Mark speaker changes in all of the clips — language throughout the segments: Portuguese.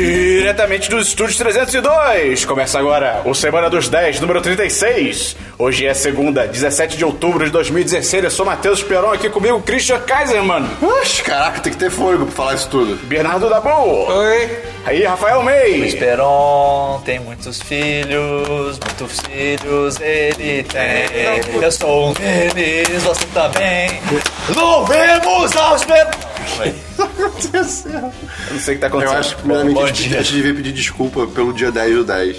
Speaker 1: diretamente dos estúdios 302. Começa agora o Semana dos 10, número 36. Hoje é segunda, 17 de outubro de 2016. Eu sou Matheus Peron, aqui comigo Christian Kaiser, mano.
Speaker 2: Oxe, caraca, tem que ter fôlego pra falar isso tudo.
Speaker 1: Bernardo Dabu.
Speaker 3: Oi.
Speaker 1: Aí, Rafael May.
Speaker 4: Esperon tem muitos filhos, muitos filhos ele tem. Eu sou um deles, você tá também. Louvemos aos meus.
Speaker 1: Eu não sei o que tá
Speaker 2: Eu
Speaker 1: acontecendo.
Speaker 2: acho que primeiramente
Speaker 4: Bom
Speaker 2: a gente,
Speaker 4: dia.
Speaker 2: a gente devia pedir desculpa pelo dia 10 do 10.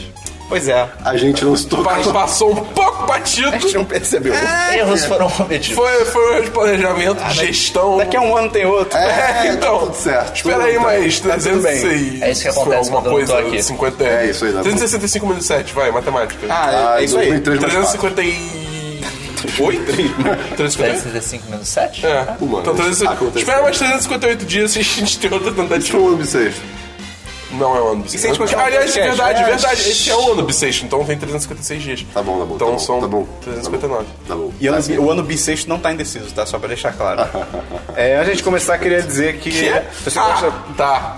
Speaker 1: Pois é.
Speaker 2: A gente não se tocou.
Speaker 3: Pa- Passou um pouco batido.
Speaker 1: A gente não percebeu.
Speaker 4: Erros foram cometidos.
Speaker 3: Foi, foi um planejamento, gestão.
Speaker 1: Daqui a um ano tem outro.
Speaker 2: É,
Speaker 3: então,
Speaker 2: tá tudo certo.
Speaker 3: Espera
Speaker 2: tudo
Speaker 3: aí
Speaker 2: tá-
Speaker 3: mais
Speaker 1: tá tudo bem.
Speaker 3: 306.
Speaker 4: É isso que acontece
Speaker 3: Foi alguma
Speaker 4: quando eu não tô
Speaker 3: coisa,
Speaker 4: aqui.
Speaker 3: 50,
Speaker 2: É isso aí, Dabu.
Speaker 3: 365 menos 7, vai, matemática.
Speaker 1: Ah,
Speaker 2: Ah,
Speaker 1: é,
Speaker 2: em
Speaker 1: isso aí.
Speaker 2: 2003 mais fácil.
Speaker 3: 358? 358?
Speaker 4: 365 menos 7?
Speaker 3: É,
Speaker 2: Uma,
Speaker 3: então, 300,
Speaker 2: ah, acontece.
Speaker 3: espera mais 358 dias se a gente tem outra
Speaker 2: Isso é
Speaker 3: tentativa.
Speaker 2: um ano bissexto.
Speaker 3: Não é
Speaker 1: se
Speaker 3: um ano
Speaker 1: a gente
Speaker 3: bissexto.
Speaker 1: continuar
Speaker 3: Aliás,
Speaker 1: com o
Speaker 3: verdade,
Speaker 1: podcast?
Speaker 3: verdade. Esse é um ano bissexto, então tem 356 dias.
Speaker 2: Tá bom, tá bom.
Speaker 3: Então
Speaker 2: tá bom,
Speaker 3: são
Speaker 2: tá bom,
Speaker 3: 359.
Speaker 2: Tá bom.
Speaker 1: E
Speaker 2: tá
Speaker 1: ano
Speaker 2: bom.
Speaker 1: bi- o ano bissexto não tá indeciso, tá? Só pra deixar claro. É, antes de começar, queria dizer que.
Speaker 2: é?
Speaker 1: se Você gosta.
Speaker 3: Ah, tá.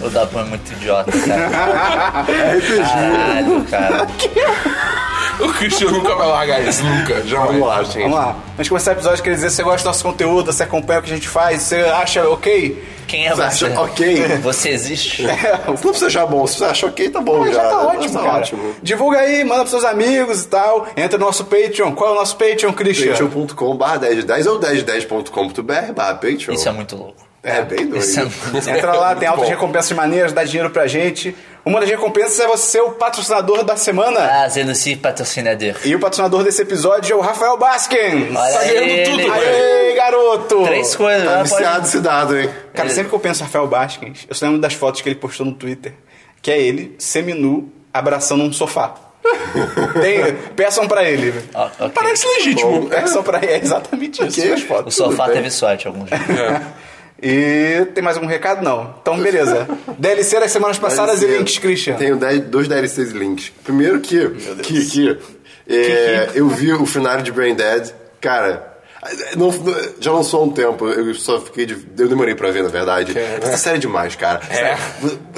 Speaker 4: O Dabu é muito idiota, cara.
Speaker 2: É
Speaker 4: Caralho, cara.
Speaker 3: O Cristiano nunca vai largar isso, nunca. Jamais.
Speaker 2: Vamos lá, gente.
Speaker 1: Vamos lá. Antes de começar o episódio, queria dizer se você gosta do nosso conteúdo, se acompanha o que a gente faz, você acha ok?
Speaker 4: Quem é
Speaker 2: Você
Speaker 4: você?
Speaker 2: acha ok?
Speaker 4: Você existe?
Speaker 2: Não precisa achar bom. Se é, você acha ok, tá bom.
Speaker 1: Mas já tá ótimo,
Speaker 2: tá
Speaker 1: cara.
Speaker 2: ótimo.
Speaker 1: Divulga aí, manda pros seus amigos e tal. Entra no nosso Patreon. Qual é o nosso Patreon, Christian?
Speaker 2: Patreon.com barra 1010 ou 1010.com.br barra Patreon.
Speaker 4: Isso é muito louco.
Speaker 2: É, bem doido.
Speaker 4: Isso é muito
Speaker 1: Entra lá, tem altas
Speaker 3: bom.
Speaker 1: recompensas maneiras, dá dinheiro pra gente. Uma das recompensas é você ser o patrocinador da semana.
Speaker 4: Fazendo se patrocinador.
Speaker 1: E o patrocinador desse episódio é o Rafael Baskins.
Speaker 4: Olha
Speaker 1: Tá ganhando
Speaker 4: ele.
Speaker 1: tudo, Aê, garoto!
Speaker 4: Três coisas.
Speaker 2: Tá
Speaker 4: né? Pode-
Speaker 2: viciado esse dado, hein?
Speaker 1: Cara, sempre que eu penso em Rafael Baskins, eu só lembro das fotos que ele postou no Twitter, que é ele, seminu, abraçando um sofá. Tem- peçam pra ele. Tipo,
Speaker 4: Ó, Ah, ok.
Speaker 3: Parece legítimo.
Speaker 1: Peçam pra ele, é exatamente isso.
Speaker 2: Ok.
Speaker 1: as
Speaker 4: O
Speaker 1: fotos.
Speaker 4: sofá
Speaker 2: bem.
Speaker 4: teve sorte algum dia.
Speaker 1: E tem mais algum recado? Não. Então, beleza. DLC das semanas passadas e links, Christian.
Speaker 2: Tenho 10 dois DLCs links. Primeiro que. Que, que, é, eu vi o final de Brain Dead. Cara. não- não- já lançou há um tempo, eu só fiquei de. Eu demorei pra ver, na verdade. Essa série é demais, cara. É.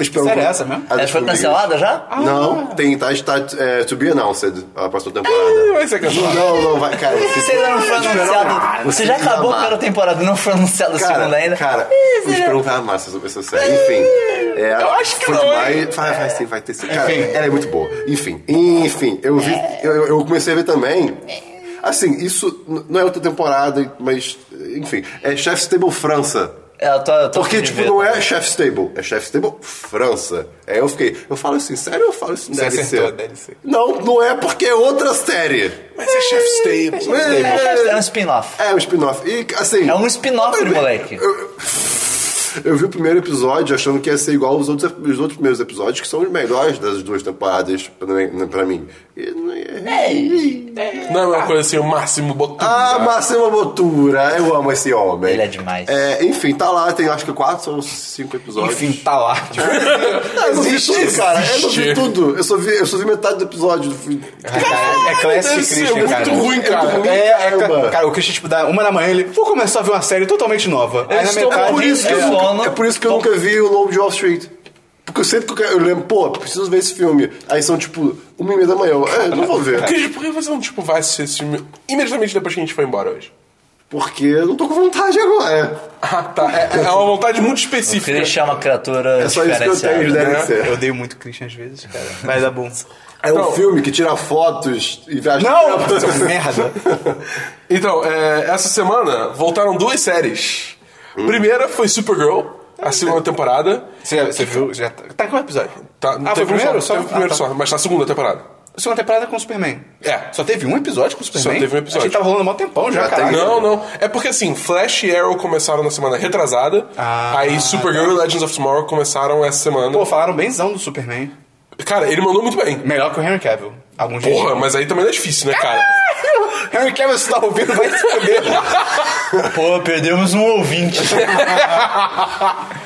Speaker 2: Espero
Speaker 1: Série é essa mesmo? Ah.
Speaker 2: Ah,
Speaker 4: Ela foi
Speaker 2: desculpa,
Speaker 4: cancelada já?
Speaker 2: Não, tem, tá, está é, to be announced a próxima temporada.
Speaker 3: Vai ser cancelado.
Speaker 2: Não, não, vai, cara.
Speaker 4: Vocês não foi
Speaker 2: um-
Speaker 4: anunciado. Você já acabou a primeira temporada, não foi anunciado a segunda ainda?
Speaker 2: Cara, o Esperão vai amar essa, essa série. Enfim. É, eu
Speaker 3: acho que não, hein?
Speaker 2: Vai, vai sim, vai ter sim. Cara, ela é muito boa. Enfim, enfim, eu vi.
Speaker 4: É.
Speaker 2: Eu, eu- eu comecei a ver também. Assim, isso n- não é outra temporada, mas. Enfim, é Chef's Table França.
Speaker 4: É, eu tô, eu tô
Speaker 2: Porque,
Speaker 4: afim de
Speaker 2: tipo,
Speaker 4: ver.
Speaker 2: não é Chef's Table, é Chef's Table França. Aí eu fiquei, eu falo assim, sério ou eu falo isso deve
Speaker 1: acertou a
Speaker 2: ser?
Speaker 1: DLC.
Speaker 2: Não, não é porque é outra série.
Speaker 3: Mas é chef stable.
Speaker 2: É,
Speaker 4: É um spin-off.
Speaker 2: é um spin-off. E, assim.
Speaker 4: É um spin-off, moleque.
Speaker 2: Eu vi o primeiro episódio achando que ia ser igual aos outros, os outros primeiros episódios, que são os melhores das duas temporadas pra, pra mim. E não é.
Speaker 3: Não é uma coisa assim, o máximo botão.
Speaker 2: Ah, Máximo Botura, eu amo esse homem.
Speaker 4: Ele é demais.
Speaker 2: É, enfim, tá lá, tem acho que quatro ou cinco episódios.
Speaker 1: Enfim, tá lá.
Speaker 2: Ah, eu não vi tudo, cara. Eu não vi
Speaker 3: existe.
Speaker 2: tudo. Eu só vi, eu só vi metade do episódio.
Speaker 1: é Classic
Speaker 3: deve ser
Speaker 1: Christian,
Speaker 3: muito
Speaker 1: cara.
Speaker 3: ruim, cara.
Speaker 1: É, é,
Speaker 2: Caramba.
Speaker 1: cara, o Christian, tipo, dá uma da manhã, ele... Vou começar a ver uma série totalmente nova. Aí, na
Speaker 4: estou
Speaker 1: metade,
Speaker 2: Por isso que eu
Speaker 4: É,
Speaker 2: nunca-
Speaker 4: sono.
Speaker 2: é por isso que eu nunca vi o Lobo de Wall Street. Porque eu sempre que eu, quero- eu lembro, pô, preciso ver esse filme. Aí são tipo uma e meia da manhã. Eu, é, não vou ver.
Speaker 3: Cris, por que você não tipo, vai assistir esse filme imediatamente depois que a gente foi embora hoje?
Speaker 2: Porque eu não tô com vontade agora.
Speaker 3: Ah, tá. É, é uma vontade muito
Speaker 4: Porque
Speaker 3: específica.
Speaker 4: ele chama uma criatura
Speaker 2: É, é só isso que eu tenho de
Speaker 4: diferenciada.
Speaker 2: DLC.
Speaker 1: Eu odeio muito o Christian às vezes, cara. Mas dá bom.
Speaker 2: É um
Speaker 3: Não.
Speaker 2: filme que tira fotos e viaja.
Speaker 1: Então- Não! Seu merda!
Speaker 3: Então, é, essa semana voltaram duas séries. A primeira foi Supergirl, a segunda temporada.
Speaker 1: Você, já- você viu? Já tá, tá em qual episódio?
Speaker 3: Tá,
Speaker 1: ah, foi o
Speaker 3: teve um
Speaker 1: primeiro?
Speaker 3: Só, teve o
Speaker 1: Ah,
Speaker 3: primeiro
Speaker 1: tá.
Speaker 3: só, mas tá a segunda temporada.
Speaker 1: Segunda temporada com o Superman.
Speaker 3: É.
Speaker 1: Só teve um episódio com o Superman?
Speaker 3: teve um episódio.
Speaker 1: Achei que tava rolando mó tempão já,
Speaker 2: Já
Speaker 1: cara.
Speaker 2: tem-
Speaker 3: Não, não. É porque assim, Flash e Arrow começaram na semana retrasada.
Speaker 1: Ah,
Speaker 3: aí Supergirl e Legends of Tomorrow começaram essa semana.
Speaker 1: Pô, falaram benzão do Superman.
Speaker 3: Cara, ele mandou muito bem.
Speaker 1: Melhor que o Henry Cavill. Alguns
Speaker 3: Porra,
Speaker 1: dias.
Speaker 3: mas aí também não é difícil, né, cara?
Speaker 1: Henry Cavill, se tá ouvindo, vai se fuder.
Speaker 4: Pô, perdemos um ouvinte.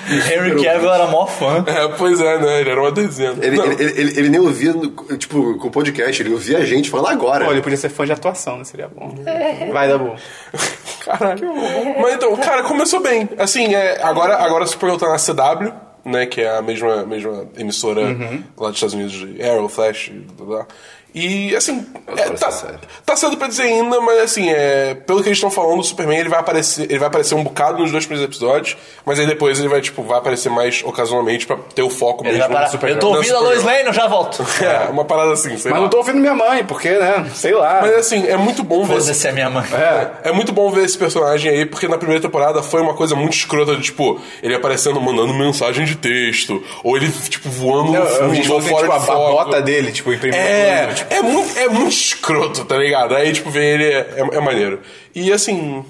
Speaker 4: Henry Cavill era mó fã.
Speaker 3: É, pois é, né? Ele era uma dezena.
Speaker 2: Ele,
Speaker 3: Não.
Speaker 2: ele, ele, ele- ele nem ouvia, no- tipo, com o podcast, ele ouvia a gente falando agora.
Speaker 1: Pô, ele podia ser fã de atuação, né? Seria bom. Vai, Dabu.
Speaker 3: Caralho. Mas então, cara, começou bem. Assim, é, agora, agora Supergirl tá na CW. né? Que é a mesma, mesma emissora
Speaker 4: Uhum.
Speaker 3: lá dos Estados Unidos de Arrow, Flash, blá, blá, blá. E assim, é,
Speaker 2: adoro
Speaker 3: tá,
Speaker 2: essa série.
Speaker 3: tá cedo pra dizer ainda, mas assim, é, pelo que eles estão falando, o Superman ele vai aparecer, ele vai aparecer um bocado nos dois primeiros episódios, mas aí depois ele vai, tipo, vai aparecer mais ocasionalmente pra ter o foco
Speaker 4: Ele vai
Speaker 3: mesmo
Speaker 4: parar.
Speaker 3: no Superman.
Speaker 4: Eu tô
Speaker 3: no
Speaker 4: ouvindo a Lois
Speaker 3: Superman.
Speaker 4: Lane, eu já volto.
Speaker 3: É, uma parada assim, sei
Speaker 1: Mas
Speaker 3: lá.
Speaker 1: não tô ouvindo minha mãe, porque, né? Sei lá.
Speaker 3: Mas assim, é muito bom ver esse-
Speaker 4: Foda-se a minha mãe.
Speaker 3: É, é muito bom ver esse personagem aí, porque na primeira temporada foi uma coisa muito escrota de, tipo, ele aparecendo, mandando mensagem de texto, ou ele, tipo, voando no
Speaker 1: Eu- eu-
Speaker 3: fundo, ou
Speaker 1: tipo,
Speaker 3: fora
Speaker 1: a
Speaker 3: de foco.
Speaker 1: bota dele, tipo, em primeiro
Speaker 3: É,
Speaker 1: plano, tipo,
Speaker 3: é muito, é muito escroto, tá ligado? Aí, tipo, ver ele é, é- é maneiro. E assim,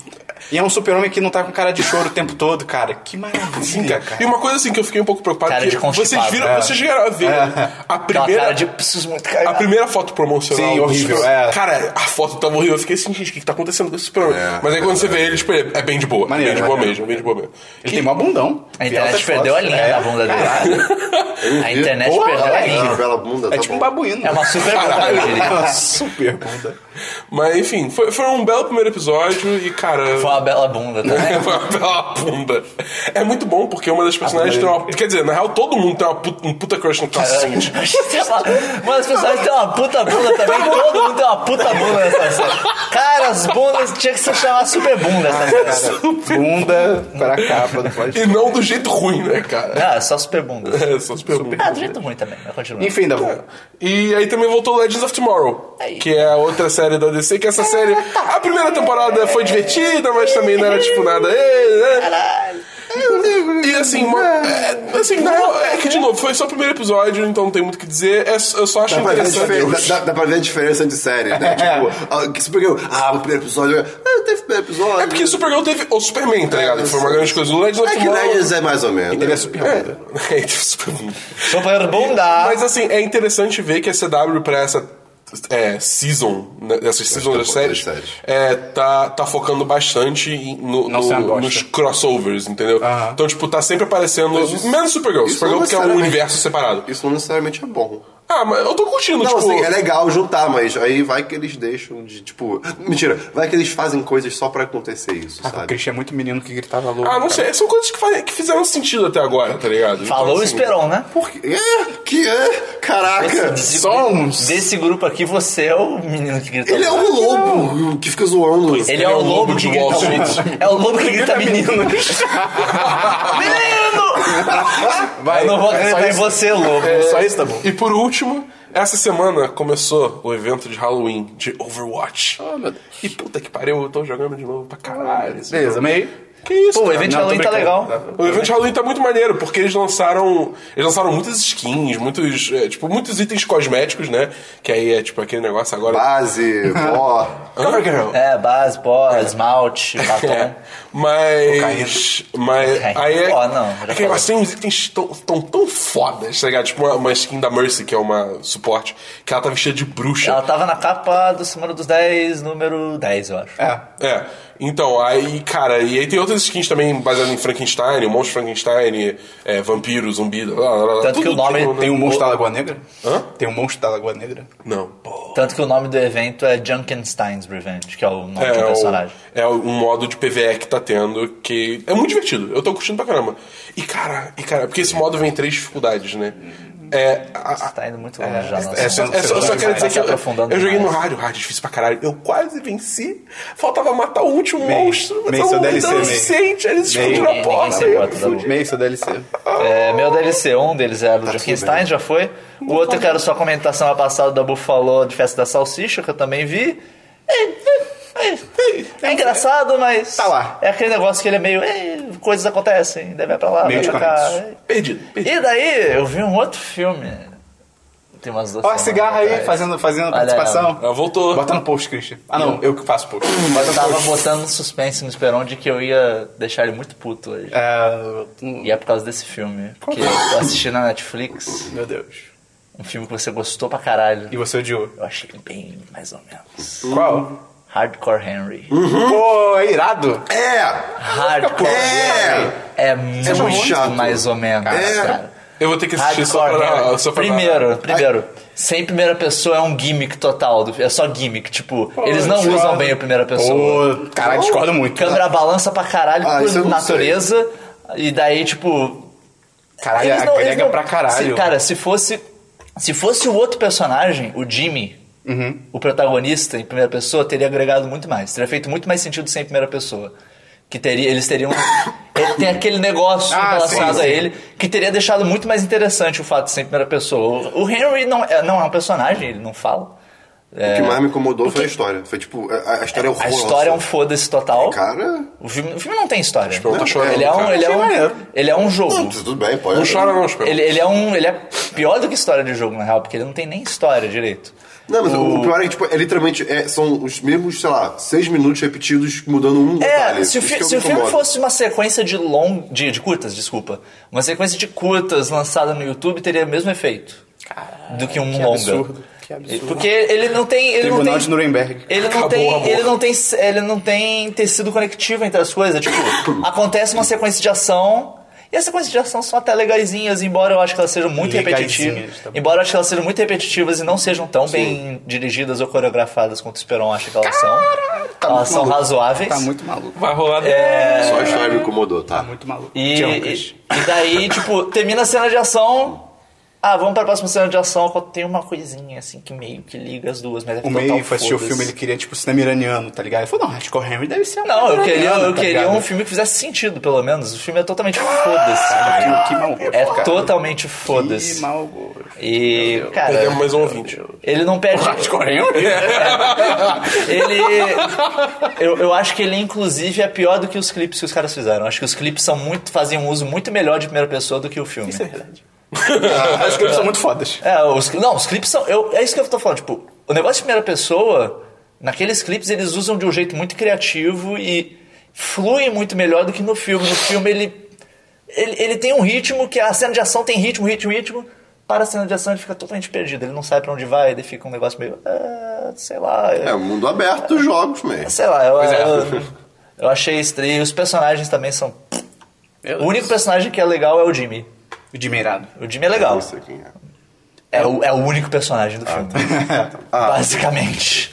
Speaker 1: E é um super-homem que não tá com cara de choro o tempo todo, cara. Que
Speaker 3: sim,
Speaker 1: maravilha,
Speaker 3: cara. E
Speaker 1: cara.
Speaker 3: uma coisa assim que eu fiquei um pouco preocupado,
Speaker 4: Cara
Speaker 3: que
Speaker 4: de constipado,
Speaker 3: vocês viram,
Speaker 1: é.
Speaker 3: vocês chegaram a ver a
Speaker 4: Aquela
Speaker 3: primeira.
Speaker 4: cara de "Eu preciso muito
Speaker 3: A
Speaker 4: cair.
Speaker 3: primeira foto promocional.
Speaker 1: Sim,
Speaker 3: do
Speaker 1: horrível,
Speaker 3: Superman-
Speaker 1: é.
Speaker 3: Cara, a foto tava horrível. Eu fiquei assim, gente, o que, que tá acontecendo com esse Superman?
Speaker 2: É,
Speaker 3: Mas aí quando você vê ele, tipo, ele é bem de boa.
Speaker 1: Maneiro,
Speaker 3: bem de boa
Speaker 1: maneiro.
Speaker 3: mesmo, bem de boa mesmo.
Speaker 1: Ele tem mó bundão.
Speaker 4: A
Speaker 1: Vi
Speaker 4: internet
Speaker 1: altas
Speaker 4: perdeu a
Speaker 1: fotos.
Speaker 4: linha
Speaker 1: É.
Speaker 4: da bunda dele. A internet
Speaker 1: Porra,
Speaker 4: perdeu a
Speaker 1: é
Speaker 2: Ah,
Speaker 4: linha.
Speaker 2: bela bunda,
Speaker 1: É
Speaker 2: tá
Speaker 1: tipo um
Speaker 2: bom.
Speaker 1: babuíno.
Speaker 4: É uma super bunda,
Speaker 3: Caralho.
Speaker 4: eu diria.
Speaker 1: É uma super bunda.
Speaker 3: Mas enfim, foi, foi um belo primeiro episódio e, cara.
Speaker 4: Foi uma bela bunda também.
Speaker 3: É uma bela bunda. É muito bom porque uma das
Speaker 1: Ah,
Speaker 3: personagens tem uma. Quer dizer, na real, todo mundo tem uma puta, um puta crush no cacete.
Speaker 4: Sei lá, Mano, as pessoas têm uma puta bunda
Speaker 1: Tá
Speaker 4: também, todo mundo tem uma puta bunda nessa série. Cara, as bundas tinha que se chamar super bunda essa né? série.
Speaker 1: Bunda para a capa, não pode.
Speaker 3: E não do jeito ruim, né, cara?
Speaker 4: Ah, só super bunda.
Speaker 3: É, só se pergunta.
Speaker 4: Ah, do jeito ruim também, mas continua.
Speaker 1: Enfim, Dabu.
Speaker 3: E aí também voltou Legends of Tomorrow,
Speaker 4: Aí.
Speaker 3: que é a outra série da DC, que essa série. A primeira temporada foi divertida, mas também não era tipo nada. "Ei, né?" E assim, uma- é, assim, na real, é que de novo, foi só o primeiro episódio, então não tem muito o que dizer. É, eu só acho
Speaker 2: Dá pra, ver a
Speaker 3: interessante.
Speaker 2: diferença- dá, dá pra ver a diferença entre séries,
Speaker 1: É.
Speaker 2: né? tipo, ah, que Supergirl, ah, o primeiro episódio. Ah, teve o primeiro episódio.
Speaker 3: É porque Supergirl teve o Superman, tá ligado? Que foi uma grande coisa. O Legends of
Speaker 2: É que
Speaker 3: Tomorrow.
Speaker 2: Legends é mais ou menos.
Speaker 1: Ele é super bunda.
Speaker 3: É, teve Superman.
Speaker 4: Super bunda.
Speaker 3: Mas assim, é interessante ver que a CW pra essa é, season, né, essas seasons das
Speaker 2: temporadas,
Speaker 3: séries,
Speaker 2: séries.
Speaker 3: é, tá, tá focando bastante em- no,
Speaker 1: Não ser uma
Speaker 3: no-
Speaker 1: bosta.
Speaker 3: nos crossovers, entendeu?
Speaker 1: Aham.
Speaker 3: Então, tipo, tá sempre aparecendo.
Speaker 2: Mas isso-
Speaker 3: menos Supergirl.
Speaker 2: isso
Speaker 3: Supergirl
Speaker 2: não
Speaker 3: porque é um
Speaker 2: necessariamente-
Speaker 3: universo separado.
Speaker 2: Isso não necessariamente é bom.
Speaker 3: Ah, mas eu tô curtindo,
Speaker 2: Não,
Speaker 3: tipo.
Speaker 2: assim, é legal juntar, mas aí vai que eles deixam de, tipo... Mentira, vai que eles fazem coisas só pra acontecer isso,
Speaker 1: Ah, o
Speaker 2: sabe?
Speaker 1: Christian é muito menino que gritava louco.
Speaker 3: Ah, não sei. São coisas que, faz- que fizeram sentido até agora, tá ligado? Então,
Speaker 4: Falou o
Speaker 3: assim,
Speaker 4: Esperon, né?
Speaker 2: Por quê? É, que é? Caraca!
Speaker 4: Desse-
Speaker 3: um
Speaker 1: Sons.
Speaker 4: Desse grupo aqui, você é o menino que grita.
Speaker 2: Ele é um lobo que fica zoando.
Speaker 4: Ele é o lobo
Speaker 3: de
Speaker 4: que
Speaker 3: Wall
Speaker 4: grita.
Speaker 3: Street.
Speaker 4: É o lobo que grita menino. Menino!
Speaker 1: Vai,
Speaker 4: Eu não
Speaker 1: é
Speaker 4: vou
Speaker 1: só
Speaker 4: acreditar em
Speaker 1: isso.
Speaker 4: você, lobo.
Speaker 1: É só
Speaker 2: tá
Speaker 1: isso, Dabu.
Speaker 3: E por último, essa semana começou o evento de Halloween de Overwatch.
Speaker 2: Oh,
Speaker 3: E puta que pariu, eu tô jogando de novo pra caralho. esse
Speaker 1: Beleza,
Speaker 3: jogo.
Speaker 1: meio.
Speaker 3: Que isso,
Speaker 4: Pô, o
Speaker 3: cara?
Speaker 4: evento
Speaker 1: Não, tô
Speaker 4: Halloween tá
Speaker 1: brincando.
Speaker 4: legal.
Speaker 3: O evento de Halloween tá muito maneiro, porque eles lançaram. Eles lançaram muitas skins, muitos. é, tipo, muitos itens cosméticos, né? Que aí é tipo aquele negócio agora.
Speaker 2: Base, pó...
Speaker 3: Covergirl.
Speaker 4: É, base, pó, esmalte, batom.
Speaker 3: É, mas. Mas.
Speaker 4: Cocaína.
Speaker 3: Aí é.
Speaker 4: Ó, não, já
Speaker 3: é que
Speaker 4: falei.
Speaker 3: elas têm uns itens tão, tão, tão fodas, tá ligado? Tipo uma, uma skin da Mercy, que é uma suporte, que ela tá vestida de bruxa.
Speaker 4: Ela tava na capa do Semana dos 10, número 10, eu acho.
Speaker 1: É.
Speaker 3: É. Então, aí, cara, e aí tem outras skins também baseadas em Frankenstein, o monstro Frankenstein, é, vampiro, zumbi, blá, blá, blá,
Speaker 4: Tanto que o nome
Speaker 3: tem,
Speaker 1: Tem um monstro da Lagoa Negra?
Speaker 3: Hã?
Speaker 1: Tem um monstro da Lagoa Negra?
Speaker 3: Não. Pô.
Speaker 4: Tanto que o nome do evento é Junkenstein's Revenge, que é o nome
Speaker 3: É,
Speaker 4: do
Speaker 3: o-
Speaker 4: personagem.
Speaker 3: é um modo de PVE que tá tendo, que é muito divertido. Eu tô curtindo pra caramba. E, cara, e, cara porque esse modo vem em três dificuldades, né?
Speaker 4: Uhum.
Speaker 3: É, a- a-
Speaker 4: Você tá indo muito longe já, nossa.
Speaker 1: é só-
Speaker 3: É só, eu só quero dizer que eu,
Speaker 4: Tá aprofundando
Speaker 3: eu joguei no
Speaker 4: demais.
Speaker 3: rádio, rádio é difícil pra caralho. Eu quase venci. Faltava matar o último monstro.
Speaker 4: é
Speaker 1: meio,
Speaker 3: mas
Speaker 1: seu
Speaker 3: eu
Speaker 1: DLC,
Speaker 3: não
Speaker 1: meio.
Speaker 3: sente, eles
Speaker 1: Meio.
Speaker 3: escondiam na
Speaker 4: Ninguém- ninguém
Speaker 3: porta.
Speaker 4: se importa, tá bom.
Speaker 1: Meio seu DLC.
Speaker 4: É, meu DLC, um deles era
Speaker 1: Tá
Speaker 4: do Frankenstein, já foi. O outro eu quero só comentar semana passada, o Dabu falou de Festa da Salsicha, que eu também vi. É, é, é, é engraçado, mas...
Speaker 1: Tá lá.
Speaker 4: É aquele negócio que ele é meio... é, coisas acontecem, deve ir pra lá,
Speaker 1: Meio
Speaker 4: vai pra cá. é.
Speaker 3: Perdido, perdido.
Speaker 4: E daí, eu vi um outro filme. Tem umas duas
Speaker 1: Ó a
Speaker 4: semanas
Speaker 1: cigarra aí,
Speaker 4: atrás.
Speaker 1: fazendo, fazendo
Speaker 4: Olha Hum, ela.
Speaker 1: participação.
Speaker 3: Ela voltou.
Speaker 1: Bota no post, Christian. Ah, não, eu que faço post.
Speaker 4: Mas eu tava botando um suspense no Esperon de que eu ia deixar ele muito puto hoje.
Speaker 1: É,
Speaker 4: E é por causa desse filme. Que eu assisti na Netflix,
Speaker 1: meu Deus.
Speaker 4: um filme que você gostou pra caralho.
Speaker 1: E você odiou?
Speaker 4: Eu achei ele bem, mais ou menos.
Speaker 1: Qual?
Speaker 4: Hardcore Henry.
Speaker 3: Uhum.
Speaker 1: Pô, é irado.
Speaker 2: É!
Speaker 4: Hardcore
Speaker 2: É.
Speaker 4: Henry é muito
Speaker 2: chato.
Speaker 4: mais ou menos,
Speaker 2: É.
Speaker 4: cara.
Speaker 3: Eu vou ter que assistir só
Speaker 4: Hardcore
Speaker 3: pra,
Speaker 4: Henry.
Speaker 3: só pra
Speaker 4: Primeiro, primeiro. Sem primeira pessoa é um gimmick total. do- É só gimmick. Tipo, eles não
Speaker 1: discordo.
Speaker 4: usam bem a primeira pessoa.
Speaker 1: Pô, caralho, discordo muito.
Speaker 4: Câmera balança pra caralho
Speaker 2: Ah, isso eu
Speaker 4: por
Speaker 2: não sei.
Speaker 4: natureza. E daí, tipo.
Speaker 1: Caralho,
Speaker 4: eles não- eles
Speaker 1: agrega
Speaker 4: não-
Speaker 1: pra caralho.
Speaker 4: Se, cara, se fosse. Se fosse o outro personagem, o Jimmy,
Speaker 1: Uhum.
Speaker 4: o protagonista em primeira pessoa, teria agregado muito mais. Teria feito muito mais sentido sem primeira pessoa. Que teria, eles teriam. ele tem aquele negócio
Speaker 1: Ah,
Speaker 4: relacionado
Speaker 1: sim,
Speaker 4: a
Speaker 1: sim.
Speaker 4: ele que teria deixado muito mais interessante o fato de ser em primeira pessoa. O, o Henry não é, não é um personagem, ele não fala.
Speaker 2: O que mais me incomodou foi a história. Foi tipo, a, a história é horrorosa.
Speaker 4: É. A história é um foda-se total.
Speaker 1: É,
Speaker 2: Cara...
Speaker 4: O filme, o filme não tem história.
Speaker 3: Não, tá chorando,
Speaker 4: ele, é um,
Speaker 3: cara.
Speaker 4: ele, é
Speaker 1: Achei maneiro.
Speaker 4: um, ele é um jogo.
Speaker 2: Não, tudo bem, pode.
Speaker 3: Não chora não, Esperon.
Speaker 4: Ele, ele é um. Ele é pior do que história de jogo, na real, porque ele não tem nem história direito.
Speaker 2: Não, mas o, pior é que, tipo, é literalmente, é, são os mesmos, sei lá, seis minutos repetidos, mudando um
Speaker 4: É,
Speaker 2: detalhe.
Speaker 4: se o,
Speaker 2: Isso
Speaker 4: fi-
Speaker 2: que eu
Speaker 4: se
Speaker 2: me
Speaker 4: o filme
Speaker 2: incomodo.
Speaker 4: fosse uma sequência de long. De, de curtas, desculpa. Uma sequência de curtas lançada no YouTube teria o mesmo efeito. do que um longa.
Speaker 1: absurdo, que absurdo.
Speaker 4: Porque ele não tem. Ele não
Speaker 1: Tribunal
Speaker 4: tem,
Speaker 1: de Nuremberg.
Speaker 4: Ele não,
Speaker 3: Acabou o amor.
Speaker 4: tem, ele, não tem, ele não tem tecido conectivo entre as coisas. Tipo, acontece uma sequência de ação. E as sequências de ação são até legaisinhas, embora eu acho que elas sejam muito
Speaker 1: Legaisinhas,
Speaker 4: repetitivas.
Speaker 1: tá bom.
Speaker 4: embora eu acho que elas sejam muito repetitivas e não sejam tão bem dirigidas ou coreografadas quanto o Esperon acha que elas são.
Speaker 2: tá
Speaker 4: elas
Speaker 2: muito
Speaker 4: são
Speaker 2: maluco.
Speaker 4: razoáveis.
Speaker 1: Tá muito maluco.
Speaker 3: Vai rolar.
Speaker 2: Só a história
Speaker 4: É.
Speaker 2: me incomodou, tá?
Speaker 1: Tá muito maluco.
Speaker 4: E,
Speaker 1: Te amo,
Speaker 4: e,
Speaker 1: Cris.
Speaker 4: e daí, tipo, termina a cena de ação. Ah, vamos para a próxima cena de ação. Tem uma coisinha assim que meio que liga as duas, mas é
Speaker 1: O
Speaker 4: total
Speaker 1: May foi assistir o
Speaker 4: foda-se.
Speaker 1: filme, ele queria, tipo, cinema iraniano, tá ligado? Ele falou, não, Hardcore Henry deve ser um
Speaker 4: Não, eu
Speaker 1: iraniano,
Speaker 4: queria, eu
Speaker 1: tá
Speaker 4: queria
Speaker 1: ligado?
Speaker 4: um filme que fizesse sentido, pelo menos. O filme é totalmente foda-se.
Speaker 1: Caralho, que maluco.
Speaker 4: É
Speaker 1: cara.
Speaker 4: totalmente
Speaker 1: Que
Speaker 4: foda-se.
Speaker 1: mau gosto.
Speaker 4: E,
Speaker 3: Perdemos
Speaker 4: cara,
Speaker 3: mais um ouvinte.
Speaker 4: ele não perde. É.
Speaker 1: Hardcore Henry?
Speaker 4: Ele. Eu, eu acho que ele, inclusive, é pior do que os clipes que os caras fizeram. Acho que os clipes são muito, fazem um uso muito melhor de primeira pessoa do que o filme.
Speaker 1: Isso é verdade.
Speaker 4: Ah,
Speaker 1: As coisas são muito fodas.
Speaker 4: É, os, não, os clipes são. eu- é isso que eu tô falando. Tipo, o negócio de primeira pessoa, naqueles clipes eles usam de um jeito muito criativo e flui muito melhor do que no filme. No filme ele. Ele, ele tem um ritmo que a cena de ação tem ritmo, ritmo, ritmo. Para a cena de ação ele fica totalmente perdido. Ele não sabe pra onde vai, ele fica um negócio meio. ah, sei lá.
Speaker 2: É,
Speaker 4: eu-
Speaker 2: mundo aberto dos jogos, mesmo.
Speaker 4: sei lá, eu,
Speaker 1: é.
Speaker 4: eu, eu achei estranho. E os personagens também são. O único personagem que é legal é o Jimmy.
Speaker 1: Admirado.
Speaker 4: O Jimmy é legal.
Speaker 2: Não sei quem é.
Speaker 4: É o, é o único personagem do filme.
Speaker 1: tá.
Speaker 4: Basicamente.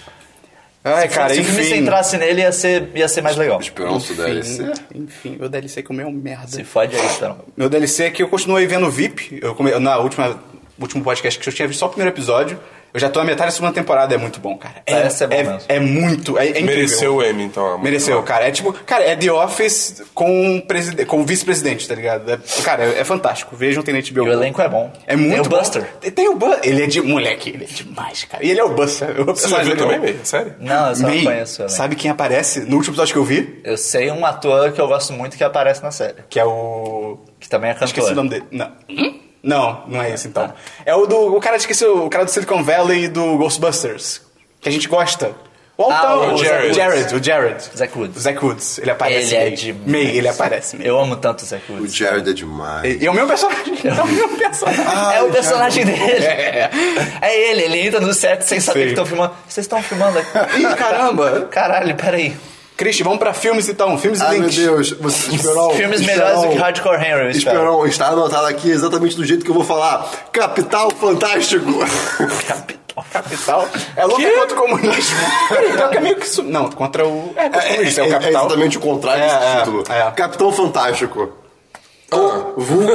Speaker 1: Ai,
Speaker 4: Se-
Speaker 1: cara,
Speaker 4: se o filme se
Speaker 1: enfim.
Speaker 4: entrasse nele, ia ser, ia ser mais legal.
Speaker 2: Esperança deve ser.
Speaker 1: Enfim, meu DLC que o meu é um merda.
Speaker 4: Se fode aí, então.
Speaker 1: Meu DLC é que eu continuei vendo VIP. Eu come... Na última último podcast que eu tinha visto só o primeiro episódio. Eu já tô na metade da segunda temporada, é muito bom, cara.
Speaker 4: Parece ser bom
Speaker 1: é,
Speaker 4: mesmo.
Speaker 1: é muito, é, é incrível.
Speaker 3: Mereceu o M, então. amor.
Speaker 1: Mereceu, cara. É tipo, cara, é The Office com, um preside- com um vice-presidente, tá ligado? É- cara, é, é fantástico. Vejam o Tenente
Speaker 4: E
Speaker 1: Bill.
Speaker 4: o elenco é bom.
Speaker 1: É muito
Speaker 4: Tem o
Speaker 1: bom.
Speaker 4: Buster.
Speaker 1: Tem, tem o Buster. Ele é de moleque, ele é demais, cara. E ele é o Buster. Eu
Speaker 3: Você não viu também, Meio? Sério?
Speaker 4: Não, eu só não
Speaker 1: May,
Speaker 4: conheço o elenco.
Speaker 1: sabe quem aparece no último episódio que eu vi?
Speaker 4: Eu sei um ator que eu gosto muito que aparece na série.
Speaker 1: Que é o.
Speaker 4: Que também é
Speaker 1: Esqueci o
Speaker 4: cantor. Hum? Ah.
Speaker 1: nome dele. Não. Não, não é esse então. É o do. O cara esqueceu. O cara do Silicon Valley e do Ghostbusters. Que a gente gosta. O
Speaker 4: Ah,
Speaker 1: altão,
Speaker 4: o
Speaker 1: o
Speaker 3: Jared.
Speaker 1: Jared. Jared, o Jared.
Speaker 4: Zack Woods.
Speaker 1: O Zack Woods. Ele aparece.
Speaker 4: Ele é
Speaker 1: May.
Speaker 4: demais.
Speaker 1: May, ele aparece. May.
Speaker 4: Eu amo tanto o Zack
Speaker 2: O
Speaker 4: Woods.
Speaker 2: Jared é demais.
Speaker 1: E é o meu personagem. É o meu personagem.
Speaker 4: é o personagem dele.
Speaker 1: É.
Speaker 4: É ele, ele entra no set sem saber
Speaker 1: Sim.
Speaker 4: que estão filmando. Vocês estão filmando aqui?
Speaker 1: Ih, caramba.
Speaker 4: Caralho, peraí.
Speaker 1: Christian, vamos pra filmes então. Filmes e
Speaker 2: Ai, meu
Speaker 1: links.
Speaker 2: Deus. Você, Esperon,
Speaker 4: Filmes melhores do que
Speaker 2: Esperon,
Speaker 4: Hardcore Henry, eu espero.
Speaker 2: Esperon, está anotado aqui exatamente do jeito que eu vou falar. Capital Fantástico.
Speaker 4: Capital.
Speaker 1: Capital. É luta
Speaker 3: Que?
Speaker 1: contra o comunismo. então que é meio que. Su... Não, contra o. É, contra o comunismo, é, o capital.
Speaker 2: exatamente o contrário
Speaker 1: É,
Speaker 2: desse
Speaker 1: é,
Speaker 2: título.
Speaker 1: é.
Speaker 2: Capitão Fantástico.
Speaker 3: Ah,
Speaker 2: Vulgo,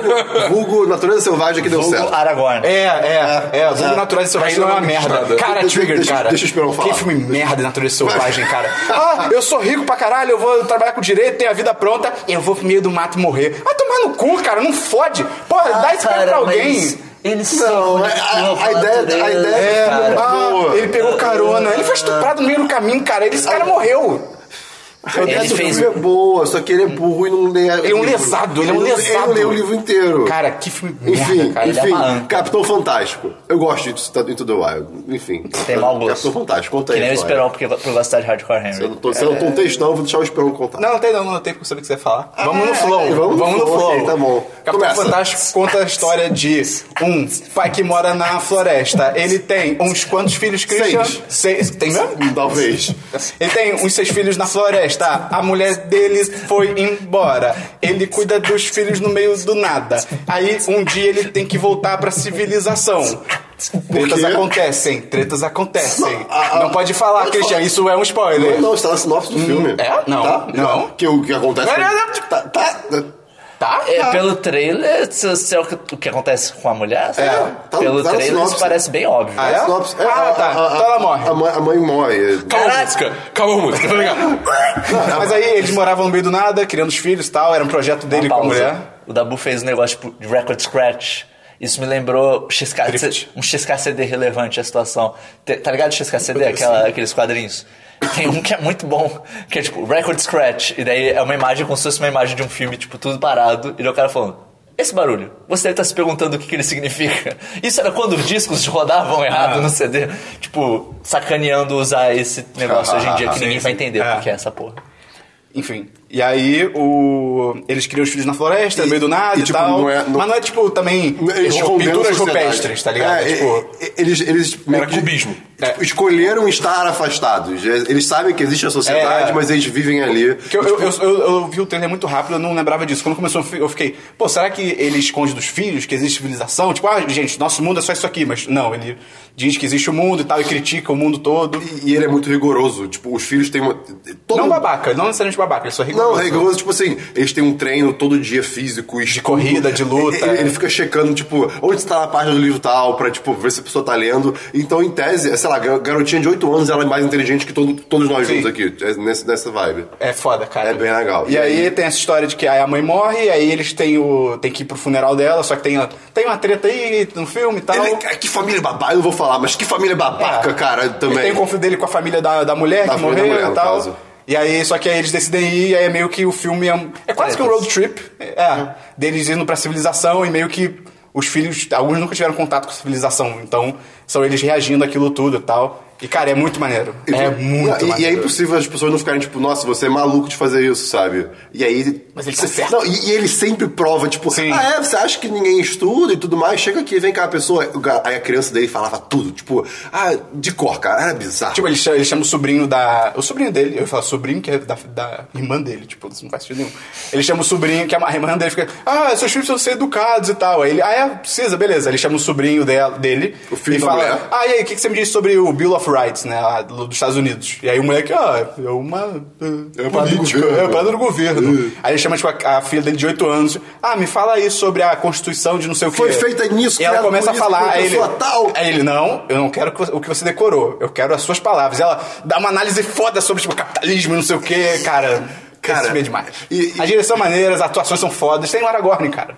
Speaker 2: vulgo Natureza Selvagem que deu certo.
Speaker 4: Vulgo Aragorn.
Speaker 1: É, é, é. Os Homens Naturais Selvagens não é uma merda.
Speaker 3: Nada.
Speaker 1: Cara,
Speaker 2: Deixa-
Speaker 1: Trigger,
Speaker 2: deixa-
Speaker 1: cara.
Speaker 2: deixa o Esperão falar.
Speaker 1: Que filme merda de Natureza Selvagem, cara. Ah, eu sou rico pra caralho, eu vou trabalhar com direito, tenho a vida pronta, eu vou pro meio do mato morrer. Vai tomar no cu, cara, não fode. Pô,
Speaker 2: Ah,
Speaker 1: dá esse Ah, cara pra alguém.
Speaker 4: Eles
Speaker 2: Não, a- a- a ideia- a ideia-
Speaker 1: É,
Speaker 2: cara.
Speaker 1: ah,
Speaker 2: Boa. Ah,
Speaker 1: ele pegou carona. Ele foi estuprado no meio do caminho, cara. Ele- Esse cara morreu.
Speaker 2: A ideia do
Speaker 4: fez-
Speaker 2: filme é boa, só que ele é burro e não lê.
Speaker 1: Ele é um lesado, ele é um
Speaker 2: Ele
Speaker 1: lesado.
Speaker 2: não lê o livro inteiro.
Speaker 1: Cara, que filme
Speaker 2: Enfim,
Speaker 1: merda, cara.
Speaker 4: ele é
Speaker 2: enfim,
Speaker 4: uma anta.
Speaker 2: Capitão Fantástico. Eu gosto de citar Into the Wild. Enfim.
Speaker 4: Tem mau gosto.
Speaker 2: Capitão Fantástico, conta
Speaker 4: Que
Speaker 2: aí.
Speaker 4: nem o
Speaker 2: Flávio.
Speaker 4: Esperon, porque por gostar de Hardcore Henry.
Speaker 2: Eu não tô, se eu não tô um textão, eu vou deixar o Esperão contar.
Speaker 1: Não, não tem não, não tem porque eu sabia o que você ia falar. vamos no flow.
Speaker 2: é,
Speaker 1: vamos, no flow.
Speaker 2: ok, tá bom.
Speaker 1: Capitão
Speaker 2: Começa.
Speaker 1: Fantástico conta a história de um pai que mora na floresta. Ele tem uns quantos filhos, Christian?
Speaker 2: Seis.
Speaker 1: Seis. Tem mesmo?
Speaker 2: Talvez.
Speaker 1: Ele tem uns seis filhos na floresta. A mulher dele foi embora. Ele cuida dos filhos no meio do nada. Aí um dia ele tem que voltar pra civilização. Tretas
Speaker 2: quê?
Speaker 1: acontecem, tretas acontecem.
Speaker 2: Ah, ah,
Speaker 1: Não pode falar,
Speaker 2: não
Speaker 1: Christian,
Speaker 2: fala.
Speaker 1: isso é um spoiler.
Speaker 2: Não, está na sinopse do filme.
Speaker 1: é? Hum, Não,
Speaker 2: Tá?
Speaker 1: não.
Speaker 2: Que o que acontece.
Speaker 1: Não, não, não.
Speaker 2: Tá, tá.
Speaker 3: Tá?
Speaker 4: É, pelo trailer, se, se é o que, o que acontece com a mulher, sabe?
Speaker 2: tá-
Speaker 4: pelo
Speaker 2: tá na
Speaker 4: trailer isso
Speaker 2: sinopse.
Speaker 4: parece bem óbvio.
Speaker 2: Ah,
Speaker 1: é?
Speaker 2: sinopse- é,
Speaker 1: Ah,
Speaker 2: a-
Speaker 1: tá.
Speaker 2: a- a-
Speaker 1: Então ela morre.
Speaker 2: A mãe, a mãe morre.
Speaker 3: Calma a
Speaker 4: Caraca.
Speaker 3: música, calma a música, tá ligado?
Speaker 1: Mas aí eles moravam no meio do nada, criando os filhos e tal, era um projeto dele com a
Speaker 4: Pausa.
Speaker 1: mulher.
Speaker 4: O Dabu fez um negócio tipo de record scratch. Isso me lembrou XK,
Speaker 1: Drift.
Speaker 4: um XKCD relevante à situação. Te- Tá ligado o XKCD? Aquela, aqueles quadrinhos. Tem um que é muito bom, que é tipo record scratch. E daí é uma imagem como se fosse uma imagem de um filme, tipo, tudo parado. E daí o cara falando. Esse barulho, você deve estar se perguntando o que, que ele significa. Isso era quando os discos rodavam
Speaker 1: Ah.
Speaker 4: errado no CD. Tipo, sacaneando usar esse negócio hoje em dia, que
Speaker 1: Ah, Sim,
Speaker 4: ninguém vai
Speaker 1: sim.
Speaker 4: entender
Speaker 1: É.
Speaker 4: o que é essa porra.
Speaker 1: Enfim. E aí o... eles criam os filhos na floresta, no meio do nada e,
Speaker 2: e, tipo,
Speaker 1: tal.
Speaker 2: não é- não-
Speaker 1: Mas não é tipo também
Speaker 2: Escondendo
Speaker 1: pinturas
Speaker 2: a sociedade.
Speaker 1: rupestres, tá ligado?
Speaker 2: É,
Speaker 1: tipo,
Speaker 2: e- e- eles, eles meio que-
Speaker 3: cubismo.
Speaker 2: tipo, escolheram estar afastados. Eles sabem que existe a sociedade,
Speaker 1: É.
Speaker 2: mas eles vivem ali.
Speaker 1: que eu, eu, eu,
Speaker 2: tipo-
Speaker 1: eu- eu vi o trailer muito rápido, eu não lembrava disso. Quando começou, eu fi- eu fiquei, pô, será que ele esconde dos filhos que existe civilização? Tipo, ah, gente, nosso mundo é só isso aqui, mas não, ele diz que existe o mundo e tal, e critica o mundo todo.
Speaker 2: E ele é muito rigoroso. Tipo, os filhos têm uma. todo
Speaker 1: não
Speaker 2: mundo-
Speaker 1: babaca, não necessariamente babaca, ele só
Speaker 2: Não,
Speaker 1: rigoroso.
Speaker 2: rigoroso, tipo assim, eles têm um treino todo dia físico, de
Speaker 1: corrida, de luta. é.
Speaker 2: Ele, ele fica checando, tipo, onde está na página do livro tal, pra, tipo, ver se a pessoa tá lendo. Então, em tese, sei lá, gar- garotinha de 8 anos, ela é mais inteligente que todo- todos nós
Speaker 1: Sim.
Speaker 2: juntos aqui, é nesse- nessa vibe.
Speaker 1: É foda, cara.
Speaker 2: É bem legal.
Speaker 1: E,
Speaker 2: E
Speaker 1: aí,
Speaker 2: aí-
Speaker 1: tem essa história de que aí a mãe morre, e aí eles têm o. tem que ir pro funeral dela, só que tem, tem uma treta aí no filme e tal.
Speaker 2: Ele- cara, que família babaca, eu não vou falar, mas que família babaca,
Speaker 1: então- É.
Speaker 2: cara,
Speaker 1: E tem
Speaker 2: também.
Speaker 1: o conflito dele com a família da, da mulher
Speaker 2: Da
Speaker 1: que
Speaker 2: família da
Speaker 1: morreu
Speaker 2: mulher,
Speaker 1: e
Speaker 2: no
Speaker 1: tal.
Speaker 2: caso.
Speaker 1: E aí, só que aí eles decidem ir, e aí é meio que o filme é, um- é quase que um road trip. É, Deles indo pra civilização e meio que os filhos, alguns nunca tiveram contato com a civilização, então são eles reagindo àquilo tudo e tal. E cara, é muito maneiro. é muito
Speaker 2: e,
Speaker 1: maneiro.
Speaker 2: e é impossível as pessoas não ficarem tipo, nossa, você é maluco de fazer isso, sabe? E aí.
Speaker 1: Mas ele tá certo.
Speaker 2: Não, e, e ele sempre prova, tipo,
Speaker 1: Sim.
Speaker 2: ah, é, você acha que ninguém estuda e tudo mais? Chega aqui, vem cá, a pessoa. o ga- Aí a criança dele falava tudo, tipo, ah, de cor, cara, era bizarro.
Speaker 1: Tipo, ele chama, ele chama o sobrinho da. O sobrinho dele, eu ia falar sobrinho, que é da, da irmã dele, tipo, isso não faz sentido nenhum. Ele chama o sobrinho, que é a irmã dele fica, ah, seus filhos precisam ser educados e tal. Aí ele, ah, é, precisa, beleza. Ele chama o sobrinho dela- dele
Speaker 2: O filho
Speaker 1: e
Speaker 2: da
Speaker 1: fala,
Speaker 2: mulher.
Speaker 1: ah, e aí, o que, que você me diz sobre o Bill of Rights, né, lá do- dos Estados Unidos? E aí o moleque, ah, é uma. É,
Speaker 2: uma do
Speaker 1: política,
Speaker 2: governo. É.
Speaker 1: é uma parada do governo. Aí ele chama, tipo, a, a filha dele de 8 anos, ah, me fala aí sobre a Constituição de não sei o que.
Speaker 2: Foi feita nisso,
Speaker 1: é. E ela
Speaker 2: criada
Speaker 1: começa a
Speaker 2: por isso,
Speaker 1: falar,
Speaker 2: por
Speaker 1: aí ele, é.
Speaker 2: pessoa tal.
Speaker 1: Aí ele, não, eu não quero que você- o que você decorou, eu quero as suas palavras. Ela dá uma análise foda sobre, tipo, capitalismo e não sei o que, cara. Cara,
Speaker 2: Cara,
Speaker 1: esse filme é demais.
Speaker 2: e- e-
Speaker 1: As direções são maneiras, as atuações são fodas. Tem o Aragorn, cara.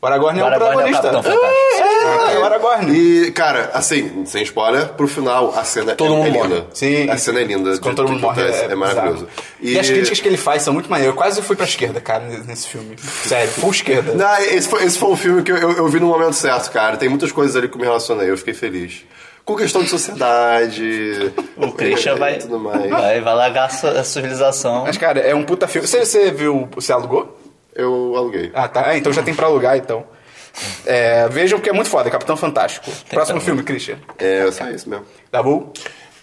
Speaker 1: O Aragorn é o
Speaker 4: Aragorn é o
Speaker 1: protagonista.
Speaker 4: Capitão Fantástico.
Speaker 1: É, é o Aragorn.
Speaker 2: E, cara, assim, sem spoiler, pro final, a cena
Speaker 3: Todo
Speaker 2: é,
Speaker 3: mundo
Speaker 2: é
Speaker 3: morre.
Speaker 2: linda.
Speaker 1: Sim.
Speaker 2: A cena é linda. de
Speaker 1: Quando todo
Speaker 2: tudo
Speaker 1: mundo
Speaker 2: que
Speaker 1: morre,
Speaker 2: acontece,
Speaker 1: é,
Speaker 2: é, maravilhoso.
Speaker 1: bizarro. E... as críticas que ele faz são muito maneiras. Eu quase fui pra esquerda, cara, nesse filme. Sério, full esquerda.
Speaker 2: Não, esse foi, esse foi um filme que eu, eu, eu vi no momento certo, cara. Tem muitas coisas ali que eu me relacionei, eu fiquei feliz. Com questão de sociedade.
Speaker 4: O Christian
Speaker 2: É, e
Speaker 4: vai,
Speaker 2: Tudo mais.
Speaker 4: vai, vai largar a su- a civilização.
Speaker 1: Mas, cara, é um puta filme. Você, você viu, você alugou?
Speaker 2: Eu aluguei.
Speaker 1: Ah, tá. É, então já tem pra alugar, então. É, vejam que é muito foda, Capitão Fantástico. Próximo filme, Christian.
Speaker 2: É, só isso mesmo.
Speaker 1: Tá bom?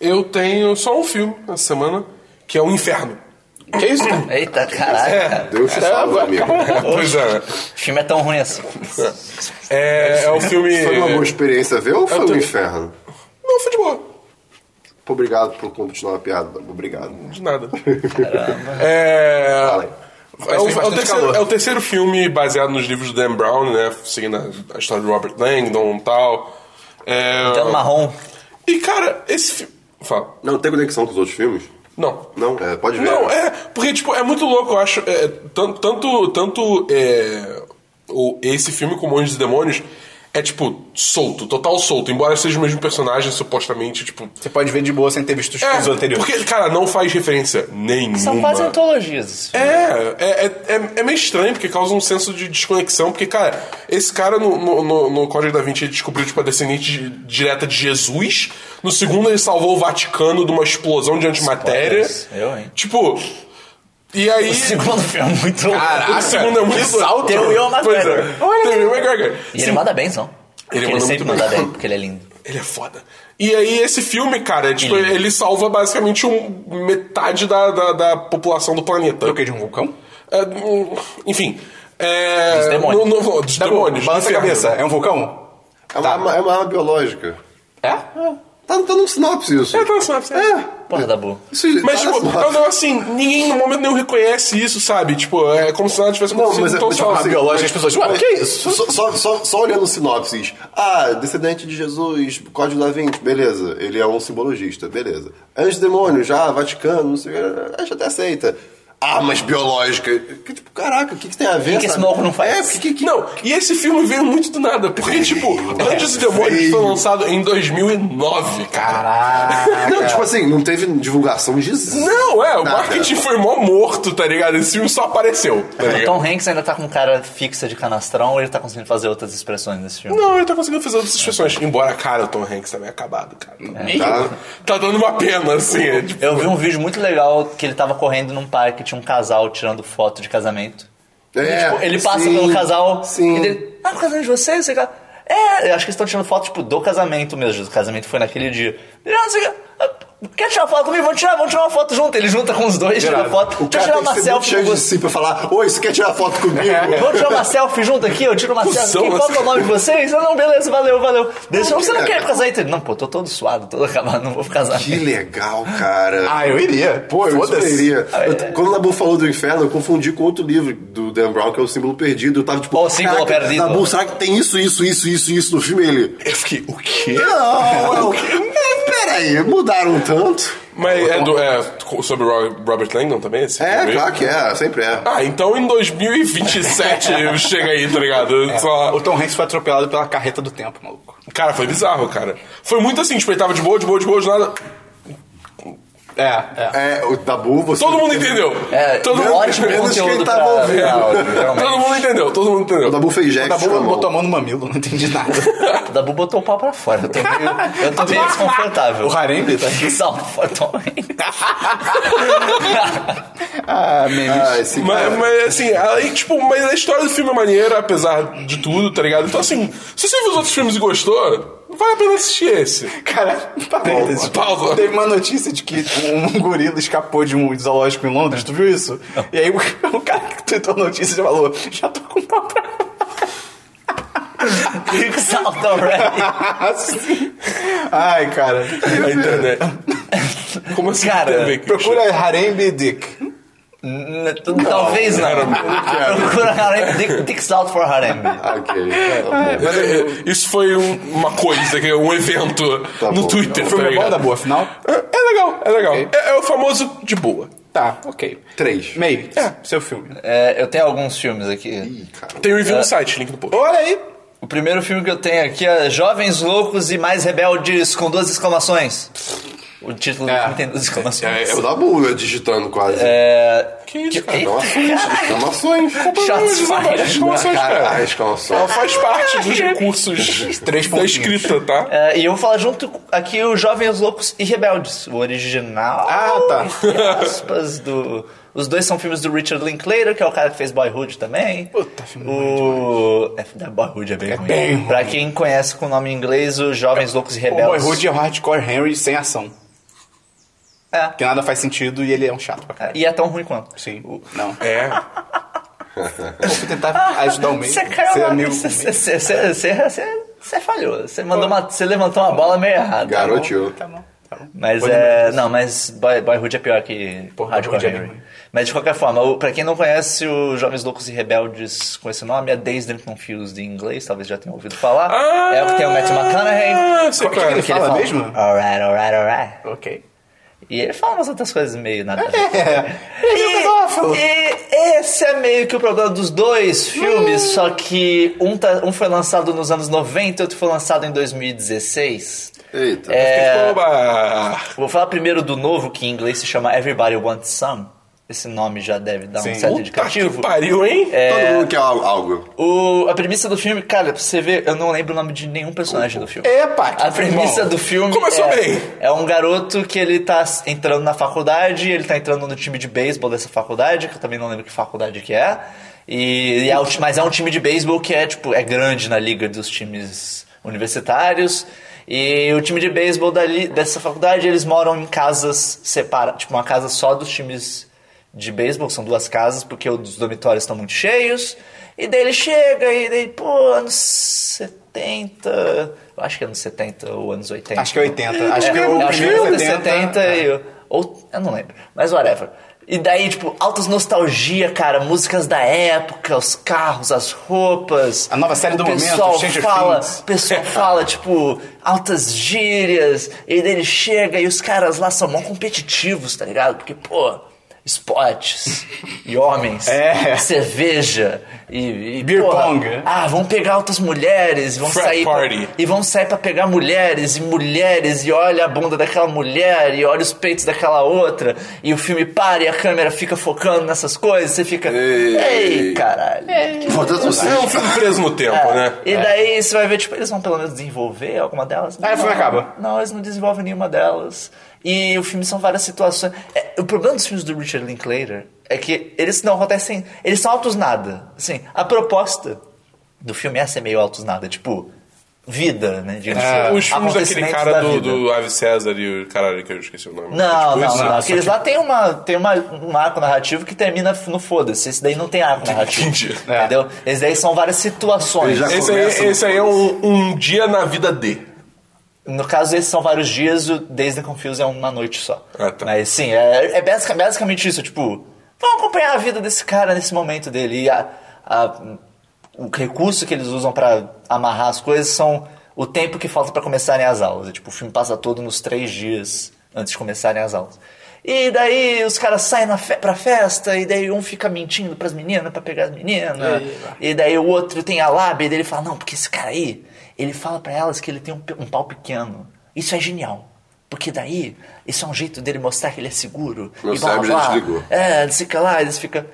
Speaker 3: Eu tenho só um filme essa semana, que é O Inferno.
Speaker 1: Que isso, cara?
Speaker 4: Eita, caraca.
Speaker 2: Deus te salve, amigo.
Speaker 3: Pois é.
Speaker 4: O filme é tão ruim assim.
Speaker 3: É, é o filme.
Speaker 2: Foi uma boa experiência ver ou foi
Speaker 3: tô-
Speaker 2: um inferno?
Speaker 3: Não, foi de boa.
Speaker 2: Pô, Obrigado por continuar a piada. Obrigado.
Speaker 3: De nada. É.
Speaker 2: Fala aí.
Speaker 3: É o,
Speaker 1: tem
Speaker 3: é o
Speaker 1: bastante calor.
Speaker 3: terceiro, é o terceiro filme baseado nos livros do Dan Brown, né? Seguindo a, a história de Robert Langdon e tal. É,
Speaker 4: Então, marrom.
Speaker 3: E, cara, esse filme. Fala.
Speaker 2: Não, tem conexão com os outros filmes?
Speaker 3: Não.
Speaker 2: Não? É, pode ver.
Speaker 3: Não, é, porque, tipo, é muito louco, eu acho. é, tan- tanto tanto é, o, esse filme como Anjos e Demônios é, tipo, solto, total solto. Embora seja o mesmo personagem, supostamente, tipo.
Speaker 1: Você pode ver de boa sem ter visto os
Speaker 3: É,
Speaker 1: filmes anteriores.
Speaker 3: porque, cara, não faz referência nenhuma.
Speaker 4: São quase antologias. esses filmes.
Speaker 3: É, é, é, é meio estranho, porque causa um senso de desconexão, porque, cara, esse cara no, no, no, no Código da Vinci ele descobriu, tipo, a descendente de- direta de Jesus. No segundo, ele salvou o Vaticano de uma explosão de antimatéria.
Speaker 4: Spoilers. Eu, hein?
Speaker 3: Tipo. E aí.
Speaker 4: O segundo filme é muito ruim.
Speaker 1: Caraca,
Speaker 3: o segundo é muito
Speaker 1: que salto.
Speaker 4: Tem o Will
Speaker 3: Pois é.
Speaker 4: McGregor.
Speaker 3: Tem o Will McGregor.
Speaker 4: E ele manda bem, não? Porque ele,
Speaker 3: manda
Speaker 4: sempre
Speaker 3: muito
Speaker 4: manda
Speaker 3: bem.
Speaker 4: bem, porque ele é lindo.
Speaker 3: Ele é foda. E aí, esse filme, cara, é, tipo,
Speaker 4: Ele-
Speaker 3: ele, salva basicamente um, metade da, da, da população do planeta.
Speaker 1: Por quê? De um vulcão?
Speaker 3: É, hum, enfim. É,
Speaker 4: Dos demônios.
Speaker 3: no- no- dos demônios.
Speaker 1: Tá Tipo, Balança a
Speaker 3: inferno. Tá.
Speaker 1: cabeça. É um vulcão?
Speaker 2: É uma, arma- é uma arma biológica.
Speaker 1: É?
Speaker 2: Tá, tá num sinopse isso.
Speaker 3: É, tá na sinopse, é.
Speaker 4: Porra, Dabu.
Speaker 2: Isso,
Speaker 3: Mas,
Speaker 2: tá na
Speaker 3: tipo,
Speaker 2: sinopse.
Speaker 3: não, não, assim, ninguém no momento nenhum reconhece isso, sabe? Tipo, é como se nada tivesse acontecido.
Speaker 2: mas é-
Speaker 3: então,
Speaker 2: mas,
Speaker 3: sei lá.
Speaker 2: tipo,
Speaker 1: Biológico, as pessoas, ué, o que é isso?
Speaker 2: Só, só, só, só olhando sinopses. Ah, descendente de Jesus, Código da Vinci, beleza. Ele é um simbologista, beleza. Antidemônio, já, Vaticano, não sei o que, a gente até aceita. Armas biológicas. Que, tipo, caraca, o que, que tem a ver?
Speaker 4: que que esse
Speaker 2: sabe?
Speaker 4: maluco não faz?
Speaker 2: É, porque que, que-
Speaker 3: Não, e esse filme veio muito do nada, porque, tipo, Anjos e Demônios
Speaker 2: Veio.
Speaker 3: foi lançado em 2009, cara.
Speaker 1: Caraca.
Speaker 2: Não, tipo assim, não teve divulgação de z-
Speaker 3: Não, é, o
Speaker 2: nada.
Speaker 3: marketing foi mó morto, tá ligado? Esse filme só apareceu, tá
Speaker 4: O
Speaker 3: ligado?
Speaker 4: Tom Hanks ainda tá com cara fixa de canastrão ou ele tá conseguindo fazer outras expressões nesse filme?
Speaker 3: Não, ele tá conseguindo fazer outras expressões. Embora, cara, o Tom Hanks tá meio acabado, cara.
Speaker 2: Tá?
Speaker 3: Tá dando uma pena, assim. é, tipo,
Speaker 4: Eu vi um vídeo muito legal que ele tava correndo num parque, tinha um casal tirando foto de casamento.
Speaker 2: É,
Speaker 4: Tipo, ele passa
Speaker 2: sim,
Speaker 4: pelo casal
Speaker 2: Sim.
Speaker 4: e dele, ah, o casamento de vocês? Você fica, é, eu acho que eles estão tirando foto, tipo, do casamento mesmo. O casamento foi naquele dia. Ele, ah, você fica, "Ah, quer tirar foto comigo? Vamos tirar, vamos tirar uma foto junto. Ele junta com os dois, tira
Speaker 1: Irado.
Speaker 2: O
Speaker 4: foto. Deixa eu
Speaker 2: cara
Speaker 4: tirar
Speaker 2: tem que ser
Speaker 4: uma
Speaker 2: muito
Speaker 4: selfie com
Speaker 2: cheio de né?
Speaker 4: você. É.
Speaker 2: si pra falar, oi, você quer tirar foto comigo?
Speaker 4: Vamos tirar uma selfie junto aqui, eu tiro uma
Speaker 3: Cusão,
Speaker 4: selfie. Qual que é o
Speaker 3: assim.
Speaker 4: nome de vocês? Ah, não, beleza, valeu, valeu. Deixa,
Speaker 2: Não,
Speaker 4: você não
Speaker 2: que-
Speaker 4: quer casar entre Não, pô, tô todo suado, todo acabado, não vou casar.
Speaker 2: que legal, cara.
Speaker 1: Ah, eu iria.
Speaker 2: Pô, eu
Speaker 1: Foda-se.
Speaker 2: superia. Eu- Quando o Nabu falou do inferno, eu confundi com outro livro do Dan Brown, que é o símbolo perdido. Eu tava tipo,
Speaker 4: Ó, o símbolo
Speaker 2: "Caraca,
Speaker 4: perdido."
Speaker 2: Nabu, será que tem isso, isso, isso, isso, isso no filme? Ele.
Speaker 3: Eu fiquei, o quê?
Speaker 2: Não, peraí, mudaram tanto.
Speaker 3: Mas é, do, é co- sobre o Ro- Robert Langdon também? Esse
Speaker 2: É,
Speaker 3: filme?
Speaker 2: claro que é, sempre é.
Speaker 3: Ah, então em 2027 chega aí, tá ligado?
Speaker 4: É.
Speaker 3: Sei lá.
Speaker 1: É. O Tom Hanks foi atropelado pela carreta do tempo, maluco.
Speaker 3: Cara, foi bizarro, cara. Foi muito assim, tipo, ele tava de boa, de boa, de boa, de nada.
Speaker 1: É, é.
Speaker 2: É, o Nabu, você.
Speaker 3: Todo mundo entendeu.
Speaker 4: É,
Speaker 3: todo,
Speaker 4: um
Speaker 3: mundo,
Speaker 4: ótimo
Speaker 2: menos quem
Speaker 4: conteúdo
Speaker 2: tava
Speaker 4: pra,
Speaker 2: ouvindo.
Speaker 4: pra áudio,
Speaker 3: todo
Speaker 4: realmente.
Speaker 3: mundo entendeu, todo mundo
Speaker 2: O
Speaker 3: entendeu.
Speaker 2: Nabu fez Jack.
Speaker 1: Da boca
Speaker 2: com a mão.
Speaker 1: botou a mão no mamilo, não entendi nada.
Speaker 4: O Dabu botou o pau pra fora, eu tô meio, eu tô meio desconfortável.
Speaker 1: o Harembe tá aqui.
Speaker 4: Salve, Tom Hanks.
Speaker 1: Ah, memes.
Speaker 2: Ah, esse cara.
Speaker 3: Mas, mas, assim, aí, tipo, mas a história do filme é maneira, apesar de tudo, tá ligado? Então assim, se você viu os outros filmes e gostou, vale a pena assistir esse.
Speaker 1: Cara, parênteses.
Speaker 3: Paulo.
Speaker 1: Teve uma notícia de que um gorila escapou de um zoológico em Londres, tu viu isso? E aí o, o cara que tweetou a notícia falou, já tô com um pau pra
Speaker 4: Big South already.
Speaker 1: Ai, cara.
Speaker 3: Na internet. Como assim?
Speaker 4: Cara,
Speaker 3: TV, Christian?
Speaker 1: Procura Harembe Dick.
Speaker 4: N- tu- Talvez não. Procura Harem. Dick, Dick South for Harem.
Speaker 2: Ah, Ok. Tá bom.
Speaker 3: É, é, Isso foi um- uma coisa, que é um evento
Speaker 2: Tá
Speaker 3: no
Speaker 2: bom.
Speaker 3: Twitter.
Speaker 1: O
Speaker 3: tá
Speaker 1: filme é bom
Speaker 3: ligado?
Speaker 1: da boa, afinal?
Speaker 3: É legal, é legal.
Speaker 1: Ok.
Speaker 3: É, é o famoso de boa.
Speaker 1: Tá, ok.
Speaker 2: Três.
Speaker 1: Meio, é, seu filme.
Speaker 4: É, eu tenho alguns filmes aqui.
Speaker 2: Ih, cara.
Speaker 3: Tem um
Speaker 1: É.
Speaker 3: review no site, link no post.
Speaker 1: Olha aí.
Speaker 4: O primeiro filme que eu tenho aqui é Jovens Loucos e Mais Rebeldes, com duas exclamações. O título do
Speaker 1: É.
Speaker 4: filme tem duas exclamações.
Speaker 2: É o Nabu né, digitando quase. É
Speaker 3: Que isso,
Speaker 4: Que-
Speaker 3: cara?
Speaker 4: Eita,
Speaker 2: Exclamações, exclamações.
Speaker 4: Shots
Speaker 3: Exclamações,
Speaker 1: né,
Speaker 4: fired.
Speaker 3: exclamações,
Speaker 2: Cara,
Speaker 3: cara. Ela
Speaker 2: exclamações.
Speaker 3: faz parte dos recursos
Speaker 1: Três
Speaker 3: da
Speaker 1: pontinhos.
Speaker 3: escrita, tá?
Speaker 4: É, e eu vou falar junto aqui o Jovens Loucos e Rebeldes, o original.
Speaker 1: Ah, tá.
Speaker 4: entre aspas, do. Os dois são filmes do Richard Linklater, que é o cara que fez Boyhood também.
Speaker 1: Puta, filme
Speaker 4: o... é, da Boyhood é bem ruim.
Speaker 1: bem ruim.
Speaker 4: Pra quem conhece com o nome em inglês, os Jovens Loucos e
Speaker 1: O
Speaker 4: Rebeldes.
Speaker 1: Boyhood é o Hardcore Henry sem ação.
Speaker 4: É.
Speaker 1: Que nada faz sentido e ele é um chato pra caralho.
Speaker 4: É, E é tão ruim quanto.
Speaker 1: Sim,
Speaker 4: O-
Speaker 1: não.
Speaker 3: É.
Speaker 1: Vou tentar ajudar o meio.
Speaker 4: Você caiu
Speaker 1: ser
Speaker 4: lá.
Speaker 1: amigo com
Speaker 4: Você
Speaker 1: o é meio.
Speaker 4: você- você- você- você falhou. Você mandou uma. Você levantou uma bola meio errada.
Speaker 2: Garoteou.
Speaker 1: Tá bom, tá bom.
Speaker 4: Mas
Speaker 1: Pode
Speaker 4: é.
Speaker 1: melhorar.
Speaker 4: Não, mas Boy- Boyhood é pior que
Speaker 1: Porra,
Speaker 4: Hardcore
Speaker 1: Boyhood é
Speaker 4: Henry.
Speaker 1: bem ruim.
Speaker 4: mas de qualquer forma, o, pra quem não conhece o Jovens Loucos e Rebeldes com esse nome, é Days and Confused em inglês, talvez já tenha ouvido falar. é o que tem o Matthew
Speaker 3: Ah,
Speaker 4: McConaughey.
Speaker 3: sei
Speaker 1: Qual que
Speaker 3: qual é.
Speaker 1: ele fala mesmo?
Speaker 4: Alright, alright, alright.
Speaker 1: Ok.
Speaker 4: E ele fala umas outras coisas meio nada. a ver.
Speaker 1: É.
Speaker 4: um E, e esse é meio que o problema dos dois filmes,
Speaker 1: Hum.
Speaker 4: só que um, tá- um foi lançado nos anos 90 e outro foi lançado em 2016.
Speaker 2: Eita.
Speaker 4: É,
Speaker 3: Oba!
Speaker 4: vou falar primeiro do novo, que em inglês se chama Everybody Wants Some. Esse nome já deve dar um
Speaker 1: Sim.
Speaker 4: certo
Speaker 3: Puta Ah, que
Speaker 4: indicativo. É.
Speaker 3: pariu, hein?
Speaker 2: Todo mundo quer al- algo.
Speaker 4: O- a premissa do filme, cara, pra você ver, eu não lembro o nome de nenhum personagem do filme.
Speaker 1: Epa! que
Speaker 4: A premissa
Speaker 1: bom.
Speaker 4: do filme
Speaker 3: Começou
Speaker 4: é,
Speaker 3: bem.
Speaker 4: é um garoto que ele tá entrando na faculdade, ele tá entrando no time de beisebol dessa faculdade, que eu também não lembro que faculdade que é. E, e é o ti- mas é um time de beisebol que é tipo é grande na liga dos times universitários. E o time de beisebol dali- dessa faculdade, eles moram em casas separadas, tipo uma casa só dos times de beisebol, são duas casas, porque os dormitórios estão muito cheios. E daí ele chega e daí, pô, anos 70, 70. eu Acho que é anos 70 ou anos 80.
Speaker 1: Acho que é 80. Acho que é.
Speaker 4: É,
Speaker 1: o
Speaker 4: eu acho que é
Speaker 1: primeiro
Speaker 4: anos
Speaker 1: 70.
Speaker 4: 70 e eu, ou, eu não lembro, mas whatever. E daí, tipo, altas nostalgia, cara, músicas da época, os carros, as roupas.
Speaker 1: A nova série do
Speaker 4: o
Speaker 1: momento,
Speaker 4: pessoal
Speaker 1: Stranger
Speaker 4: fala,
Speaker 1: Things.
Speaker 4: O pessoal fala, tipo, altas gírias, e daí ele chega e os caras lá são mó competitivos, tá ligado? Porque, pô, esportes e homens,
Speaker 1: É.
Speaker 4: cerveja e... e
Speaker 1: Beer
Speaker 4: porra,
Speaker 1: pong. é.
Speaker 4: Ah, vão pegar outras mulheres, vão
Speaker 3: Frat
Speaker 4: sair... pra-
Speaker 3: party.
Speaker 4: e vão sair pra pegar mulheres e mulheres e olha a bunda daquela mulher e olha os peitos daquela outra e o filme para e a câmera fica focando nessas coisas você fica ei,
Speaker 3: Ei.
Speaker 4: caralho
Speaker 2: Importante você.
Speaker 3: É um filme preso no tempo, né?
Speaker 4: e daí você vai ver tipo eles vão pelo menos desenvolver alguma delas
Speaker 3: É,
Speaker 1: Aí o filme
Speaker 4: Não,
Speaker 1: acaba.
Speaker 4: não eles não desenvolvem nenhuma delas e o filme são várias situações É, o problema dos filmes do Richard Linklater é que eles não acontecem eles são altos nada assim a proposta do filme é ser meio altos nada tipo vida né digamos assim.
Speaker 3: É, Os filmes daquele
Speaker 4: Acontecimentos
Speaker 3: cara
Speaker 4: da
Speaker 3: do,
Speaker 4: vida.
Speaker 3: do Ave César e o caralho que eu esqueci o nome.
Speaker 4: Não,
Speaker 3: Tipo
Speaker 4: não,
Speaker 3: isso,
Speaker 4: não,
Speaker 3: né?
Speaker 4: Aqueles lá tem, uma, tem uma, um arco narrativo que termina no foda-se. Esse daí não tem arco narrativo.
Speaker 3: Entendi. É.
Speaker 4: Entendeu? Esses daí são várias situações.
Speaker 2: Ele já-
Speaker 3: Esse aí, esse aí é um, um dia na vida de.
Speaker 4: No caso, esses são vários dias, o Days the Confused é uma noite só.
Speaker 3: Ah, tá.
Speaker 4: Mas sim, é, é basic- basicamente isso. Tipo, vamos acompanhar a vida desse cara nesse momento dele. E a- a- o recurso que eles usam pra amarrar as coisas são o tempo que falta pra começarem as aulas. E, tipo, o filme passa todo nos três dias antes de começarem as aulas. E daí os caras saem na fe pra festa, e daí um fica mentindo pras meninas pra pegar as meninas. E daí o outro tem a lábia, e daí ele fala, não, porque esse cara aí, ele fala pra elas que ele tem um, pe- um pau pequeno. Isso é genial. Porque daí, isso é um jeito dele mostrar que ele é seguro.
Speaker 2: Meu
Speaker 4: e blá, blá,
Speaker 2: cérebro já
Speaker 4: blá.
Speaker 2: desligou.
Speaker 4: É, eles ficam lá, eles ficam...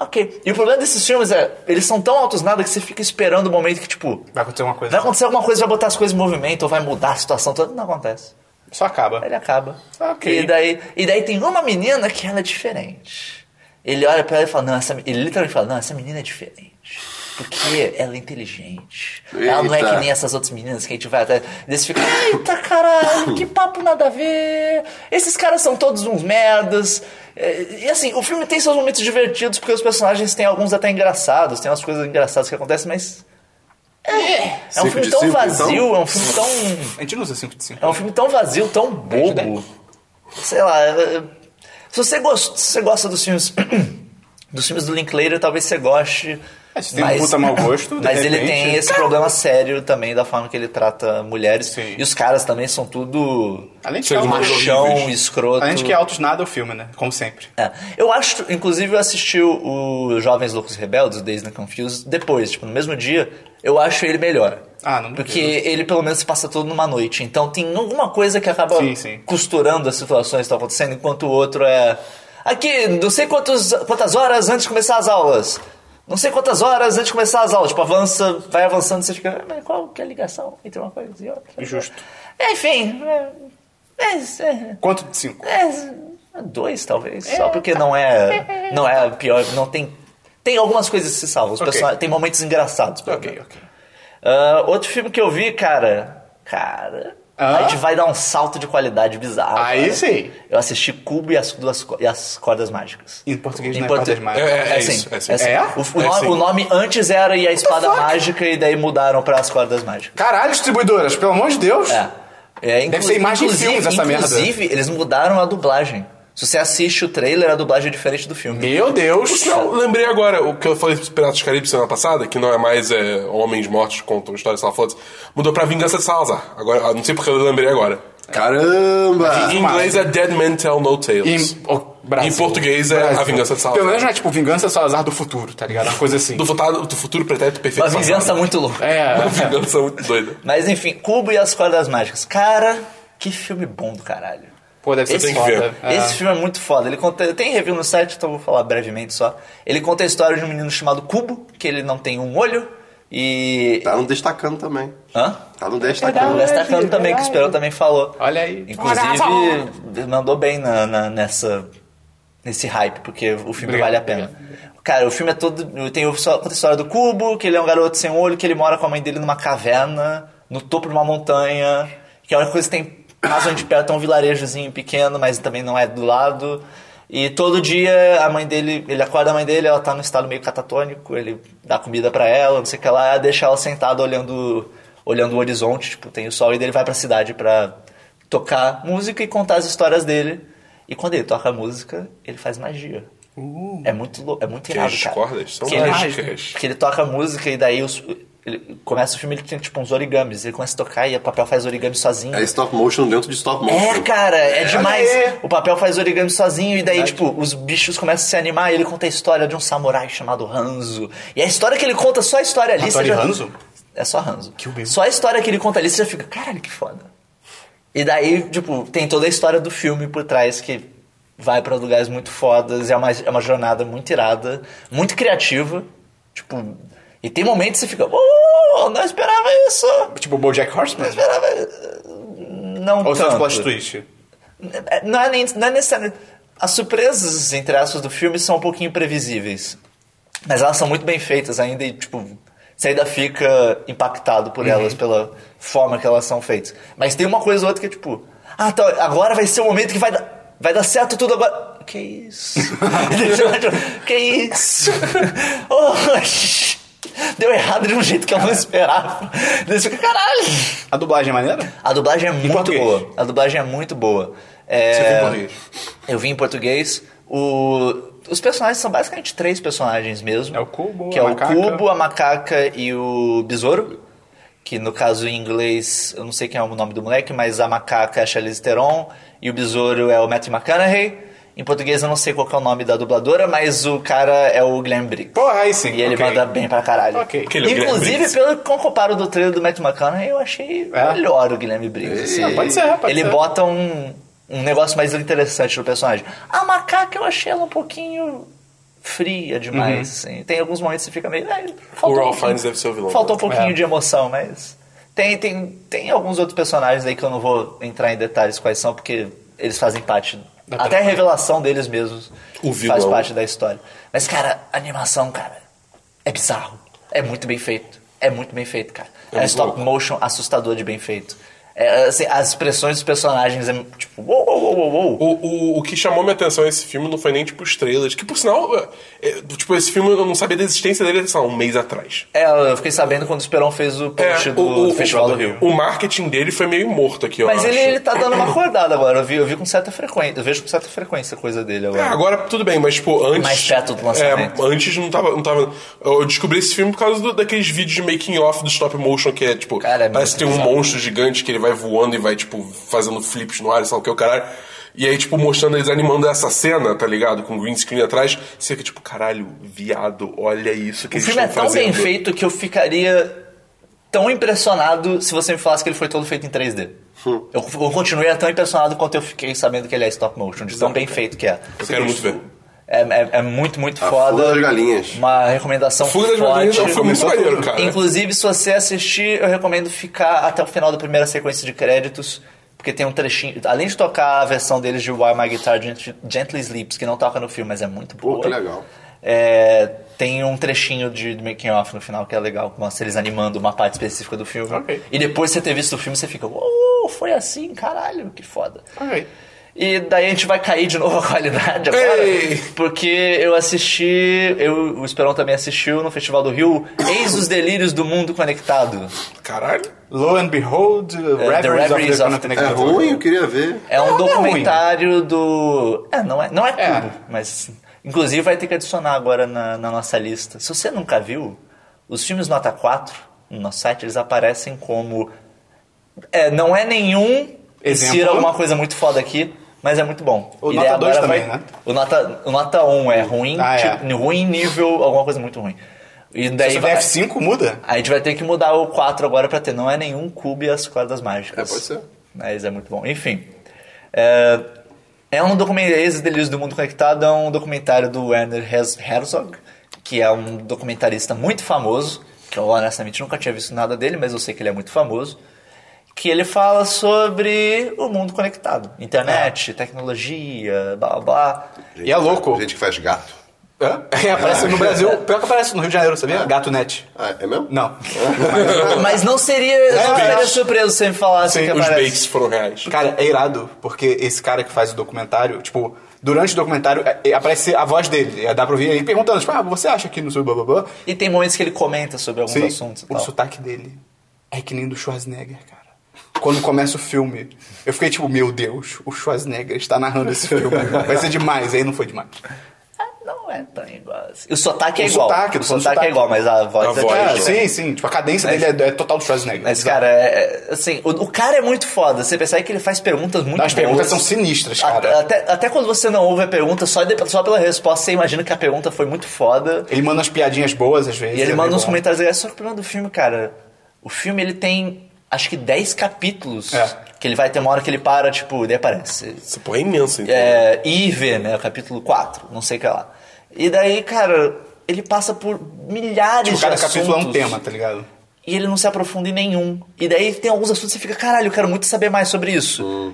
Speaker 4: Ok. E o problema desses filmes é, eles são tão altos nada que você fica esperando o momento que, tipo...
Speaker 1: Vai acontecer uma coisa.
Speaker 4: Vai acontecer alguma coisa, vai botar as coisas em movimento, ou vai mudar a situação toda. Não acontece.
Speaker 1: Só acaba.
Speaker 4: Aí Ele acaba.
Speaker 1: Ok.
Speaker 4: E daí, e daí tem uma menina que ela é diferente. Ele olha pra ela e fala, não, essa, me- ele literalmente fala, não, essa menina é diferente. Porque ela é inteligente. Ela não é
Speaker 2: Eita.
Speaker 4: que nem essas outras meninas que a gente vai até. Daí você fica, eita caralho, que papo nada a ver. Esses caras são todos uns merdas. É, E assim, o filme tem seus momentos divertidos, porque os personagens têm alguns até engraçados, tem umas coisas engraçadas que acontecem, mas. É, é um
Speaker 2: Cinco
Speaker 4: filme
Speaker 2: de
Speaker 4: tão
Speaker 2: cinco,
Speaker 4: vazio,
Speaker 2: então?
Speaker 4: é um filme tão.
Speaker 1: A gente não usa 5 de 5.
Speaker 4: É um filme tão vazio, tão bobo.
Speaker 1: Dez.
Speaker 4: Sei lá. é- Se você gosta, se você gosta dos filmes. Dos filmes do Linklater, talvez você goste.
Speaker 1: É, se tem um puta mau gosto, de
Speaker 4: Mas ele
Speaker 1: repente-
Speaker 4: tem esse problema sério também da forma que ele trata mulheres.
Speaker 1: Sim.
Speaker 4: E os caras também são tudo
Speaker 1: Além de que
Speaker 3: Seres
Speaker 1: é um-
Speaker 3: humanos.
Speaker 4: machão,
Speaker 3: horríveis.
Speaker 4: escroto.
Speaker 1: Além de que é altos nada o filme, né? Como sempre.
Speaker 4: É. Eu acho, inclusive, eu assisti o, o Jovens Loucos Rebeldes, o Days and Confused, depois, tipo, no mesmo dia, eu acho ele melhor.
Speaker 1: Ah, não
Speaker 4: Porque
Speaker 1: duvido.
Speaker 4: ele pelo menos passa tudo numa noite. Então tem alguma coisa que acaba
Speaker 1: Sim, sim.
Speaker 4: costurando as situações que estão acontecendo, enquanto o outro é. Aqui, não sei quantos, quantas horas antes de começar as aulas. Não sei quantas horas antes de começar as aulas. Tipo, avança, vai avançando, você fica. "Ah, Mas qual que é a ligação entre uma coisa e outra?
Speaker 1: Justo.
Speaker 4: Enfim. é- é- é,
Speaker 1: Quanto de 5?
Speaker 4: é, dois, talvez. Só porque não é. Não é a pior. Não tem. Tem algumas coisas que se salvam. Os
Speaker 1: Ok.
Speaker 4: personagens- tem momentos engraçados. pelo
Speaker 1: Ok,
Speaker 4: menos.
Speaker 1: ok.
Speaker 4: Ah, outro filme que eu vi, cara. Cara.
Speaker 1: Hã?
Speaker 4: A gente vai dar um salto de qualidade bizarro.
Speaker 1: Aí
Speaker 4: cara.
Speaker 1: sim.
Speaker 4: Eu assisti Cubo e as, duas, co- e as Cordas Mágicas.
Speaker 1: Em português
Speaker 4: Em
Speaker 1: não é
Speaker 4: portu-
Speaker 1: cordas
Speaker 3: É,
Speaker 1: mágicas.
Speaker 3: é, é
Speaker 4: sim,
Speaker 3: isso. É, sim.
Speaker 4: sim.
Speaker 1: É?
Speaker 4: O, assim. o
Speaker 3: É
Speaker 4: nome,
Speaker 3: sim.
Speaker 4: o nome antes era E a Espada Mágica, e daí mudaram para as Cordas Mágicas.
Speaker 1: Caralho, distribuidoras, pelo amor de Deus.
Speaker 4: É. É, inclu-
Speaker 1: ser imagem de
Speaker 4: inclusive-
Speaker 1: filmes essa merda.
Speaker 4: Inclusive, eles mudaram a dublagem. Se você assiste o trailer, a dublagem é diferente do filme.
Speaker 1: Meu Deus.
Speaker 3: Eu lembrei agora o que eu falei dos Piratas do Caribe semana passada, que não é mais é, Homens Mortos Contam Histórias Salafotes, mudou pra Vingança de Salazar. Agora, ah, não sei porque eu lembrei agora.
Speaker 2: Caramba!
Speaker 3: Em inglês é Dead Men Tell No Tales.
Speaker 1: Ah, Em, oh, Brasil.
Speaker 3: Em português é
Speaker 1: Brasil.
Speaker 3: A Vingança de Salazar.
Speaker 1: Pelo menos não é tipo Vingança de Salazar do futuro, tá ligado? Uma coisa assim.
Speaker 3: Do, futado, do futuro pretérito perfeito.
Speaker 4: Uma vingança
Speaker 3: passado.
Speaker 4: tá muito louca.
Speaker 1: É.
Speaker 3: Uma vingança muito doida.
Speaker 4: Mas enfim, Cubo e as Cordas Mágicas. Cara, que filme bom do caralho.
Speaker 1: Pô, deve ser
Speaker 4: Esse-
Speaker 1: bem
Speaker 3: tem que
Speaker 1: foda.
Speaker 3: ver.
Speaker 1: É.
Speaker 4: Esse filme é muito foda. Ele conta, tem review no site, então eu vou falar brevemente só. Ele conta a história de um menino chamado Cubo, que ele não tem um olho e
Speaker 2: Tá no destacando também.
Speaker 4: Hã?
Speaker 2: Tá no
Speaker 4: O
Speaker 2: destacando.
Speaker 4: Destacando também, que o Esperão também falou.
Speaker 1: Olha aí.
Speaker 4: Inclusive, mandou bem na, na- nessa, nesse hype, porque o filme
Speaker 1: Obrigado,
Speaker 4: vale a pena. Cara, o filme é todo. Tem o- só- conta a história do Cubo, que ele é um garoto sem olho, que ele mora com a mãe dele numa caverna, no topo de uma montanha, que é uma coisa que tem mais onde perto é um vilarejozinho pequeno, mas também não é do lado. E todo dia a mãe dele, ele acorda a mãe dele, ela tá num estado meio catatônico, ele dá comida pra ela, não sei o que lá, deixa ela sentada olhando olhando o horizonte, tipo, tem o sol, e daí ele vai pra cidade pra tocar música e contar as histórias dele. E quando ele toca a música, ele faz magia. É muito lou- é muito irado,
Speaker 3: as
Speaker 4: cara.
Speaker 3: cordas são
Speaker 4: Que ele-
Speaker 3: mágicas.
Speaker 4: Que ele toca a música e daí os- ele começa o filme, ele tem tipo uns origamis. Ele começa a tocar e o papel faz origami sozinho.
Speaker 2: É stop motion dentro de stop motion.
Speaker 4: É, cara, é demais.
Speaker 1: Aê.
Speaker 4: O papel faz origami sozinho e daí, tipo, os bichos começam a se animar e ele conta a história de um samurai chamado Hanzo. E a história que ele conta, só a história ali...
Speaker 1: Hattori
Speaker 4: você já-
Speaker 1: Hanzo?
Speaker 4: É só Hanzo. Só a história que ele conta ali, você já fica, caralho, que foda. E daí, tipo, tem toda a história do filme por trás que vai pra lugares muito fodas. É uma, é uma jornada muito irada, muito criativa. Tipo, e tem momentos que você fica, oh, não esperava isso.
Speaker 1: Tipo o Bojack Horseman.
Speaker 4: Não esperava... Não
Speaker 1: Ou
Speaker 4: tanto.
Speaker 1: tanto plot twist.
Speaker 4: É, não é, nem, não é necessário. As surpresas, entre aspas, do filme são um pouquinho previsíveis. Mas elas são muito bem feitas ainda e, tipo, você ainda fica impactado por elas, pela forma que elas são feitas. Mas tem uma coisa ou outra que é tipo, ah, tá, agora vai ser o momento que vai dar, vai dar certo tudo agora. Que isso? Tipo, que isso? Oh, deu errado de um jeito que eu não esperava. Daí você fica, caralho!
Speaker 1: A dublagem é maneira?
Speaker 4: A dublagem é muito
Speaker 1: português?
Speaker 4: boa. A dublagem é muito boa. É,
Speaker 3: Você viu em português?
Speaker 4: Eu vi em português. O- os personagens são basicamente três personagens mesmo.
Speaker 1: É o Cubo,
Speaker 4: que
Speaker 1: a
Speaker 4: é o
Speaker 1: macaca.
Speaker 4: Cubo, a macaca e o besouro. Que no caso em inglês, eu não sei quem é o nome do moleque, mas a macaca é a Charlize Theron e o besouro é o Matthew McConaughey. Em português eu não sei qual que é o nome da dubladora, mas o cara é o Glenn Briggs.
Speaker 1: Porra, aí sim.
Speaker 4: E ele
Speaker 1: ok.
Speaker 4: manda bem pra caralho.
Speaker 1: Ok.
Speaker 3: Porque ele é o Guilherme
Speaker 4: Inclusive,
Speaker 3: Briggs.
Speaker 4: pelo que eu comparo do trailer do Matt McConaughey, eu achei
Speaker 1: É?
Speaker 4: melhor o Guilherme Briggs. assim.
Speaker 1: Ah, pode ser, pode
Speaker 4: ele
Speaker 1: ser.
Speaker 4: bota um, um negócio mais interessante no personagem. A macaca eu achei ela um pouquinho fria demais. assim. Tem alguns momentos que você fica meio. "Ah,
Speaker 3: Uhum. Ralph
Speaker 4: faltou um pouquinho-
Speaker 3: Fiennes deve ser o vilão,
Speaker 4: Faltou um
Speaker 3: né?"
Speaker 4: pouquinho
Speaker 1: É.
Speaker 4: de emoção, mas. Tem, tem, tem alguns outros personagens aí que eu não vou entrar em detalhes quais são, porque eles fazem parte. até a revelação deles mesmos
Speaker 3: O
Speaker 4: faz
Speaker 3: vilão.
Speaker 4: parte da história. Mas, cara, a animação, cara, é bizarro. É muito bem feito. É muito bem feito, cara. É,
Speaker 3: muito
Speaker 4: stop
Speaker 3: louco.
Speaker 4: motion assustador de bem feito. É, assim, as expressões dos personagens é tipo, uou, uou, uou, uou, uou.
Speaker 3: O, o, o que chamou minha atenção nesse filme não foi nem, tipo, os trailers. Que, por sinal, é, é, tipo, esse filme eu não sabia da existência dele, sei lá, um mês atrás.
Speaker 4: É, eu fiquei sabendo quando o Esperão fez o post do Festival do Rio.
Speaker 3: É, O marketing dele foi meio morto aqui, ó.
Speaker 4: Mas ele, ele tá dando uma acordada agora, eu vi, eu vi com certa frequência, eu vejo com certa frequência coisa dele
Speaker 3: É,
Speaker 4: agora.
Speaker 3: agora tudo bem, mas tipo, antes.
Speaker 4: Mais perto do lançamento.
Speaker 3: É, antes não tava, não tava. Eu descobri esse filme por causa do- daqueles vídeos de making off do stop motion, que é tipo.
Speaker 4: Cara, é
Speaker 3: parece
Speaker 4: muito
Speaker 3: que tem um
Speaker 4: bizarro.
Speaker 3: monstro gigante que ele vai voando e vai, tipo, fazendo flips no ar, sabe o que é o caralho. E aí, tipo, mostrando eles animando essa cena, tá ligado? Com green screen atrás. E você fica tipo, caralho, viado, olha isso que
Speaker 4: O
Speaker 3: eles
Speaker 4: filme é
Speaker 3: estão
Speaker 4: tão
Speaker 3: fazendo.
Speaker 4: bem feito que eu ficaria tão impressionado se você me falasse que ele foi todo feito em 3D.
Speaker 3: Hum.
Speaker 4: Eu, eu continuei tão impressionado quanto eu fiquei sabendo que ele é stop motion, de tão bem feito que é.
Speaker 3: Eu quero muito ver.
Speaker 4: É, é- é muito, muito
Speaker 2: A
Speaker 4: foda.
Speaker 2: Fuga das Galinhas.
Speaker 4: Uma recomendação
Speaker 3: Fuga das
Speaker 4: forte.
Speaker 3: Galinhas é um filme muito maneiro, cara.
Speaker 4: Inclusive, se você assistir, eu recomendo ficar até o final da primeira sequência de créditos, porque tem um trechinho... Além de tocar a versão deles de Why My Guitar Gent- Gently Sleeps, que não toca no filme, mas é muito boa.
Speaker 2: Pô, que legal.
Speaker 4: É, tem um trechinho de do making off no final que é legal, que mostra eles animando uma parte específica do filme.
Speaker 1: Ok.
Speaker 4: E depois de você ter visto o filme, você fica, uou, foi assim, caralho, que foda.
Speaker 1: Ok.
Speaker 4: E daí a gente vai cair de novo a qualidade agora.
Speaker 3: Ei!
Speaker 4: Porque eu assisti, eu, o Esperão também assistiu no Festival do Rio, Eis os Delírios do Mundo Conectado.
Speaker 3: Caralho.
Speaker 1: Lo and Behold, uh,
Speaker 4: The
Speaker 1: Reveries of
Speaker 4: Reveries
Speaker 1: the
Speaker 4: of-
Speaker 1: Conan
Speaker 2: É ruim, eu queria ver.
Speaker 4: É um
Speaker 1: Não, não é
Speaker 4: documentário do. É, não é, não é
Speaker 1: É.
Speaker 4: cubo, mas. Inclusive vai ter que adicionar agora na, na nossa lista. Se você nunca viu, os filmes nota 4 no nosso site, eles aparecem como. É, não é nenhum.
Speaker 1: Exemplo.
Speaker 4: Insira alguma coisa muito foda aqui, mas é muito bom.
Speaker 1: O
Speaker 4: E
Speaker 1: nota
Speaker 4: daí
Speaker 1: dois
Speaker 4: agora
Speaker 1: também, né?
Speaker 4: O nota, o nota 1 é ruim,
Speaker 1: Ah, é.
Speaker 4: tipo, ruim nível, alguma coisa muito ruim. E daí
Speaker 1: Se você
Speaker 4: vai-
Speaker 1: der F5, muda.
Speaker 4: a gente vai ter que mudar o 4 agora pra ter. Não é nenhum cubo e as cordas mágicas.
Speaker 2: É, pode ser.
Speaker 4: Mas é muito bom. Enfim. É, é um documentário. Esses Delírios do Mundo Conectado é um documentário do Werner Herz- Herzog, que é um documentarista muito famoso. Que eu honestamente nunca tinha visto nada dele, mas eu sei que ele é muito famoso. Que ele fala sobre o mundo conectado. Internet, tecnologia, blá blá blá.
Speaker 1: E é louco.
Speaker 2: Gente que faz gato.
Speaker 1: É, aparece no Brasil. Pior que aparece no Rio de Janeiro, sabia? Gato Net.
Speaker 2: Ah, é mesmo?
Speaker 1: Não.
Speaker 4: Mas não seria, eu não
Speaker 1: Os
Speaker 4: ficaria
Speaker 1: baits.
Speaker 4: surpreso se ele falasse
Speaker 1: Sim,
Speaker 4: que
Speaker 3: Os
Speaker 4: aparece.
Speaker 3: baits foram reais.
Speaker 1: Cara, é irado, porque esse cara que faz o documentário, tipo, durante o documentário é- é- aparece a voz dele. É, Dá pra ouvir ele perguntando, tipo, ah, você acha que não sei o blá blá blá?
Speaker 4: E tem momentos que ele comenta sobre alguns
Speaker 1: Sim,
Speaker 4: assuntos e
Speaker 1: o
Speaker 4: tal.
Speaker 1: sotaque dele. É que nem do Schwarzenegger, cara. Quando começa o filme, eu fiquei tipo, meu Deus, o Schwarzenegger está narrando esse filme. Vai ser demais, aí não foi demais.
Speaker 4: Ah, Não é tão igual assim. O sotaque é
Speaker 1: O
Speaker 4: igual.
Speaker 1: sotaque,
Speaker 4: o
Speaker 1: do
Speaker 4: sotaque,
Speaker 1: sotaque.
Speaker 4: é igual, mas a voz
Speaker 3: A
Speaker 4: é
Speaker 3: voz,
Speaker 4: diferente.
Speaker 1: É,
Speaker 3: Pode
Speaker 1: sim, sim. Tipo, a cadência dele é, é total do Schwarzenegger.
Speaker 4: Mas, cara, é- é- assim, o, o cara é muito foda. Você percebe que ele faz perguntas muito
Speaker 1: As perguntas são
Speaker 4: boas.
Speaker 1: sinistras,
Speaker 4: é um A-
Speaker 1: cara.
Speaker 4: Até, até quando você não ouve a pergunta, só, de- só pela resposta você imagina que a pergunta foi muito foda.
Speaker 1: Ele manda umas piadinhas boas às vezes.
Speaker 4: E ele
Speaker 1: é
Speaker 4: manda
Speaker 1: bem
Speaker 4: uns
Speaker 1: bom.
Speaker 4: comentários legais. Só que o problema do filme, cara, o filme ele tem acho que 10 capítulos.
Speaker 1: É.
Speaker 4: Que ele vai ter uma hora que ele para, tipo, daí aparece.
Speaker 3: Essa porra é imensa, então.
Speaker 4: É, IV, né? Capítulo 4, não sei o que lá. E daí, cara, ele passa por milhares
Speaker 1: Tipo, cada
Speaker 4: de
Speaker 1: capítulo é um
Speaker 4: assuntos.
Speaker 1: tema, tá ligado?
Speaker 4: E ele não se aprofunda em nenhum. E daí tem alguns assuntos que você fica, caralho, eu quero muito saber mais sobre isso.
Speaker 2: Hum.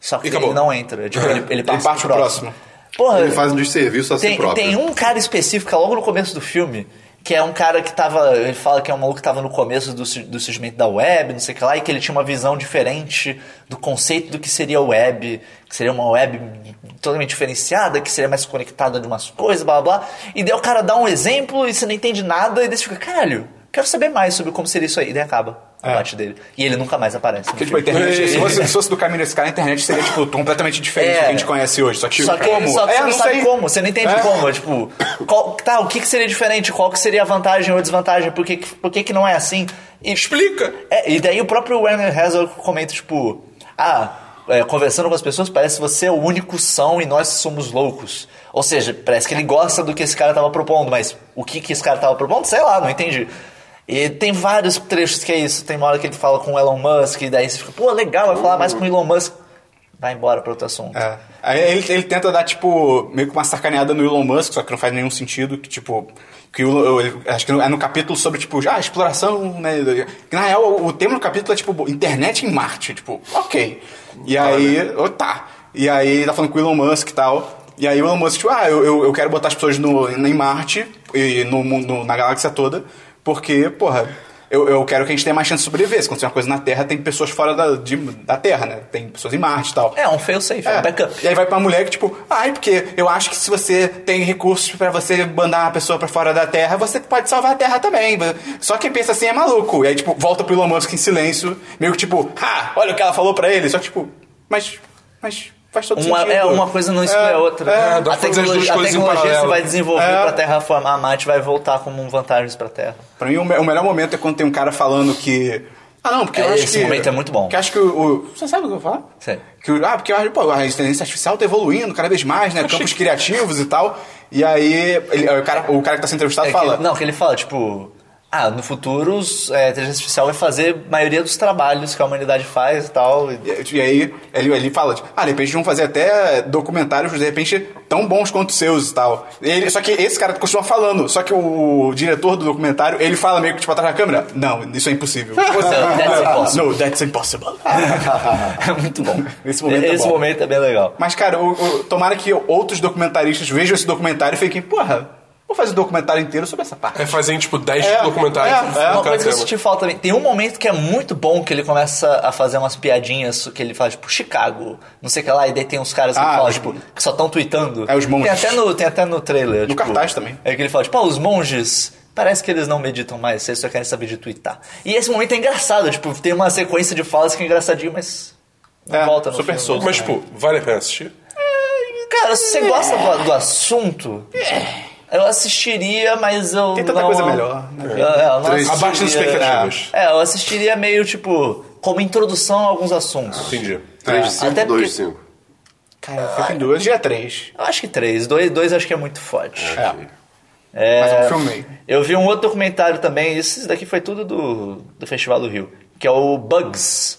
Speaker 4: Só que
Speaker 3: E acabou.
Speaker 4: ele não entra. Tipo, ele, ele passa
Speaker 1: parte
Speaker 4: pro
Speaker 1: pro
Speaker 4: próximo.
Speaker 1: próximo.
Speaker 4: Porra,
Speaker 2: Ele faz um desserviço a si
Speaker 4: é. tem,
Speaker 2: próprio.
Speaker 4: tem um cara específico logo no começo do filme, que é um cara que tava. Ele fala que é um maluco que tava no começo do, su- do surgimento da web, não sei o que lá, e que ele tinha uma visão diferente do conceito do que seria web, que seria uma web totalmente diferenciada, que seria mais conectada de umas coisas, blá blá blá. E daí o cara dá um exemplo e você não entende nada, e daí você fica, caralho, quero saber mais sobre como seria isso aí. E daí acaba a
Speaker 1: É.
Speaker 4: parte dele. E ele nunca mais aparece. no
Speaker 1: Porque, tipo, a
Speaker 4: filme.
Speaker 1: internet, se, fosse, se fosse do caminho desse cara, a internet seria, tipo, completamente diferente
Speaker 4: É.
Speaker 1: do que a gente conhece hoje. Só que,
Speaker 4: Só que,
Speaker 1: como?
Speaker 4: só que
Speaker 1: É,
Speaker 4: você não,
Speaker 1: não
Speaker 4: sabe
Speaker 1: sei.
Speaker 4: como, você não entende
Speaker 1: É.
Speaker 4: como. é Tipo, qual- tá, o que, que seria diferente? Qual que seria a vantagem ou desvantagem? Por que, que- por que, que não é assim? E,
Speaker 3: Explica!
Speaker 4: é, e daí o próprio Werner Herzog comenta, tipo, ah, é, conversando com as pessoas, parece que você é o único são e nós somos loucos. Ou seja, parece que ele gosta do que esse cara tava propondo, mas o que, que esse cara tava propondo, sei lá, não entendi. E tem vários trechos que é isso. Tem uma hora que ele fala com o Elon Musk, e daí você fica, pô, legal, vai falar mais com o Elon Musk. Vai embora para outro assunto.
Speaker 1: É. Aí ele, ele tenta dar, tipo, meio que uma sacaneada no Elon Musk, só que não faz nenhum sentido, que, tipo... Que o, Elon- ele- acho que é no capítulo sobre, tipo, ah, exploração, né? Que, na real, o, o tema do capítulo é, tipo, internet em Marte. Tipo, ok. E aí... oh, tá. E aí ele tá falando com o Elon Musk e tal. E aí o Elon Musk, tipo, ah, eu, eu, eu quero botar as pessoas no, em Marte e no, mundo na galáxia toda, porque, porra... Eu, eu quero que a gente tenha mais chance de sobreviver. Se acontecer uma coisa na Terra, tem pessoas fora da, de- da Terra, né? Tem pessoas em Marte e tal.
Speaker 4: É, um fail safe, é. um backup.
Speaker 1: E aí vai pra mulher que, tipo, ai, porque eu acho que se você tem recursos pra você mandar uma pessoa pra fora da Terra, você pode salvar a Terra também. Só quem pensa assim é maluco. E aí, tipo, volta pro Elon Musk em silêncio, meio que tipo, ha, olha o que ela falou pra ele. Só que, tipo, mas, mas faz todo
Speaker 4: Uma,
Speaker 1: sentido.
Speaker 4: é, uma coisa não exclui a outra. né?
Speaker 3: é, dá
Speaker 4: a
Speaker 3: pra fazer as duas
Speaker 4: tecnologia, a
Speaker 3: coisas em
Speaker 4: tecnologia você
Speaker 3: paralelo.
Speaker 4: vai desenvolver
Speaker 1: É.
Speaker 4: pra terraformar a Marte vai voltar como um vantagens pra Terra.
Speaker 1: Pra mim, o, me- o melhor momento é quando tem um cara falando que... Ah, não, porque
Speaker 4: É,
Speaker 1: eu acho
Speaker 4: esse
Speaker 1: que...
Speaker 4: momento é muito bom.
Speaker 1: Que eu acho que o... o- Você sabe o que eu vou falar?
Speaker 4: Sei.
Speaker 1: Que, o- ah, porque eu acho, pô, a inteligência artificial tá evoluindo cada vez mais, né? Campos criativos e tal. E aí, ele- o, cara, o cara que tá sendo entrevistado
Speaker 4: É que-
Speaker 1: fala...
Speaker 4: não, que ele fala, tipo... Ah, no futuro, os, é, a inteligência artificial vai fazer a maioria dos trabalhos que a humanidade faz e tal. E-
Speaker 1: E, e aí ele, ele fala, tipo, ah, de repente vão fazer até documentários, de repente, tão bons quanto os seus e tal. Ele, só que esse cara continua falando, só que o, diretor do documentário, ele fala meio que tipo atrás da câmera, não, isso é impossível.
Speaker 4: that's impossible.
Speaker 1: No, that's impossible.
Speaker 4: É muito bom.
Speaker 1: Esse momento é
Speaker 4: Esse
Speaker 1: bom.
Speaker 4: momento é bem legal.
Speaker 1: Mas, cara, o- o- tomara que outros documentaristas vejam esse documentário e fiquem, porra, vou fazer um documentário inteiro sobre essa parte.
Speaker 3: É fazer, tipo, 10
Speaker 1: É,
Speaker 3: documentários.
Speaker 1: é, é.
Speaker 3: pra ficar
Speaker 1: Uma
Speaker 4: Uma
Speaker 3: na
Speaker 4: coisa que eu
Speaker 3: cama.
Speaker 4: senti falta também. Tem um momento que é muito bom que ele começa a fazer umas piadinhas que ele faz, tipo, Chicago, não sei o que lá, e daí tem uns caras que
Speaker 1: Ah,
Speaker 4: falam,
Speaker 1: os-
Speaker 4: tipo, que só estão tweetando.
Speaker 1: É, os monges.
Speaker 4: Tem até no, tem até no trailer. No
Speaker 1: cartaz também.
Speaker 4: É que ele fala, tipo, ah, os monges. Parece que eles não meditam mais, eles só querem saber de tweetar. E esse momento é engraçado, tipo, tem uma sequência de falas que é engraçadinho, mas. Não
Speaker 1: É,
Speaker 4: volta no
Speaker 1: super
Speaker 4: filme.
Speaker 1: solto.
Speaker 3: Mas, tipo, vale a pena assistir?
Speaker 4: Cara, se você gosta do, do assunto, eu assistiria, mas eu.
Speaker 1: Tem tanta
Speaker 4: não-
Speaker 1: coisa melhor na
Speaker 4: Eu-
Speaker 1: vida.
Speaker 4: eu não
Speaker 2: Três.
Speaker 4: assistiria-
Speaker 3: Abaixo das expectativas.
Speaker 4: É, eu assistiria meio tipo. Como introdução a alguns assuntos.
Speaker 3: Entendi.
Speaker 2: 3 de
Speaker 4: até
Speaker 2: 5, 2 de
Speaker 4: porque-
Speaker 2: 5.
Speaker 1: Cara, eu fico em duas, dia três.
Speaker 4: Eu acho que três. Dois, dois acho que é muito forte.
Speaker 1: É.
Speaker 4: É,
Speaker 1: Mas é um filme meio.
Speaker 4: Eu vi um outro documentário também, esse daqui foi tudo do, do Festival do Rio, que é o Bugs.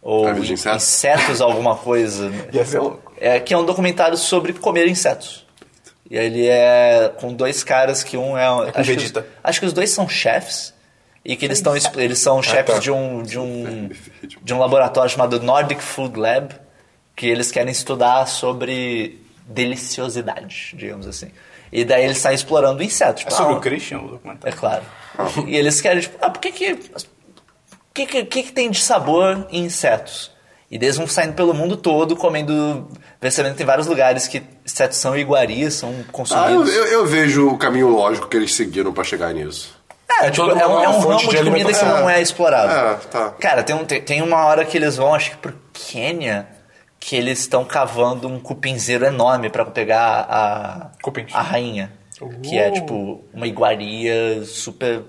Speaker 4: Ou
Speaker 2: Ah, de insetos?
Speaker 4: insetos alguma coisa.
Speaker 1: Ia ser louco.
Speaker 4: é, que é um documentário sobre comer insetos. E ele é com dois caras que um é.
Speaker 1: com
Speaker 4: acho, que os,
Speaker 1: Vegeta.
Speaker 4: acho que os dois são chefs. E que eles, estão exp- eles são
Speaker 1: Ah,
Speaker 4: chefes
Speaker 3: tá.
Speaker 4: de, um, de, um, de um laboratório chamado Nordic Food Lab, que eles querem estudar sobre deliciosidade, digamos assim. E daí eles saem explorando insetos.
Speaker 1: É
Speaker 4: Tipo,
Speaker 1: sobre
Speaker 4: ah,
Speaker 1: o Christian, o documentário.
Speaker 4: é claro. E eles querem, tipo, ah, por que que, que, que, que que tem de sabor em insetos? E daí eles vão saindo pelo mundo todo, comendo, percebendo que tem vários lugares que insetos são iguarias, são
Speaker 2: Ah, eu,
Speaker 4: consumidos.
Speaker 2: eu- eu vejo o caminho lógico que eles seguiram pra chegar nisso.
Speaker 4: É,
Speaker 3: É
Speaker 4: tipo,
Speaker 3: toda
Speaker 4: é um,
Speaker 3: uma
Speaker 4: é um
Speaker 3: fonte
Speaker 4: ramo
Speaker 3: de
Speaker 4: de comida que
Speaker 3: alimentação.
Speaker 4: não é explorado.
Speaker 2: É, tá.
Speaker 4: Cara, tem, um, tem, tem uma hora que eles vão, acho que pro Quênia, que eles estão cavando um cupinzeiro enorme pra pegar a,
Speaker 1: Cupins.
Speaker 4: a rainha. Que
Speaker 3: Uh.
Speaker 4: é, tipo, uma iguaria super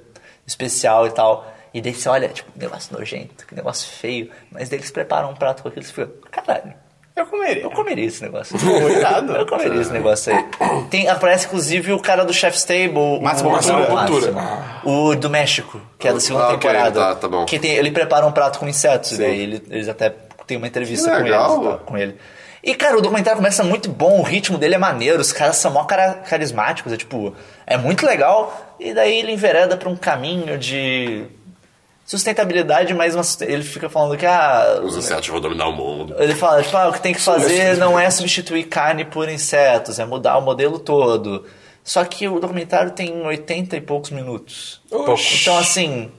Speaker 4: especial e tal. E daí você olha, tipo, que negócio nojento, que negócio feio. Mas daí eles preparam um prato com aquilo e você fica, caralho,
Speaker 1: Eu comeria.
Speaker 4: eu comeria esse negócio.
Speaker 1: Coitado.
Speaker 4: Eu comeria esse negócio aí. Tem, aparece, inclusive, o cara do Chef's Table. o-
Speaker 1: Máximo
Speaker 4: o-
Speaker 1: Ventura.
Speaker 4: o-
Speaker 3: Ventura.
Speaker 4: O do México, que é da segunda
Speaker 2: Ah, ok,
Speaker 4: temporada.
Speaker 2: tá, tá bom.
Speaker 4: Que tem- ele prepara um prato com insetos. E daí ele- eles até têm uma entrevista
Speaker 2: Que
Speaker 4: com,
Speaker 2: legal.
Speaker 4: eles, tá, com ele. E, cara, o documentário começa muito bom, o ritmo dele é maneiro, os caras são mó cara- carismáticos, é tipo, é muito legal. E daí ele envereda pra um caminho de sustentabilidade, mas uma sust- ele fica falando que ah,
Speaker 2: Os insetos vão dominar o mundo.
Speaker 4: ele fala, tipo, ah, o que tem que fazer não é substituir carne por insetos, é mudar o modelo todo. Só que o documentário tem 80 e poucos minutos.
Speaker 3: Oxi.
Speaker 4: Então, assim,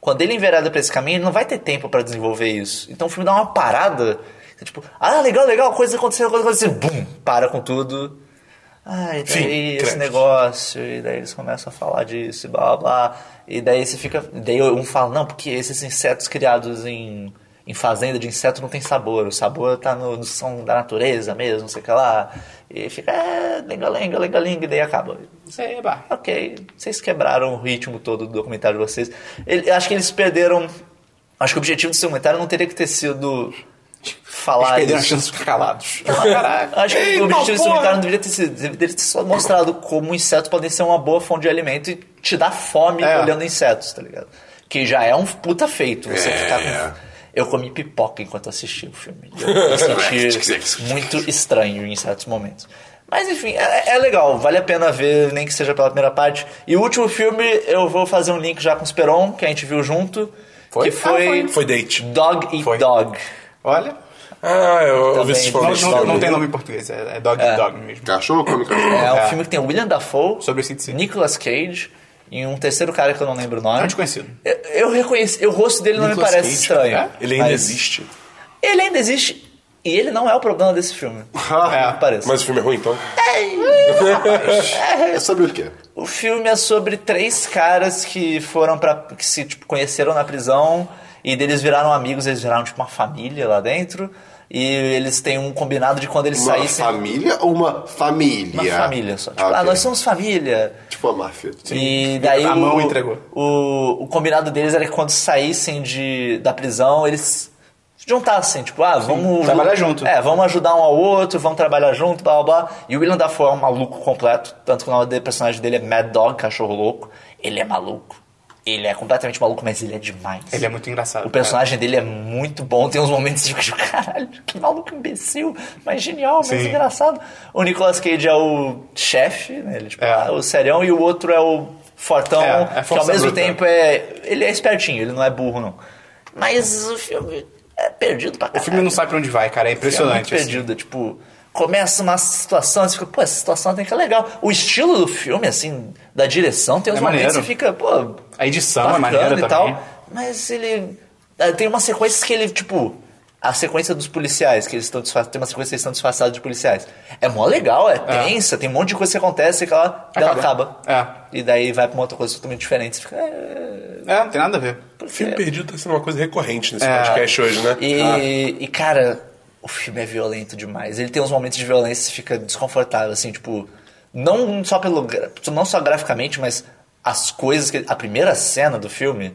Speaker 4: quando ele envereda pra esse caminho, ele não vai ter tempo pra desenvolver isso. Então o filme dá uma parada. é Tipo, ah, legal, legal, coisa acontecendo, coisa acontecendo. Bum, para com tudo. Ah, e daí
Speaker 1: Fim,
Speaker 4: esse
Speaker 1: crédito.
Speaker 4: negócio, e daí eles começam a falar disso, e blá blá blá. E daí você fica. Daí um fala, não, porque esses insetos criados em, em fazenda de inseto não tem sabor, o sabor tá no, no som da natureza mesmo, não sei o que lá. E fica, é, lenga-lenga, lenga-lenga, e daí acaba.
Speaker 1: Seba.
Speaker 4: Ok, vocês quebraram o ritmo todo do documentário de vocês. Ele- acho que eles perderam. Acho que o objetivo desse documentário não teria que ter sido
Speaker 1: Eles
Speaker 4: falar
Speaker 1: perderam a
Speaker 4: isso.
Speaker 1: chance de ficar calados.
Speaker 4: Acho que
Speaker 1: Eita,
Speaker 4: o objetivo desse
Speaker 1: porra!
Speaker 4: documentário não deveria ter, sido, deveria ter só mostrado como insetos podem ser uma boa fonte de alimento e te dar fome
Speaker 1: É.
Speaker 4: olhando insetos, tá ligado? Que já é um puta feito você
Speaker 2: É,
Speaker 4: ficar
Speaker 2: é.
Speaker 4: com... Eu comi pipoca enquanto assisti o filme.
Speaker 1: É,
Speaker 4: Eu me senti muito estranho em certos momentos. Mas enfim, é, é legal, vale a pena ver, nem que seja pela primeira parte. E o último filme, eu vou fazer um link já com o Esperon, que a gente viu junto.
Speaker 1: Foi?
Speaker 4: Que foi,
Speaker 1: Ah, foi.
Speaker 3: Foi date.
Speaker 4: Dog Eat
Speaker 1: Foi.
Speaker 4: Dog.
Speaker 1: Olha,
Speaker 3: Ah, eu ouvi
Speaker 4: Também.
Speaker 3: esses
Speaker 1: não,
Speaker 3: falando.
Speaker 1: não- não tem nome em português, é, é Dog Eat Dog mesmo.
Speaker 2: Cachorro come cachorro.
Speaker 4: É um
Speaker 1: É.
Speaker 4: filme que tem o William Dafoe,
Speaker 1: Sobre o CTC.
Speaker 4: Nicolas Cage e um terceiro cara que eu não lembro o nome.
Speaker 1: É um desconhecido.
Speaker 4: Eu, eu reconheci, o rosto dele não
Speaker 3: Nicolas
Speaker 4: me parece
Speaker 3: Cage,
Speaker 4: estranho.
Speaker 1: é?
Speaker 3: Ele ainda
Speaker 4: mas-
Speaker 3: existe.
Speaker 4: Ele ainda existe e ele não é o problema desse filme.
Speaker 1: É.
Speaker 4: Parece.
Speaker 3: Mas o filme é ruim, então?
Speaker 2: É sobre o quê?
Speaker 4: O filme é sobre três caras que foram para que se tipo, conheceram na prisão e deles viraram amigos, eles viraram tipo uma família lá dentro e eles têm um combinado de quando eles
Speaker 2: Uma
Speaker 4: saíssem
Speaker 2: família ou uma família?
Speaker 4: uma família só. Tipo,
Speaker 2: Ah, ok.
Speaker 4: ah, nós somos família.
Speaker 2: Tipo a máfia.
Speaker 4: E daí
Speaker 1: A
Speaker 4: o,
Speaker 1: mão entregou.
Speaker 4: O, o combinado deles era que quando saíssem de, da prisão, eles se juntassem, tipo, ah, vamos.
Speaker 1: trabalhar junto.
Speaker 4: É, vamos ajudar um ao outro, vamos trabalhar junto, blá blá blá. E o William Dafoe é um maluco completo, tanto que o nome do personagem dele é Mad Dog, cachorro louco. Ele é maluco. Ele é completamente maluco, mas ele é demais.
Speaker 1: Ele é muito engraçado.
Speaker 4: O personagem dele é muito bom, tem uns momentos de caralho, que maluco imbecil, mas genial, mas
Speaker 1: Sim.
Speaker 4: engraçado. O Nicolas Cage é o chefe, né? Ele, tipo,
Speaker 1: É.
Speaker 4: ah, o serião, e o outro é o fortão,
Speaker 1: É, é
Speaker 4: que ao
Speaker 1: força
Speaker 4: mesmo
Speaker 1: bruta.
Speaker 4: tempo é. Ele é espertinho, ele não é burro, não. Mas o filme é perdido pra
Speaker 1: O
Speaker 4: caralho.
Speaker 1: filme não sabe pra onde vai, cara. É
Speaker 4: É
Speaker 1: impressionante.
Speaker 4: muito perdido, tipo, começa uma situação, você fica, pô, essa situação tem que é legal. O estilo do filme, assim, da direção, tem uns
Speaker 1: É
Speaker 4: momentos que
Speaker 1: maneiro.
Speaker 4: você fica, pô,
Speaker 1: assim. A edição é
Speaker 4: bacana
Speaker 1: maneira
Speaker 4: e
Speaker 1: também.
Speaker 4: tal. Mas ele. ah, Tem umas sequências que ele, tipo. A sequência dos policiais, que eles estão disfarçados. Tem uma sequência que eles estão disfarçados de policiais. É mó legal, é tensa, tem um monte de coisa que acontece que ela, daí ela
Speaker 1: Acaba.
Speaker 4: acaba. E daí vai pra uma outra coisa totalmente diferente. Você fica. "É,
Speaker 1: É, não tem nada a ver.
Speaker 4: por quê?"
Speaker 3: Filme perdido tá sendo uma coisa recorrente nesse
Speaker 1: É.
Speaker 3: podcast hoje, né?
Speaker 4: E,
Speaker 3: Ah.
Speaker 4: e, cara, o filme é violento demais. Ele tem uns momentos de violência que fica desconfortável, assim, tipo, não só pelo gra- não só graficamente, mas as coisas que a primeira cena do filme,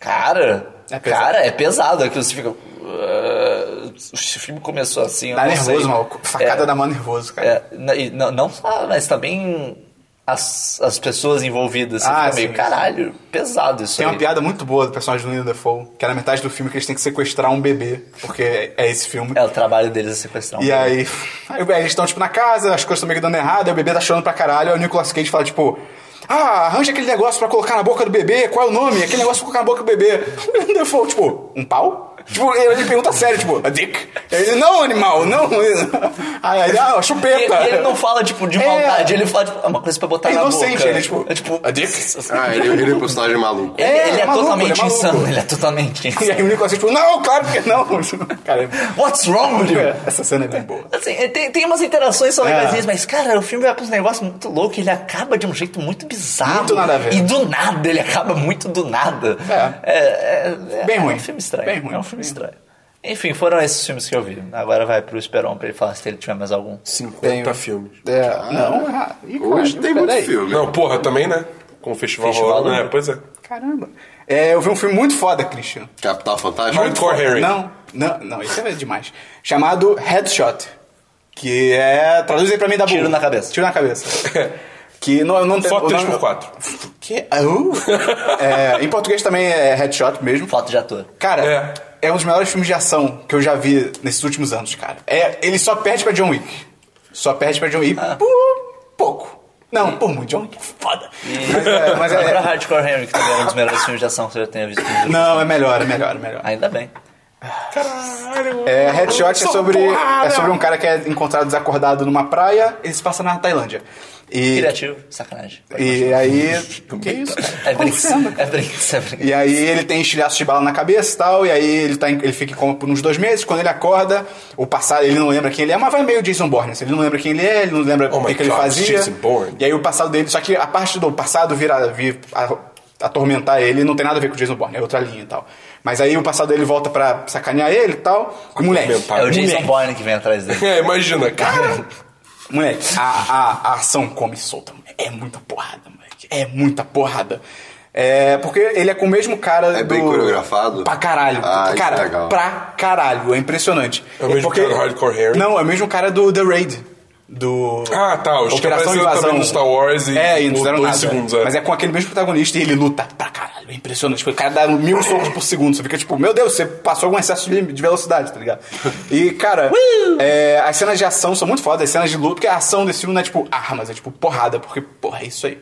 Speaker 4: cara,
Speaker 1: É pesado.
Speaker 4: cara, é pesado, aquilo você fica "Ah, o filme começou assim, eu
Speaker 1: Dá
Speaker 4: não
Speaker 1: nervoso,
Speaker 4: sei."
Speaker 1: maluco. Facada
Speaker 4: É.
Speaker 1: da mão nervoso, cara.
Speaker 4: É, n- e não, não só, mas também as, as pessoas envolvidas. Você
Speaker 1: Ah,
Speaker 4: fica
Speaker 1: sim,
Speaker 4: meio,
Speaker 1: sim.
Speaker 4: caralho, pesado isso
Speaker 1: Tem
Speaker 4: aí."
Speaker 1: uma piada muito boa do personagem do William Dafoe, que é na metade do filme que eles têm que sequestrar um bebê, porque é esse filme.
Speaker 4: É o trabalho deles é sequestrar um
Speaker 1: E
Speaker 4: cara.
Speaker 1: aí, aí eles estão, tipo, na casa, as coisas estão meio que dando errado, aí o bebê tá chorando pra caralho, aí o Nicolas Cage fala, tipo, ah, arranja aquele negócio pra colocar na boca do bebê, qual é o nome? Aquele negócio pra colocar na boca do bebê. O William Dafoe, tipo, um pau? Tipo, ele pergunta sério, tipo, a dick. Ele, não, animal, não. Aí ele, ah,
Speaker 4: E,
Speaker 1: chupeta.
Speaker 4: e ele não fala, tipo, de
Speaker 1: É.
Speaker 4: maldade, ele fala, tipo, é uma coisa pra botar
Speaker 1: É
Speaker 4: na
Speaker 1: inocente,
Speaker 4: boca.
Speaker 1: ele, tipo,
Speaker 4: É, tipo,
Speaker 1: a dick?
Speaker 2: Ah, ele, ele é um personagem maluco.
Speaker 4: ele,
Speaker 1: É,
Speaker 4: ele é,
Speaker 1: é maluco,
Speaker 4: totalmente
Speaker 1: ele é maluco.
Speaker 4: insano, ele é totalmente
Speaker 1: E
Speaker 4: insano.
Speaker 1: aí o Nicolas, tipo, não, claro que não. Cara,
Speaker 4: What's wrong with you?
Speaker 1: essa cena é bem boa.
Speaker 4: Assim, é, tem, tem umas interações só legais,
Speaker 1: É.
Speaker 4: mas, cara, o filme vai pra uns negócios muito loucos, ele acaba de um jeito muito bizarro.
Speaker 1: Muito nada a ver.
Speaker 4: E do nada, ele acaba muito do nada.
Speaker 1: É.
Speaker 4: É, é-
Speaker 1: Bem
Speaker 4: é
Speaker 1: ruim.
Speaker 4: um filme estranho.
Speaker 1: Bem ruim.
Speaker 4: É um filme
Speaker 1: Bem
Speaker 4: estranho. Enfim, foram esses filmes que eu vi. Agora vai pro Esperon pra ele falar se ele tiver mais algum.
Speaker 3: 50 filmes.
Speaker 1: É, não, é, ih, cara,
Speaker 2: Hoje tem muito
Speaker 1: peraí.
Speaker 2: filme.
Speaker 3: Não, porra, também, né? Com o festival,
Speaker 4: Festival,
Speaker 3: rolando, né?
Speaker 4: né?
Speaker 3: Pois é.
Speaker 1: Caramba. É, eu vi um filme muito foda, Christian.
Speaker 2: Capital Fantástico.
Speaker 3: Hardcore Harry.
Speaker 1: Não, não, não, isso é demais. Chamado Headshot. Que é. Traduz aí pra mim da
Speaker 4: Tiro
Speaker 1: boca.
Speaker 4: na cabeça. Um
Speaker 1: Tiro na cabeça. que não, não
Speaker 3: Foto
Speaker 1: o nome-
Speaker 3: 3x4.
Speaker 1: Que? Ah, uh. É, em português também é headshot mesmo.
Speaker 4: Foto de ator.
Speaker 1: Cara, é. um dos melhores filmes de ação que eu já vi nesses últimos anos, cara. É, ele só perde pra John Wick. Só perde pra John Wick
Speaker 4: Ah.
Speaker 1: por pouco. Não, por muito. John Wick é foda. Mas é. Mas é
Speaker 4: Agora Hardcore Henry, que também é um dos melhores filmes de ação que você já tenha visto.
Speaker 1: não, é melhor, é melhor, é melhor.
Speaker 4: Ainda bem.
Speaker 1: É, Headshot é sobre,
Speaker 3: porrada!
Speaker 1: é sobre um cara que é encontrado desacordado numa praia, ele se passa na Tailândia. E,
Speaker 4: Criativo, sacanagem.
Speaker 1: e aí. que isso? cara?
Speaker 4: É brinks,
Speaker 1: Tá Acontecendo,
Speaker 4: é brinks, é brinks.
Speaker 1: E aí ele tem estilhaços de bala na cabeça e tal, e aí ele, tá em- ele fica em coma por uns dois meses, quando ele acorda, o passado, ele não lembra quem ele é, mas vai meio Jason Bourne, assim, ele não lembra quem ele é, ele não lembra
Speaker 3: Oh
Speaker 1: o que,
Speaker 3: my
Speaker 1: que ele
Speaker 3: God,
Speaker 1: fazia.
Speaker 3: Jason Bourne.
Speaker 1: E aí o passado dele, só que a parte do passado vira, vir a- atormentar ele, não tem nada a ver com o Jason Bourne, é outra linha e tal. Mas aí o passado dele volta pra sacanear ele e tal, com moleque.
Speaker 3: Complementar.
Speaker 4: É o
Speaker 1: Moleque.
Speaker 4: Jason Bourne que vem atrás dele.
Speaker 3: É, imagina, cara.
Speaker 1: Moleque, a, a, a ação come solta. moleque. É muita porrada, moleque. É muita porrada. É, porque ele é com o mesmo cara
Speaker 2: É
Speaker 1: do...
Speaker 2: bem coreografado?
Speaker 1: Pra caralho.
Speaker 2: Ah, isso
Speaker 1: cara,
Speaker 2: é legal.
Speaker 1: pra caralho. É impressionante.
Speaker 3: É o mesmo cara do Hardcore Harry?
Speaker 1: Não, é o mesmo cara do The Raid. Do...
Speaker 3: Ah, tá, os que
Speaker 1: Operação
Speaker 3: apareceram
Speaker 1: Invasão.
Speaker 3: também no Star Wars e
Speaker 1: é, e não
Speaker 3: por
Speaker 1: fizeram
Speaker 3: dois
Speaker 1: nada.
Speaker 3: segundos, é.
Speaker 1: Mas é com aquele mesmo protagonista e ele luta pra caralho. É impressionante. Tipo, o cara dá mil socos por segundo. Você fica tipo, meu Deus, você passou algum excesso de de velocidade, tá ligado? E, cara, é, as cenas de ação são muito fodas. As cenas de luta, porque a ação desse filme não é tipo armas, é tipo porrada, porque, porra, é isso aí.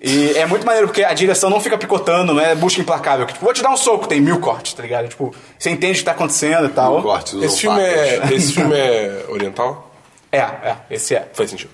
Speaker 1: E é muito maneiro, porque a direção não fica picotando, não é busca implacável. Que, tipo, vou te dar um soco, tem mil cortes, tá ligado? Tipo, você entende o que tá acontecendo e tal.
Speaker 2: Mil cortes, usam
Speaker 3: Esse filme
Speaker 2: facas.
Speaker 3: é. Esse filme é oriental?
Speaker 1: É, é, esse é.
Speaker 3: Faz sentido.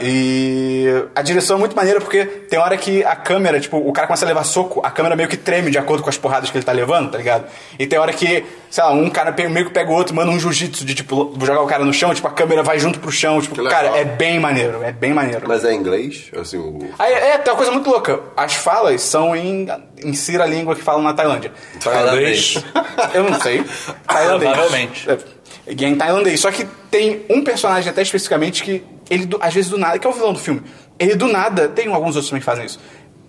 Speaker 1: E a direção é muito maneira porque tem hora que a câmera, tipo, o cara começa a levar soco, a câmera meio que treme de acordo com as porradas que ele tá levando, tá ligado? E tem hora que, sei lá, um cara pe- meio que pega o outro, manda um jiu-jitsu de, tipo, jogar o cara no chão, tipo, a câmera vai junto pro chão, tipo,
Speaker 2: Que legal.
Speaker 1: cara, é bem maneiro, é bem maneiro.
Speaker 2: Mas é em inglês? Assim, o...
Speaker 1: Aí, é, tem uma coisa muito louca, as falas são em, em Cira língua que falam na Tailândia.
Speaker 3: Tailandês.
Speaker 1: Eu não sei. Tailandês.
Speaker 4: Provavelmente.
Speaker 1: É, e é em tailandês. Só que tem um personagem até especificamente que ele, do- às vezes, do nada, que é o vilão do filme. Ele do nada, tem alguns outros também que fazem isso.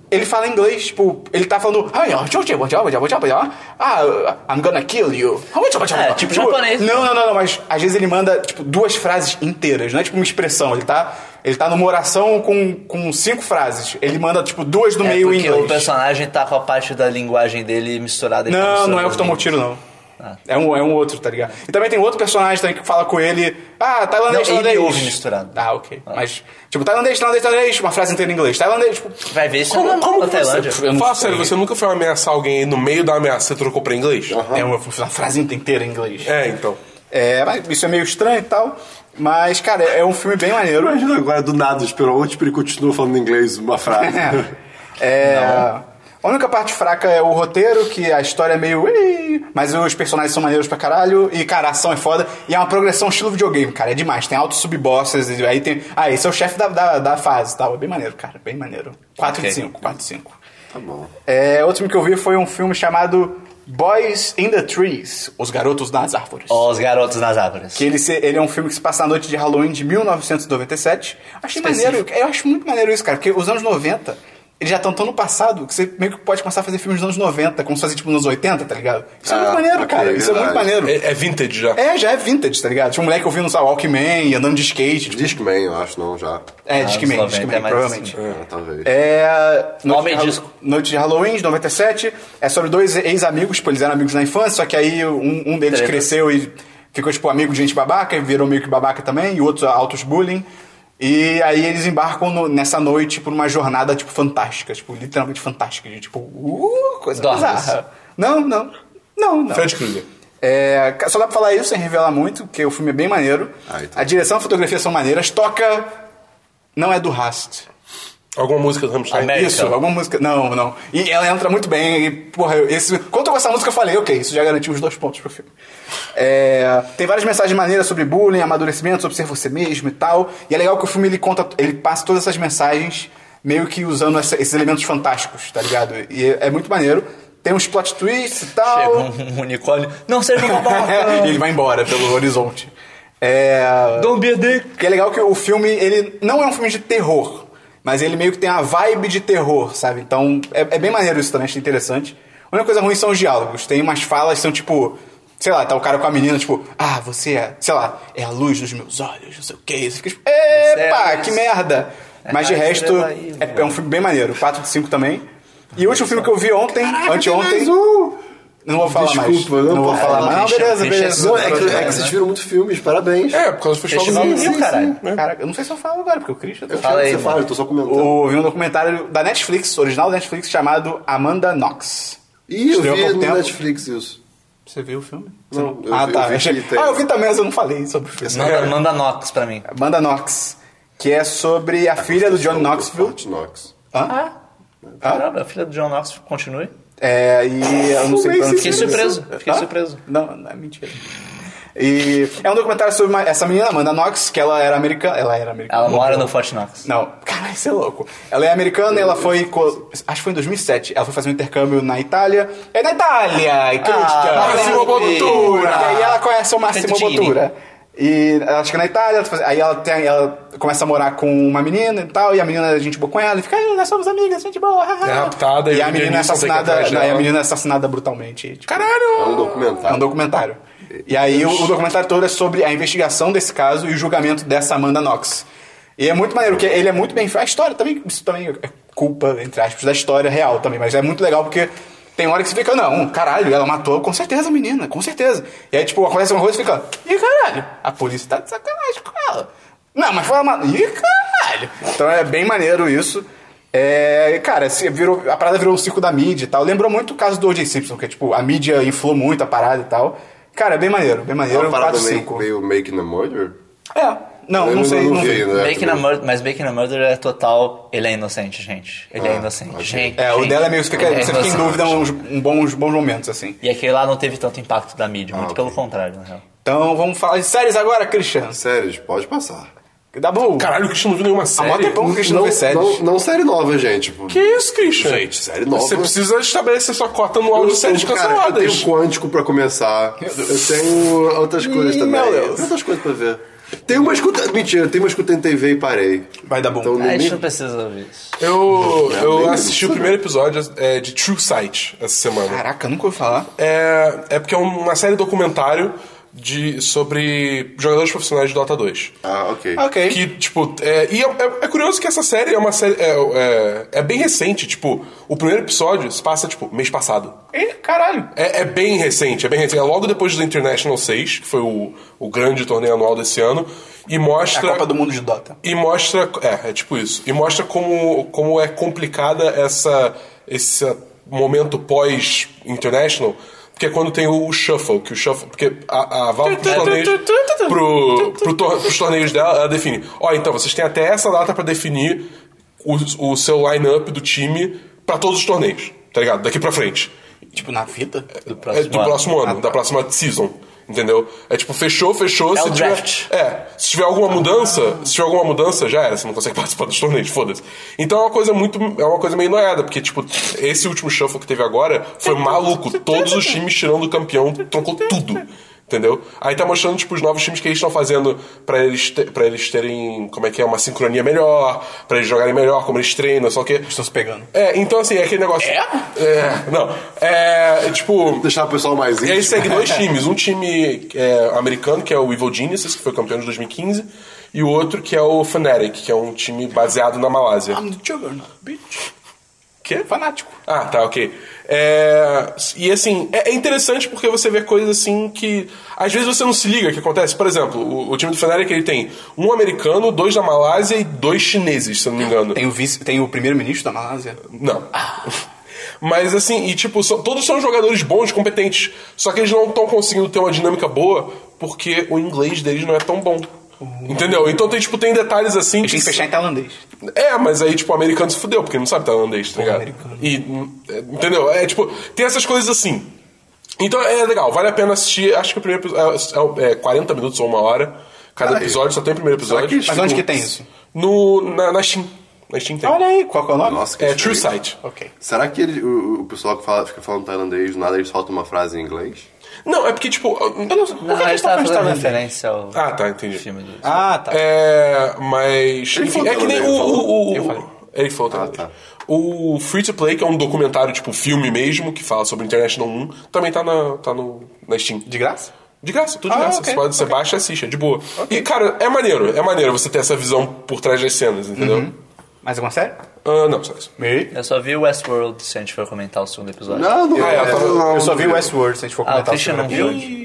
Speaker 1: Ele fala inglês, tipo, ele tá falando. "Ai, ó, tchau, tchau, tchau, tchau, tchau, tchau. Ah, I'm gonna kill you. Tchau, tchau, tchau,
Speaker 4: É,
Speaker 1: tchau."
Speaker 4: tipo japonês.
Speaker 1: Não, não, não, não, mas às vezes ele manda, tipo, duas frases inteiras, não é tipo uma expressão. Ele tá, ele tá numa oração com, com cinco frases. Ele manda, tipo, duas do
Speaker 4: É
Speaker 1: meio em
Speaker 4: porque
Speaker 1: inglês.
Speaker 4: o personagem tá com a parte da linguagem dele misturada. ele tá
Speaker 1: Não, não
Speaker 4: misturando
Speaker 1: é o que
Speaker 4: as
Speaker 1: tomou
Speaker 4: línguas.
Speaker 1: tiro, não.
Speaker 4: Ah.
Speaker 1: É, um, é um outro, tá ligado? E também tem outro personagem também que fala com ele. Ah, tailandês,
Speaker 4: Não, ele
Speaker 1: tailandês.
Speaker 4: ouve misturado.
Speaker 1: Ah, ok. Mas, tipo, tailandês, tailandês, tailandês, uma frase inteira em inglês. Tailandês, tipo.
Speaker 4: Vai ver isso é
Speaker 3: Como, é
Speaker 4: na-
Speaker 3: como
Speaker 4: na
Speaker 3: que
Speaker 4: Tailândia.
Speaker 3: você. Fala sério, você nunca foi ameaçar alguém e no meio da ameaça você trocou pra inglês?
Speaker 1: É uma, uma frase inteira em inglês.
Speaker 3: É, então.
Speaker 1: É, mas isso é meio estranho e tal. Mas, cara, é um filme bem maneiro.
Speaker 2: Imagina agora, do nada, esperou ontem, ele continua falando em inglês uma frase.
Speaker 1: É. A única parte fraca é o roteiro, que a história é meio. "Ih", Mas os personagens são maneiros pra caralho. E, cara, a ação é foda. E é uma progressão estilo videogame, cara. É demais. Tem altos subbosses. e Aí tem. Ah, esse é o chefe da, da, da fase e tal. É bem maneiro, cara. Bem maneiro. 4
Speaker 4: Ok.
Speaker 1: de 5, 4 de 5.
Speaker 2: tá bom.
Speaker 1: É, outro filme que eu vi foi um filme chamado Boys in the Trees Os Garotos nas Árvores.
Speaker 4: Ó, os garotos nas árvores.
Speaker 1: Que ele, se- ele é um filme que se passa na noite de Halloween de 1997. Achei
Speaker 4: Específico.
Speaker 1: maneiro, eu acho muito maneiro isso, cara, porque os anos 90, eles já estão tão no passado que você meio que pode começar a fazer filmes dos anos 90, como se fosse tipo nos 80, tá ligado? Isso é
Speaker 2: Ah,
Speaker 1: muito maneiro,
Speaker 2: ok,
Speaker 1: cara. Isso é muito
Speaker 2: verdade.
Speaker 1: maneiro. É.
Speaker 3: É, é vintage já.
Speaker 1: já é vintage, tá ligado? Tinha um moleque ouvindo, sabe, Walkman, andando de skate. Tipo,
Speaker 2: Discman, eu acho, não, já.
Speaker 1: é,
Speaker 4: Ah,
Speaker 1: Discman,
Speaker 4: anos 90
Speaker 1: Discman,
Speaker 4: é mais
Speaker 1: provavelmente.
Speaker 2: É, talvez.
Speaker 1: É. Noite
Speaker 4: Homem
Speaker 1: de Hall-
Speaker 4: Disco.
Speaker 1: Noite de Halloween, de 97. É sobre dois ex-amigos, tipo, eles eram amigos na infância, só que aí um, um deles
Speaker 4: Treta.
Speaker 1: cresceu e ficou, tipo, amigo de gente babaca, e virou meio que babaca também, e outros altos bullying. E aí eles embarcam no- nessa noite por uma jornada, tipo, fantástica, tipo, literalmente fantástica, de tipo, uh, coisa
Speaker 4: Dormes.
Speaker 1: bizarra. Não, não. Não, não.
Speaker 3: Fred Krueger.
Speaker 1: É, só dá pra falar isso sem revelar muito, porque o filme é bem maneiro.
Speaker 2: Ah, então.
Speaker 1: A direção e a fotografia são maneiras. Toca. Não é do Hast.
Speaker 3: Alguma música do Rammstein?
Speaker 4: América.
Speaker 1: É, Isso, alguma música. Não, não. E ela entra muito bem. E, porra, eu- esse, quando eu com essa música, eu falei, ok, isso já garantiu os dois pontos pro filme. É, tem várias mensagens maneiras sobre bullying, amadurecimento, sobre ser você mesmo e tal. E é legal que o filme ele conta, ele passa todas essas mensagens meio que usando essa- esses elementos fantásticos, tá ligado? E é, é muito maneiro. Tem uns plot twists e tal.
Speaker 4: Chega um unicórnio. Não seja um babaca.
Speaker 1: e ele vai embora pelo horizonte. É.
Speaker 4: Don't be a dick.
Speaker 1: Que é legal que o filme, ele não é um filme de terror, mas ele meio que tem a vibe de terror, sabe? Então é, é bem maneiro isso também, achei interessante. A única coisa ruim são os diálogos. Tem umas falas que são tipo, sei lá, tá o cara com a menina, tipo, ah, você é, sei lá, é a luz dos meus olhos, não sei o que. Você fica tipo,
Speaker 4: é a
Speaker 1: epa,
Speaker 4: luz. É,
Speaker 1: que merda. Mas de
Speaker 4: a
Speaker 1: resto,
Speaker 4: estrela aí,
Speaker 1: é,
Speaker 4: mano.
Speaker 1: é um filme bem maneiro. 4 de 5 também. E o último filme que eu vi ontem, anteontem.
Speaker 2: mais um.
Speaker 1: Não vou falar mais.
Speaker 2: Desculpa, não
Speaker 1: vou
Speaker 2: posso
Speaker 1: falar
Speaker 2: falar.
Speaker 1: mais. Não,
Speaker 4: Christian,
Speaker 1: beleza,
Speaker 4: Christian
Speaker 1: beleza.
Speaker 2: Não, é que, é
Speaker 4: né?
Speaker 2: que vocês viram muitos filmes, parabéns.
Speaker 3: É, por causa do festival
Speaker 4: Festival
Speaker 3: do É.
Speaker 4: do Rio, um caralho.
Speaker 1: Cara, eu não sei se eu falo agora, porque o Christian... tá-
Speaker 2: Eu
Speaker 4: Fala
Speaker 2: falo que
Speaker 4: aí,
Speaker 2: você
Speaker 4: mano.
Speaker 2: fala, eu tô só comentando.
Speaker 1: Eu vi um documentário da Netflix, original da Netflix, chamado Amanda Knox.
Speaker 2: Ih, eu
Speaker 1: Estreou há
Speaker 2: vi
Speaker 1: pouco
Speaker 2: no
Speaker 1: tempo.
Speaker 2: Netflix isso.
Speaker 1: Você viu o filme?
Speaker 2: Não, eu
Speaker 1: ah,
Speaker 2: vi-
Speaker 1: tá.
Speaker 2: eu vi
Speaker 1: achei-
Speaker 2: que tem. é
Speaker 1: Ah, eu vi também, mas eu não falei sobre o filme.
Speaker 4: Manda, manda Nox pra mim.
Speaker 1: Amanda Knox, que é sobre a filha do John Knoxville.
Speaker 2: Fort Knox.
Speaker 1: Hã?
Speaker 4: Caramba, a filha Ah, do John Knox, continue.
Speaker 1: É, e eu não sei pra onde
Speaker 4: Fiquei
Speaker 1: isso-
Speaker 4: surpreso, fiquei
Speaker 1: Hã?
Speaker 4: surpreso.
Speaker 1: Não, não é mentira. E é um documentário sobre uma- essa menina, Amanda Knox, que ela era americana. Ela era americana.
Speaker 4: Ela mora no Fort Knox.
Speaker 1: Não, caralho, você é louco. Ela é americana, ela foi. co- Acho que foi em 2007. Ela foi fazer um intercâmbio na Itália. É na Itália! E Christian!
Speaker 4: Ah,
Speaker 3: Massimo
Speaker 1: E
Speaker 3: Bottura.
Speaker 1: aí ela conhece o Máximo
Speaker 4: Fettuccine.
Speaker 1: Bottura. E ela chega na Itália, ela faz- aí ela, tem- ela começa a morar com uma menina e tal, e a menina é gente boa com ela, e fica, "Ah, nós somos amigas, gente boa. haha."
Speaker 3: É raptada,
Speaker 1: e
Speaker 3: e
Speaker 1: a
Speaker 3: o
Speaker 1: menina é
Speaker 3: pianista fica
Speaker 1: assassinada,
Speaker 3: atrás
Speaker 1: e a
Speaker 3: dela.
Speaker 1: menina é assassinada brutalmente. Tipo,
Speaker 3: Caralho!
Speaker 2: É um
Speaker 1: é um
Speaker 2: documentário.
Speaker 1: documentário. E aí o, o documentário todo é sobre a investigação desse caso e o julgamento dessa Amanda Knox. E é muito maneiro, porque ele é muito bem feito. A história também, isso também é culpa, entre aspas, da história real também, mas é muito legal porque tem hora que você fica, não, caralho, ela matou com certeza a menina, com certeza. E aí, tipo, acontece uma coisa e fica, ih, caralho, a polícia tá de sacanagem com ela. Não, mas foi ela matou. Ih, caralho! Então é bem maneiro isso. É, cara, se virou, a parada virou um circo da mídia e tal. Lembrou muito o caso do O.J. Simpson, que tipo, a mídia inflou muito a parada e tal. Cara, é bem maneiro, bem
Speaker 2: É
Speaker 1: maneiro.
Speaker 2: uma parada
Speaker 1: 4,
Speaker 2: meio,
Speaker 1: 5.
Speaker 2: meio Making a Murder?
Speaker 1: É, não,
Speaker 2: Eu né?
Speaker 1: não sei, não vi.
Speaker 2: ainda,
Speaker 4: Bacon a
Speaker 2: também.
Speaker 4: Murder, mas Bacon a Murder é total. Ele é inocente, gente. Ele é
Speaker 2: Ah,
Speaker 4: inocente.
Speaker 2: ok.
Speaker 4: Gente,
Speaker 1: É, o
Speaker 4: gente,
Speaker 1: dela é meio. Você fica,
Speaker 4: ele é
Speaker 1: você fica em
Speaker 4: inocente.
Speaker 1: dúvida uns, um bons, bons momentos, assim.
Speaker 4: E aquele lá não teve tanto impacto da mídia, muito
Speaker 2: ok.
Speaker 4: pelo contrário, na real.
Speaker 1: Então vamos falar de séries agora, Christian.
Speaker 2: Séries, pode passar.
Speaker 1: Dá bom.
Speaker 3: Caralho, o Christian não viu nenhuma série.
Speaker 2: é
Speaker 1: mó tempão. Bom, Christian, não vê séries.
Speaker 2: Não, não série nova, gente. Tipo,
Speaker 3: Que isso, Christian?
Speaker 2: Gente, série nova. um
Speaker 3: Você precisa estabelecer sua cota
Speaker 1: um
Speaker 3: anual de séries
Speaker 2: Cara, Eu
Speaker 3: canceladas.
Speaker 2: tenho Quântico pra começar. Eu tenho outras coisas
Speaker 1: Ih,
Speaker 2: também.
Speaker 1: meu Deus.
Speaker 2: Eu tenho outras coisas pra ver. Tem uma escuta... Mentira, tem uma escuta em TV e parei.
Speaker 1: Vai dar bom.
Speaker 2: Então,
Speaker 4: Ah, A
Speaker 2: não
Speaker 4: gente
Speaker 2: me...
Speaker 4: não precisa ouvir isso.
Speaker 3: Eu, eu
Speaker 2: bem,
Speaker 3: assisti o primeiro episódio é, de True Sight essa semana.
Speaker 1: Caraca, nunca ouvi falar.
Speaker 3: É, é porque é uma série documentário de, sobre jogadores profissionais de Dota 2.
Speaker 2: Ah, ok.
Speaker 1: Ok.
Speaker 3: Que, tipo, é, e é, é- é curioso que essa série é uma série. É, é- é bem recente, tipo, o primeiro episódio se passa, tipo, mês passado.
Speaker 1: Ih, caralho.
Speaker 3: É, é bem recente, é bem recente. É logo depois do International 6, que foi o, o grande torneio anual desse ano, e
Speaker 1: É a
Speaker 3: mostra.
Speaker 1: Copa do Mundo de Dota.
Speaker 3: E mostra. É, é tipo isso. E mostra como, como é complicada essa, esse momento pós-international. Porque é quando tem o shuffle, que o shuffle. Porque a, a Valve pros torneios. Pro, pro tor- pros torneios dela, ela define. Ó, então, vocês têm até essa data pra definir o, o seu line-up do time pra todos os torneios, tá ligado? Daqui pra frente.
Speaker 1: Tipo, na vida?
Speaker 4: Do
Speaker 3: É do
Speaker 4: próximo ano. Ah, tá.
Speaker 3: próximo ano, da próxima season. Entendeu? É tipo, fechou, fechou.
Speaker 4: É
Speaker 3: se
Speaker 4: o
Speaker 3: tiver,
Speaker 4: draft. Tá.
Speaker 3: É, se tiver alguma mudança, se tiver alguma mudança, já era, você não consegue participar dos torneios, foda-se. Então é uma coisa muito. É uma coisa meio noiada, porque, tipo, esse último shuffle que teve agora foi
Speaker 4: tá
Speaker 3: maluco. Todos os times tirando o campeão, trocou tudo. Entendeu? Aí tá mostrando, tipo, os novos times que eles estão fazendo pra eles, te, pra eles terem, como é que é, uma sincronia melhor, pra eles jogarem melhor, como eles treinam, só que.
Speaker 1: Estão se pegando.
Speaker 3: É, então assim, é aquele negócio.
Speaker 1: É?
Speaker 3: É, não. É, tipo.
Speaker 2: Deixar o pessoal mais
Speaker 3: E aí
Speaker 2: íntimo.
Speaker 3: segue dois times. Um time é, americano, que é o Evil Geniuses, que foi campeão de 2015, e o outro que é o Fnatic, que é um time baseado na Malásia.
Speaker 1: I'm the Juggernaut, bitch.
Speaker 3: Quê?
Speaker 1: Fanático.
Speaker 3: Ah, tá, ok. É, e assim, é, é interessante porque você vê coisas assim que. Às vezes você não se liga que acontece. Por exemplo, o, o time do Fnatic ele tem um americano, dois da Malásia e dois chineses, se eu não me engano.
Speaker 1: Tem o, vice, tem o primeiro-ministro da Malásia.
Speaker 3: Não. Mas assim, e tipo, são- todos são jogadores bons, competentes. Só que eles não estão conseguindo ter uma dinâmica boa porque o inglês deles não é tão bom. Entendeu? Então tem, tipo, tem detalhes assim.
Speaker 1: Tem que fechar em tailandês.
Speaker 3: É, mas aí, tipo, o americano se fudeu, porque ele não sabe tailandês, tá ligado?
Speaker 1: americano.
Speaker 3: E, hum, é, entendeu? É, tipo, tem essas coisas assim. Então é legal, vale a pena assistir. Acho que o primeiro episódio é, é 40 minutos ou uma hora. Cada
Speaker 2: Caralho.
Speaker 3: episódio, só tem o primeiro episódio.
Speaker 2: que eles
Speaker 1: Mas onde que tem isso?
Speaker 3: No, na, na Steam. Na Steam tem.
Speaker 1: Olha aí, qual que é o nome?
Speaker 2: Nossa, que
Speaker 3: é True
Speaker 2: diferente.
Speaker 3: Sight.
Speaker 1: Ok.
Speaker 2: Será que ele- o, o pessoal que fala- fica falando tailandês, do nada eles soltam uma frase em inglês?
Speaker 3: Não, é porque, tipo.
Speaker 1: Eu não sei. Por
Speaker 4: Não,
Speaker 1: que
Speaker 4: a
Speaker 1: a
Speaker 4: gente
Speaker 1: gente tá falando de
Speaker 4: tava fazendo
Speaker 1: tailandês?
Speaker 4: referência ao
Speaker 3: Ah, tá, entendi.
Speaker 4: filme do.
Speaker 1: Ah, tá.
Speaker 3: É, mas.
Speaker 2: Ele
Speaker 3: enfim,
Speaker 2: falou
Speaker 3: é que
Speaker 2: também,
Speaker 3: nem o.
Speaker 2: ele
Speaker 3: o,
Speaker 2: falou.
Speaker 3: o-
Speaker 1: Eu falei.
Speaker 3: Ele falou
Speaker 1: Ah,
Speaker 3: também.
Speaker 2: tá.
Speaker 3: O Free to Play, que é um documentário, tipo, filme mesmo, que fala sobre International 1, também tá na, tá no, na Steam.
Speaker 1: De graça?
Speaker 3: De graça, tudo de
Speaker 1: Ah,
Speaker 3: graça.
Speaker 1: ok,
Speaker 3: você, pode, você baixa e assiste, é de boa. E, cara, é maneiro, é maneiro você ter essa visão por trás das cenas, entendeu?
Speaker 1: Uhum. Mais alguma série?
Speaker 3: Ah, não, só isso.
Speaker 1: Me?
Speaker 4: Eu só vi Westworld se a gente for comentar o segundo episódio.
Speaker 2: Não, não
Speaker 3: Ah, é, eu tava-
Speaker 2: não,
Speaker 1: Eu só vi
Speaker 2: não.
Speaker 1: Westworld, se a gente for
Speaker 4: Ah, o
Speaker 1: comentar.
Speaker 4: Christian não viu hoje.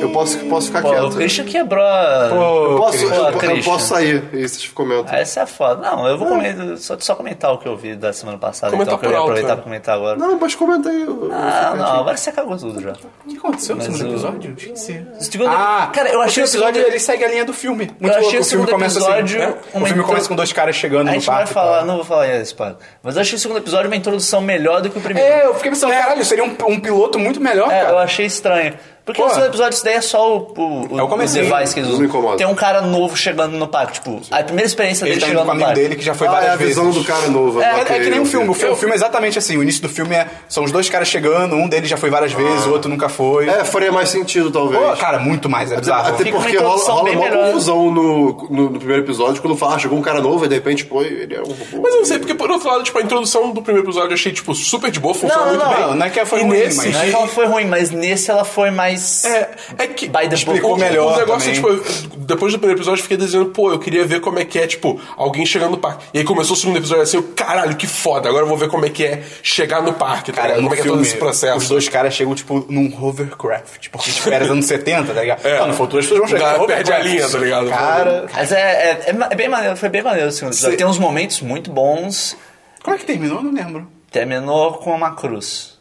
Speaker 2: Eu posso, posso ficar
Speaker 4: Pô,
Speaker 2: quieto.
Speaker 4: o Christian quebrou. a-
Speaker 2: Eu posso,
Speaker 1: Pô,
Speaker 2: eu, eu
Speaker 4: Christian.
Speaker 2: posso sair e vocês comentam.
Speaker 4: Ah, Essa é a foda. Não, eu vou comentar, só, só comentar o que eu vi da semana passada,
Speaker 3: Comenta
Speaker 4: então que eu
Speaker 3: por
Speaker 4: ia
Speaker 3: alto,
Speaker 4: aproveitar
Speaker 3: né?
Speaker 4: pra comentar agora.
Speaker 2: Não, mas comenta aí. eu- eu fico
Speaker 4: Ah, não,
Speaker 2: quietinho.
Speaker 4: agora você cagou tudo já.
Speaker 1: O que aconteceu no
Speaker 4: Mas
Speaker 1: segundo
Speaker 4: o-
Speaker 1: episódio? Eu Esqueci.
Speaker 4: segundo- cara, eu achei
Speaker 1: Ah, o segundo
Speaker 4: o
Speaker 1: episódio
Speaker 4: segundo-
Speaker 1: ele segue a linha do filme. Muito
Speaker 4: Eu achei
Speaker 1: louco.
Speaker 4: o
Speaker 1: o filme
Speaker 4: segundo
Speaker 1: começa
Speaker 4: episódio
Speaker 1: assim. né?
Speaker 4: uma
Speaker 1: O filme
Speaker 4: intro-
Speaker 1: começa com dois caras chegando
Speaker 4: A
Speaker 1: no
Speaker 4: gente vai
Speaker 1: parque. e
Speaker 4: falar,
Speaker 1: tal.
Speaker 4: não vou falar em spoiler, mas eu achei o segundo episódio uma introdução melhor do que o primeiro.
Speaker 1: É, eu fiquei pensando, caralho, seria um, um piloto muito melhor,
Speaker 4: É,
Speaker 1: cara.
Speaker 4: eu achei estranho. Porque
Speaker 1: Pô.
Speaker 4: no segundo episódio isso daí é só o, o,
Speaker 1: É o
Speaker 4: o
Speaker 1: comecinho,
Speaker 4: device que eles
Speaker 2: não me incomoda.
Speaker 4: usam. Tem um cara novo chegando no parque, tipo, a primeira experiência
Speaker 1: Ele
Speaker 4: dele
Speaker 1: tá indo
Speaker 4: chegando
Speaker 1: com a
Speaker 4: no
Speaker 1: mãe
Speaker 4: parque.
Speaker 1: dele que já foi
Speaker 2: Ah, é
Speaker 1: várias
Speaker 2: a
Speaker 1: vezes.
Speaker 2: visão do cara novo.
Speaker 1: É,
Speaker 2: ok,
Speaker 1: é que nem um
Speaker 2: ok.
Speaker 1: filme. O, fi- o filme é exatamente assim. O início do filme é, são os dois caras chegando, um deles já foi
Speaker 3: Ah.
Speaker 1: várias vezes, o outro nunca foi.
Speaker 2: É, faria mais sentido, talvez.
Speaker 1: Pô, cara, muito mais, é bizarro.
Speaker 2: Até
Speaker 4: Fica uma
Speaker 2: porque rola,
Speaker 4: introdução
Speaker 2: rola
Speaker 4: bem
Speaker 2: uma
Speaker 4: melhor.
Speaker 2: confusão no, no, no primeiro episódio, quando fala, ah, chegou um cara novo, e de repente, pô, ele é um robô.
Speaker 3: Mas eu não sei, porque por outro lado, tipo, a introdução do primeiro episódio eu achei, tipo, super de boa, funcionou
Speaker 4: Não,
Speaker 3: muito
Speaker 4: não,
Speaker 3: bem.
Speaker 4: não.
Speaker 1: Não, não é que foi
Speaker 3: e
Speaker 1: ruim,
Speaker 3: nesse,
Speaker 1: mas-
Speaker 4: Não é que ela foi ruim, mas nesse ela foi mais.
Speaker 3: É, é que.
Speaker 4: By the
Speaker 3: Explicou
Speaker 1: book.
Speaker 3: o-
Speaker 1: melhor
Speaker 3: O negócio,
Speaker 1: também.
Speaker 3: tipo, eu- depois do primeiro episódio eu fiquei dizendo, pô, eu queria ver como é que é, tipo, alguém chegando no parque. E aí começou o segundo episódio assim, eu, caralho, que foda, agora eu vou ver como é que é chegar no parque, tá
Speaker 1: Cara,
Speaker 3: ligado?
Speaker 1: no
Speaker 3: Como é que é todo
Speaker 1: filme,
Speaker 3: esse processo.
Speaker 1: os dois caras chegam, tipo, num hovercraft. Porque, tipo, era dos anos 70, tá ligado? Não, no futuro as pessoas vão chegar.
Speaker 3: Cara,
Speaker 1: no
Speaker 3: É. perde
Speaker 1: hovercraft.
Speaker 3: a linha, tá ligado?
Speaker 1: Cara...
Speaker 4: Mas é, é- é ma- é bem maneiro, foi bem maneiro assim, o segundo episódio.
Speaker 1: Cê-
Speaker 4: Tem uns momentos muito bons.
Speaker 1: Como é que terminou? Eu não lembro.
Speaker 4: Terminou com uma cruz.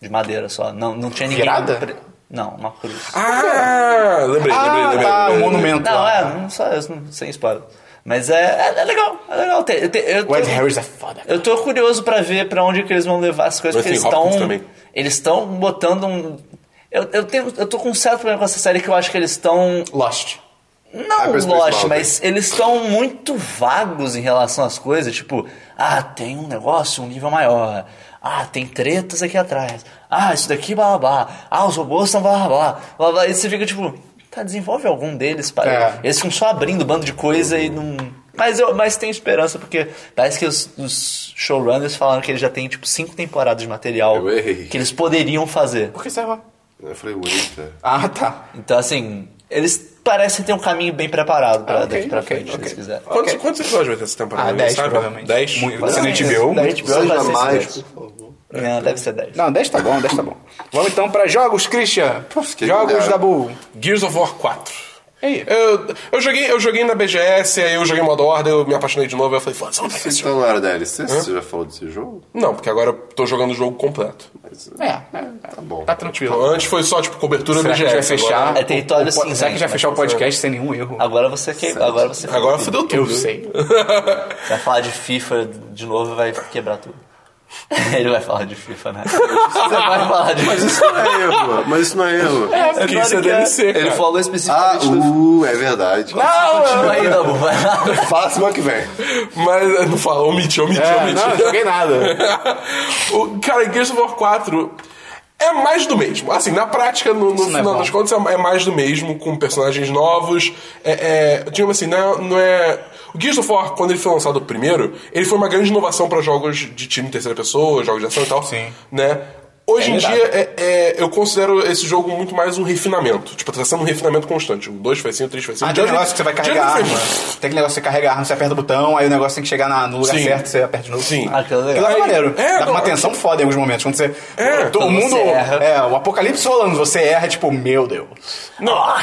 Speaker 4: De madeira só. Não, não tinha ninguém.
Speaker 1: Virada?
Speaker 4: pre- Não, uma cruz.
Speaker 3: Ah, lembrei,
Speaker 1: Ah,
Speaker 3: lembrei, lembrei.
Speaker 1: tá, o
Speaker 3: lembrei, lembrei.
Speaker 1: monumento
Speaker 4: não,
Speaker 1: lá.
Speaker 4: é, não só eu, não- sem spoiler. Mas é, é, é legal, é legal. Tem- eu te- eu
Speaker 1: O
Speaker 4: tô-
Speaker 1: Ed Harris é foda.
Speaker 4: Eu tô curioso pra ver pra onde que eles vão levar as coisas, porque eles
Speaker 3: Anthony
Speaker 4: estão.
Speaker 3: Hopkins também.
Speaker 4: Eles estão botando um. Eu, eu, tenho, eu tô com um certo problema com essa série que eu acho que eles estão.
Speaker 1: Lost.
Speaker 4: Não,
Speaker 2: Hyperspace
Speaker 4: Lost,
Speaker 2: Mountain.
Speaker 4: mas eles estão muito vagos em relação às coisas. Tipo, ah, tem um negócio, um nível maior. Ah, tem tretas aqui atrás. Ah, isso daqui, blá blá blá. Ah, os robôs são blá blá blá. blá, blá. E você fica tipo, tá, desenvolve algum deles, para
Speaker 1: É.
Speaker 4: Eles ficam só abrindo bando de coisa e não. Mas, eu, mas tem esperança, porque parece que os, os showrunners falaram que eles já têm, tipo, cinco temporadas de material
Speaker 2: Eu errei.
Speaker 4: que eles poderiam fazer.
Speaker 1: Por que você vai?
Speaker 2: É, Eu falei, eita.
Speaker 1: Ah, tá.
Speaker 4: Então, assim, eles parecem ter um caminho bem preparado pra
Speaker 1: Ah, ok,
Speaker 4: daqui pra
Speaker 1: ok,
Speaker 4: frente,
Speaker 1: ok.
Speaker 4: se quiser.
Speaker 3: Quantos,
Speaker 1: Ok.
Speaker 3: quantos episódios vai ter essa temporada?
Speaker 1: Ah,
Speaker 3: Você
Speaker 1: 10
Speaker 3: sabe?
Speaker 1: provavelmente.
Speaker 3: 10?
Speaker 1: Muito. Você não HBO?
Speaker 4: Da HBO
Speaker 2: Seja
Speaker 4: vai ser
Speaker 2: mais,
Speaker 4: esse
Speaker 2: por favor.
Speaker 4: daí. Não, É, deve ser 10.
Speaker 1: Não, 10 tá bom, 10 tá bom. Vamos então pra jogos, Christian.
Speaker 2: que
Speaker 1: jogos
Speaker 2: legal.
Speaker 1: da Bull.
Speaker 3: Gears of War 4.
Speaker 1: E aí?
Speaker 3: Eu, eu, joguei, eu joguei na BGS, aí eu joguei em modo ordem, eu me apaixonei de novo, aí eu falei, foda-se, eu vou pegar esse jogo.
Speaker 2: Então não era DLC, você já falou desse jogo?
Speaker 3: Não, porque agora eu tô jogando o jogo completo.
Speaker 2: Mas,
Speaker 1: É, é, tá
Speaker 2: bom.
Speaker 1: Tá tranquilo.
Speaker 3: Antes foi só, tipo, cobertura
Speaker 1: Será
Speaker 3: BGS.
Speaker 1: que a gente vai
Speaker 3: agora-
Speaker 1: fechar?
Speaker 4: É território
Speaker 1: o po-
Speaker 4: cinzento,
Speaker 1: Será que a gente vai
Speaker 4: né?
Speaker 1: fechar o podcast sem nenhum erro?
Speaker 4: Agora você que... Agora você
Speaker 3: Agora fudeu tudo. né?
Speaker 1: Eu sei.
Speaker 4: vai falar de FIFA de novo e vai quebrar tudo. Ele vai falar de FIFA, né? Você vai falar de
Speaker 2: mas
Speaker 4: FIFA.
Speaker 2: isso não é erro, mas isso não é erro.
Speaker 3: porque isso é DLC,
Speaker 4: Ele
Speaker 3: cara.
Speaker 4: falou
Speaker 2: Ah,
Speaker 4: especificamente do...
Speaker 2: uh, é verdade.
Speaker 4: Continua aí, Dabu, vai lá.
Speaker 2: Fala semana que vem.
Speaker 3: Mas eh, não fala, omite, omite,
Speaker 1: É,
Speaker 3: omite.
Speaker 1: não, eu joguei nada.
Speaker 3: o, cara, Gears of War 4 é mais do mesmo. Assim, na prática, no, no
Speaker 1: Isso não é
Speaker 3: final
Speaker 1: bom.
Speaker 3: das contas, é é mais do mesmo, com personagens novos. É, é, digamos assim, não é, não é- O Gears of War, quando ele foi lançado o primeiro, ele foi uma grande inovação para jogos de time em terceira pessoa, jogos de ação e tal.
Speaker 1: Sim.
Speaker 3: Né? Hoje
Speaker 1: É
Speaker 3: em
Speaker 1: verdade.
Speaker 3: dia, é- é- eu considero esse jogo muito mais um refinamento. Tipo, tá sendo um refinamento constante. O 2 foi assim, o 3 foi assim.
Speaker 1: Ah,
Speaker 3: O
Speaker 1: tem um
Speaker 3: Judgment-
Speaker 1: negócio que você vai carregar a
Speaker 3: Judgment
Speaker 1: arma.
Speaker 3: foi-
Speaker 1: Tem aquele negócio que você carrega a arma, você aperta o botão, aí o negócio tem que chegar na- no lugar
Speaker 3: Sim.
Speaker 1: certo, você aperta de novo.
Speaker 3: Sim.
Speaker 4: Ah, que legal.
Speaker 1: Aquilo é
Speaker 3: Aí-
Speaker 1: maneiro.
Speaker 3: é,
Speaker 1: Dá
Speaker 3: não,
Speaker 1: uma tensão foda em alguns momentos. Quando você.
Speaker 3: É,
Speaker 1: todo
Speaker 4: quando
Speaker 1: mundo.
Speaker 4: você erra.
Speaker 1: É, o apocalipse rolando, você erra, tipo, meu Deus.
Speaker 3: Não. ah,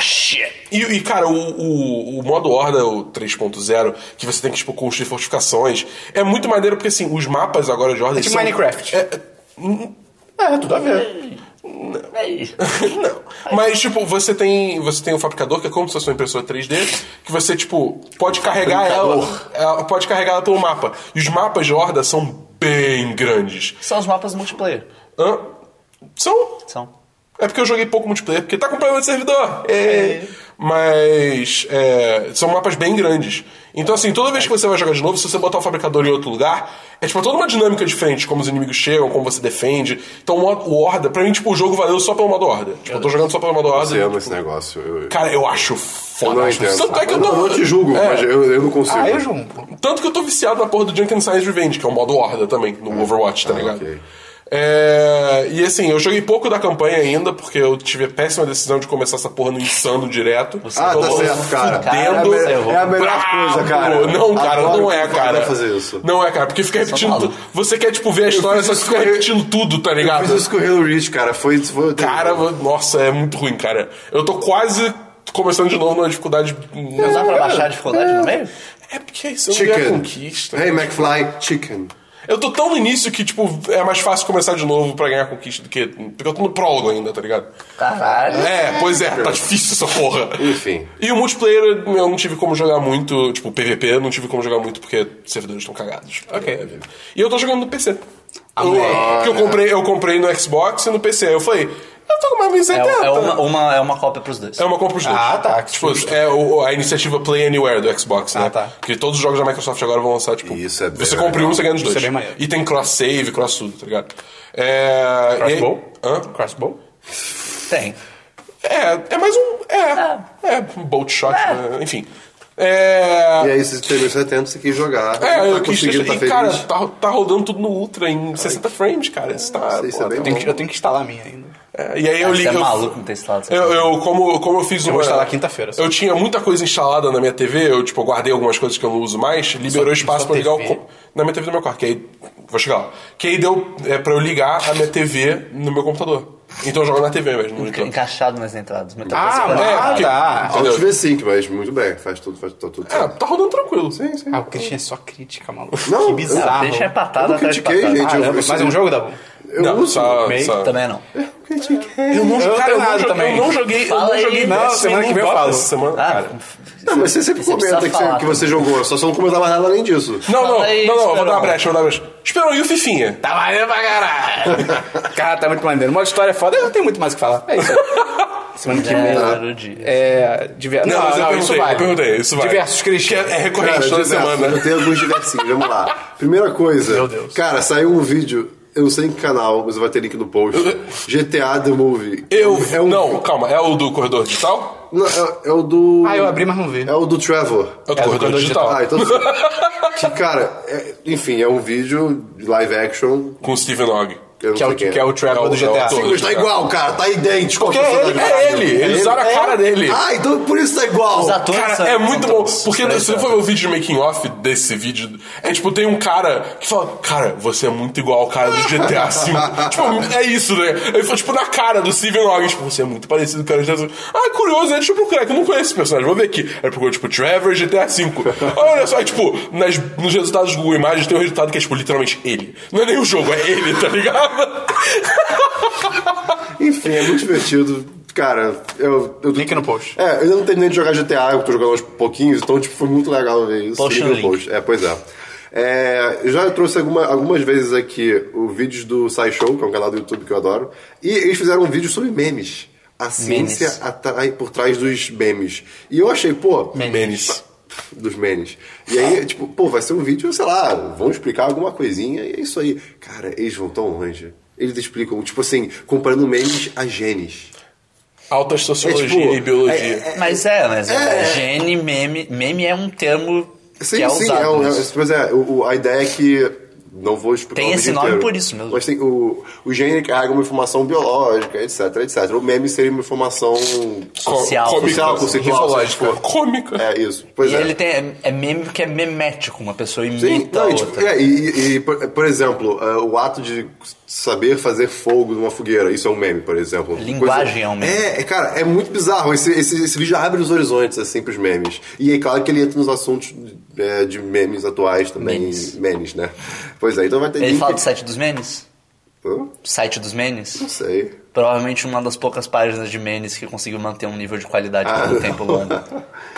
Speaker 3: E, e, cara, o, o, o modo Horda, o 3.0, que você tem que tipo, construir fortificações, é muito maneiro porque, assim, os mapas agora de Horda...
Speaker 1: tipo
Speaker 3: são-
Speaker 1: Minecraft.
Speaker 3: É, é-
Speaker 1: É, tudo a ver.
Speaker 4: É
Speaker 3: não. Mas, tipo, você tem você tem um fabricador, que é como se fosse uma impressora 3D, que você, tipo, pode carregar ela, ela- Pode carregar ela pelo mapa. E os mapas de Horda são bem grandes.
Speaker 4: São os mapas multiplayer.
Speaker 3: Hã? São...
Speaker 4: São.
Speaker 3: É porque eu joguei pouco multiplayer, porque tá com problema de servidor. É. Mas é, são mapas bem grandes. Então, assim, toda vez que você vai jogar de novo, se você botar o fabricador em outro lugar, é tipo toda uma dinâmica diferente, como os inimigos chegam, como você defende. Então, o modo- o Horda, pra mim, tipo, o jogo valeu só pelo modo Horda. Tipo, eu tô jogando só pelo modo Horda.
Speaker 2: Você ama esse negócio. Eu,
Speaker 3: Cara, eu acho
Speaker 2: eu
Speaker 3: foda.
Speaker 2: não
Speaker 3: acho-
Speaker 2: entendo.
Speaker 3: Tanto é que eu
Speaker 2: não,
Speaker 3: tô.
Speaker 2: não te julgo,
Speaker 3: É.
Speaker 2: mas eu, eu não consigo.
Speaker 1: Ah, eu junto.
Speaker 3: Tanto que eu tô viciado na porra do Junkin Science Revenge, que é o modo Horda também, no Overwatch, tá
Speaker 2: ah,
Speaker 3: ligado?
Speaker 2: ok.
Speaker 3: É, e assim, eu joguei pouco da campanha ainda, porque eu tive a péssima decisão de começar essa porra no insano direto. Então,
Speaker 2: Ah,
Speaker 3: Tô
Speaker 2: tá certo, cara.
Speaker 3: fudendo.
Speaker 2: é, a me- é a melhor
Speaker 3: Brabo!
Speaker 2: coisa, cara.
Speaker 3: Não, cara,
Speaker 2: Adoro
Speaker 3: não é,
Speaker 2: quando vai
Speaker 3: cara.
Speaker 2: fazer isso.
Speaker 3: Não é, cara, porque fica repetindo
Speaker 4: maluco.
Speaker 3: tudo. Você quer, tipo, ver a história, só que fica repetindo tudo, tá
Speaker 2: Eu
Speaker 3: ligado?
Speaker 2: fiz isso com o Halo Reach, cara. Foi. foi
Speaker 3: Cara, nossa, é muito ruim, cara. Eu tô quase começando de novo numa dificuldade.
Speaker 4: Não dá pra baixar a dificuldade no meio?
Speaker 3: É porque isso não é
Speaker 2: Chicken.
Speaker 3: conquista.
Speaker 2: Hey, McFly, chicken.
Speaker 3: Eu tô tão no início que, tipo, é mais fácil começar de novo pra ganhar conquista do que. Porque eu tô no prólogo ainda, tá ligado?
Speaker 4: Caralho.
Speaker 3: É, pois é, tá difícil essa porra.
Speaker 2: Enfim.
Speaker 3: E o multiplayer eu não tive como jogar muito, tipo, PVP, eu não tive como jogar muito porque servidores estão cagados. Ok. E eu tô jogando no PC. Eu, que eu comprei, eu comprei no Xbox e no PC. Eu falei, eu tô com uma 1070.
Speaker 4: É, é uma, uma- é uma cópia pros dois.
Speaker 3: Então. É uma compra os dois.
Speaker 1: Ah, tá, que
Speaker 3: Tipo, é o- a iniciativa Play Anywhere do Xbox, né?
Speaker 1: Ah, tá.
Speaker 3: Porque todos os jogos da Microsoft agora vão lançar, tipo...
Speaker 2: Isso é bem
Speaker 3: Você compra um,
Speaker 2: legal.
Speaker 3: você ganha os
Speaker 1: Isso
Speaker 3: dois.
Speaker 1: é bem maneiro.
Speaker 3: E tem cross-save, cross tudo, tá ligado? É...
Speaker 1: Crossbow?
Speaker 3: e- Hã?
Speaker 1: Crossbow?
Speaker 4: Tem.
Speaker 3: É, é mais um... É, é, um bolt shot, né? enfim.
Speaker 2: E
Speaker 3: É...
Speaker 2: aí, você terminou 70, você quis jogar.
Speaker 3: É,
Speaker 2: tá
Speaker 3: eu quis
Speaker 2: conseguindo,
Speaker 3: deixar...
Speaker 2: tá
Speaker 3: e, cara,
Speaker 2: feliz.
Speaker 3: tá, tá rodando tudo no Ultra em 60 frames, cara. Isso tá...
Speaker 2: Isso
Speaker 3: pô,
Speaker 2: é
Speaker 1: Eu
Speaker 2: bem bom.
Speaker 1: tenho, que, eu tenho que instalar a minha ainda.
Speaker 3: É, e aí eu
Speaker 4: Você
Speaker 3: liguei.
Speaker 4: é
Speaker 3: eu-
Speaker 4: maluco não ter instalado essa
Speaker 3: Eu,
Speaker 4: porra.
Speaker 3: eu- como, como eu fiz uma.
Speaker 1: vou instalar quinta-feira, só.
Speaker 3: Eu tinha muita coisa instalada na minha TV, eu tipo, eu guardei algumas coisas que eu não uso mais, liberou espaço
Speaker 1: só
Speaker 3: pra eu ligar o.
Speaker 1: TV?
Speaker 3: com- Na minha TV do meu quarto, que aí. Vou chegar lá. Que aí deu é, pra eu ligar a minha TV no meu computador. Então eu jogo na TV mesmo, no monitor.
Speaker 4: Encaixado nas entradas. Muita
Speaker 1: Ah,
Speaker 4: coisa.
Speaker 1: mas-
Speaker 3: porque-
Speaker 1: tá.
Speaker 2: Alt
Speaker 3: entendeu?
Speaker 2: V5, mas muito bem. Faz tudo, faz tá tudo.
Speaker 3: É, tá rodando tranquilo.
Speaker 2: Sim, sim.
Speaker 1: Ah, o Christian é só crítica, maluco.
Speaker 2: Não,
Speaker 1: que
Speaker 2: eu-
Speaker 1: bizarro.
Speaker 4: Deixa
Speaker 2: Eu
Speaker 4: empatada
Speaker 2: não
Speaker 4: atrás de
Speaker 2: critiquei,
Speaker 4: patada.
Speaker 2: gente.
Speaker 1: Ah, é, mas é um jogo da
Speaker 2: Eu
Speaker 3: não,
Speaker 2: uso.
Speaker 3: só,
Speaker 1: meio.
Speaker 3: só-
Speaker 4: Também não.
Speaker 3: Eu não,
Speaker 1: Eu
Speaker 3: cara,
Speaker 1: tenho
Speaker 3: eu não
Speaker 1: nada
Speaker 3: joguei.
Speaker 1: também.
Speaker 3: Eu não joguei.
Speaker 4: Fala
Speaker 3: eu não
Speaker 4: aí.
Speaker 3: joguei
Speaker 4: Não,
Speaker 3: Destiny
Speaker 1: semana que vem eu
Speaker 3: Dota
Speaker 1: falo.
Speaker 3: essa semana,
Speaker 4: Ah,
Speaker 3: cara.
Speaker 2: Não, mas você sempre
Speaker 4: Você precisa
Speaker 2: comenta que você,
Speaker 4: falar
Speaker 2: que você jogou, só você não comentar mais nada além disso.
Speaker 3: Não, não,
Speaker 4: Fala aí,
Speaker 3: não, não, eu vou dar uma
Speaker 4: Esperon.
Speaker 3: brecha, eu vou dar uma brecha. Esperou, e o Fifinha?
Speaker 1: Tá maneiro pra caralho. Cara, tá muito maneiro. Uma história é foda. Eu não tenho muito mais o que falar. É isso. aí. Semana que vem.
Speaker 4: Era o dia.
Speaker 1: É. Diver... Não,
Speaker 3: mas
Speaker 1: não,
Speaker 3: eu
Speaker 1: isso
Speaker 3: perguntei,
Speaker 1: vale.
Speaker 3: eu perguntei, isso vale.
Speaker 1: Diversos,
Speaker 3: Que é,
Speaker 1: Christian.
Speaker 3: é recorrente toda
Speaker 2: diversos,
Speaker 3: semana.
Speaker 2: assim, Eu tenho alguns diversinhos, vamos lá. Primeira coisa.
Speaker 1: Meu Deus.
Speaker 2: Cara, saiu um vídeo, eu não sei em que canal, mas vai ter link no post. GTA The Movie.
Speaker 3: Eu.
Speaker 2: É um-
Speaker 3: Não, calma, é o do corredor digital?
Speaker 2: Não, é, é o do...
Speaker 1: Ah, eu abri, mas não vi.
Speaker 2: É o do Trevor.
Speaker 3: É o do
Speaker 1: É,
Speaker 3: corredor, digital.
Speaker 2: Ah, então sim. que, cara, é- enfim, é um vídeo de live action.
Speaker 3: Com o Steven Ogg.
Speaker 2: eu não
Speaker 1: Que é
Speaker 2: sei
Speaker 1: o,
Speaker 2: quem
Speaker 1: que é o Trevor
Speaker 3: É o-
Speaker 1: do
Speaker 3: é o
Speaker 1: GTA.
Speaker 3: ator.
Speaker 2: Mas tá igual, cara, tá idêntico.
Speaker 3: Porque é ele, é ele, eles usaram a cara dele.
Speaker 2: Ah, então por isso tá igual.
Speaker 4: Os atores
Speaker 3: Cara,
Speaker 4: são-
Speaker 3: é
Speaker 4: são
Speaker 3: muito bom.
Speaker 4: todos
Speaker 3: Porque
Speaker 4: estranhos,
Speaker 3: se você for ver o vídeo de making off desse vídeo, é tipo, tem um cara que fala, cara, você é muito igual ao cara do GTA V. tipo, é isso, né? Ele falou, tipo, na cara do Steven Logan, tipo, você é muito parecido com o cara do GTA V. Ah, curioso, né? Deixa eu procurar, que eu não conheço esse personagem, vou ver aqui. Aí procurou, tipo, Trevor GTA V. Olha só, aí, tipo, nas, nos resultados do Google Imagens tem um resultado que é, tipo, literalmente ele. Não é nem o jogo, é ele, tá ligado?
Speaker 2: Enfim, é muito divertido. Cara, eu. eu
Speaker 1: Link no post.
Speaker 2: É, eu ainda não terminei de jogar GTA, eu tô jogando aos pouquinhos, então tipo, foi muito legal ver isso.
Speaker 4: Post
Speaker 2: Liga
Speaker 4: no
Speaker 2: no
Speaker 4: link.
Speaker 2: É, pois é. É, eu já trouxe alguma- algumas vezes aqui o vídeos do SciShow, que é um canal do YouTube que eu adoro, e eles fizeram um vídeo sobre memes. A ciência
Speaker 4: Memes.
Speaker 2: atrai- por trás dos memes. E eu achei, pô,
Speaker 3: Menes.
Speaker 2: dos memes. E
Speaker 3: Ah.
Speaker 2: aí, tipo, pô, vai ser um vídeo, sei lá, vão explicar alguma coisinha e é isso aí. Cara, eles vão tão longe. Eles explicam, tipo assim, comparando memes a genes.
Speaker 3: Alta sociologia
Speaker 2: tipo,
Speaker 3: e biologia.
Speaker 4: Mas é, mas é.
Speaker 2: É.
Speaker 4: Gene, meme. Meme é um termo
Speaker 2: Sim,
Speaker 4: que é
Speaker 2: sim,
Speaker 4: usado.
Speaker 2: é, um- é,
Speaker 4: nisso.
Speaker 2: mas é, o- o- a ideia é que não vou explicar
Speaker 4: Tem
Speaker 2: o
Speaker 4: esse
Speaker 2: vídeo
Speaker 4: nome
Speaker 2: inteiro.
Speaker 4: por isso mesmo.
Speaker 2: Mas tem, o, o gene carrega uma informação biológica, etc, etc. O meme seria uma informação
Speaker 4: Social.
Speaker 2: social, conceitual,
Speaker 3: rifológica.
Speaker 2: seja o que for.
Speaker 3: né? é Cômica.
Speaker 2: É isso. Pois
Speaker 4: E
Speaker 2: é.
Speaker 4: ele tem, é- é meme que é memético, uma pessoa imita
Speaker 2: Sim,
Speaker 4: a
Speaker 2: não, e,
Speaker 4: outra.
Speaker 2: tipo, é, e- e, por, por exemplo, é, o ato de saber fazer fogo numa fogueira, isso é um meme, por exemplo.
Speaker 4: Linguagem é um meme.
Speaker 2: É, é, cara, é muito bizarro. Esse, esse, esse vídeo abre os horizontes, assim, pros memes. E aí, claro que ele entra nos assuntos é, de memes atuais também.
Speaker 4: Memes.
Speaker 2: Memes, né? Pois é, então vai ter
Speaker 4: Ele
Speaker 2: link-
Speaker 4: fala do site dos memes?
Speaker 2: Hã?
Speaker 4: Site dos memes?
Speaker 2: Não sei.
Speaker 4: Provavelmente uma das poucas páginas de memes que conseguiu manter um nível de qualidade
Speaker 2: Ah,
Speaker 4: por um
Speaker 2: não.
Speaker 4: tempo longo.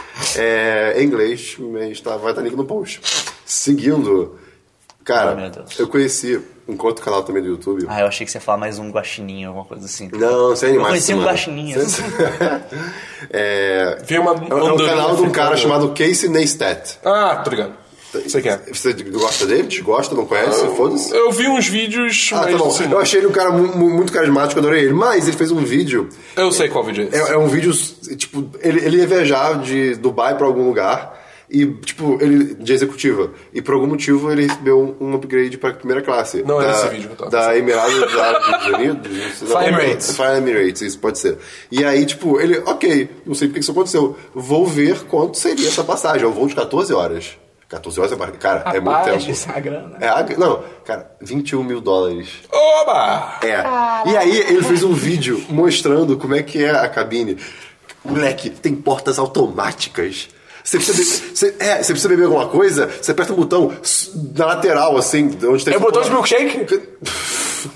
Speaker 2: É, em inglês, mas tá, vai estar link no post. Seguindo,
Speaker 4: Ai, meu
Speaker 2: cara,
Speaker 4: Deus.
Speaker 2: eu conheci um outro canal também do YouTube.
Speaker 4: Ah, eu achei que você ia falar mais um guaxininho, alguma coisa assim.
Speaker 2: Não, sem animais.
Speaker 4: Eu conheci um
Speaker 2: mano.
Speaker 4: guaxininha.
Speaker 2: Sem- é,
Speaker 3: Vem uma
Speaker 2: é um
Speaker 3: andorinha
Speaker 2: canal de um cara
Speaker 3: africana.
Speaker 2: chamado Casey Neistat.
Speaker 3: Ah, tô ligado. Você quer?
Speaker 2: Você gosta dele? Desgosta? Não conhece? Foda-se.
Speaker 3: Eu vi uns vídeos,
Speaker 2: Ah,
Speaker 3: mas
Speaker 2: tá bom.
Speaker 3: assim,
Speaker 2: Eu achei ele um cara mu- mu- muito carismático, adorei ele. Mas ele fez um vídeo.
Speaker 3: eu sei qual vídeo é esse.
Speaker 2: É, é um vídeo, tipo, ele, ele ia viajar de Dubai pra algum lugar. E, tipo, ele de executiva. E por algum motivo ele recebeu um, um upgrade pra primeira classe.
Speaker 3: Não
Speaker 2: da,
Speaker 3: era esse vídeo que eu tava
Speaker 2: Da Emirados Árabes Unidos. não,
Speaker 3: Fire Emirates.
Speaker 2: Fire Emirates, isso pode ser. E aí, tipo, ele, ok, não sei porque que isso aconteceu. Vou ver quanto seria essa passagem. É um voo de 14 horas. 14 horas é bar- Cara, é muito
Speaker 5: Rapaz,
Speaker 2: tempo.
Speaker 5: essa é a grana.
Speaker 2: É, a- não, cara, 21 mil dólares.
Speaker 3: Oba!
Speaker 2: É. E aí ele fez um vídeo mostrando como é que é a cabine. Moleque, tem portas automáticas. Você precisa, beber, você- é, você precisa beber alguma coisa, você aperta um botão s- na lateral, assim, de onde tem...
Speaker 1: É o botão de milkshake?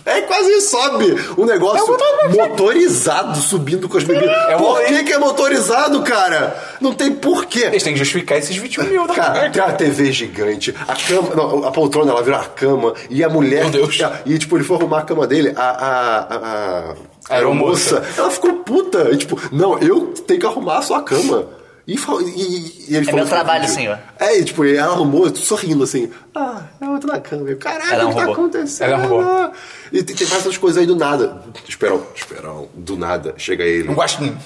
Speaker 2: É quase isso, sobe um negócio motorizado subindo com as bebidas.
Speaker 1: É
Speaker 2: Por
Speaker 1: um-
Speaker 2: que, que é motorizado, cara? Não tem porquê.
Speaker 1: Eles têm que justificar esses 21 mil, né?
Speaker 2: Cara, tem uma TV gigante, a cama, não, a poltrona ela virou a cama, e a mulher.
Speaker 3: Meu Deus.
Speaker 2: E, tipo, ele foi arrumar a cama dele, a. a, a, a
Speaker 1: Aeromoça.
Speaker 2: aeromoça, ela ficou puta. E, tipo, não, eu tenho que arrumar a sua cama. E, fal- e, e ele
Speaker 4: É
Speaker 2: falou
Speaker 4: meu
Speaker 2: no
Speaker 4: trabalho,
Speaker 2: vídeo.
Speaker 4: senhor.
Speaker 2: É, e, tipo, e ela arrumou, sorrindo assim. Ah, eu tô na cama. Eu,
Speaker 4: Ela é
Speaker 2: Caralho, o
Speaker 4: um
Speaker 2: que tá
Speaker 4: robô.
Speaker 2: acontecendo?
Speaker 1: Ela é um robô.
Speaker 2: E tem, tem várias outras coisas aí do nada. Esperão, esperão, do nada, chega ele.
Speaker 1: Um guaxinim.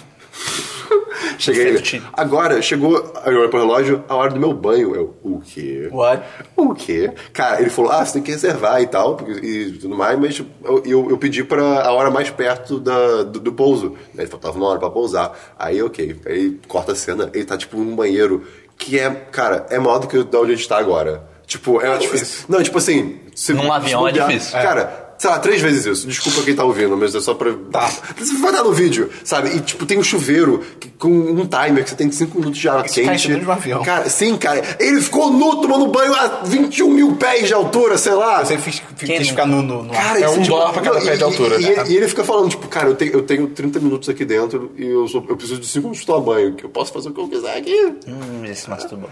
Speaker 2: Chega ele.
Speaker 4: Perfeito.
Speaker 2: Agora, chegou, aí eu olho pro relógio, a hora do meu banho. Eu, o quê?
Speaker 1: What?
Speaker 2: O quê? Cara, ele falou, ah, você tem que reservar e tal, porque- e tudo mais, mas eu, eu, eu pedi pra a hora mais perto da, do, do pouso. Aí faltava uma hora pra pousar. Aí, ok. Aí corta a cena, ele tá tipo num banheiro que é, cara, é maior do que da onde a gente tá agora. Tipo, é difícil. Não, tipo assim. Se,
Speaker 4: Num
Speaker 2: se
Speaker 4: avião é
Speaker 2: bobear-
Speaker 4: difícil.
Speaker 2: Cara, sei lá, três vezes isso. Desculpa quem tá ouvindo, mas é só pra. Tá. Vai dar no vídeo, sabe? E tipo, tem um chuveiro que- com um timer que você tem cinco minutos de água
Speaker 1: Esse cara é
Speaker 2: quente.
Speaker 1: dono de um avião.
Speaker 2: Cara, sim, cara. Ele ficou nu tomando banho a 21 mil pés de altura, sei lá.
Speaker 1: Eu sempre fiz,
Speaker 4: Quem
Speaker 1: quis
Speaker 4: não?
Speaker 1: ficar nu, no, no ar.
Speaker 2: Cara,
Speaker 3: É
Speaker 2: isso, tipo,
Speaker 3: um dólar pra cada
Speaker 2: não,
Speaker 3: pé de
Speaker 2: e-
Speaker 3: altura. né?
Speaker 2: E, e- e ele fica falando, tipo, cara, eu tenho, eu tenho 30 minutos aqui dentro e eu, sou- eu preciso de 5 minutos de tomar banho, que eu posso fazer o que eu quiser aqui.
Speaker 4: Hum, ele se masturbou.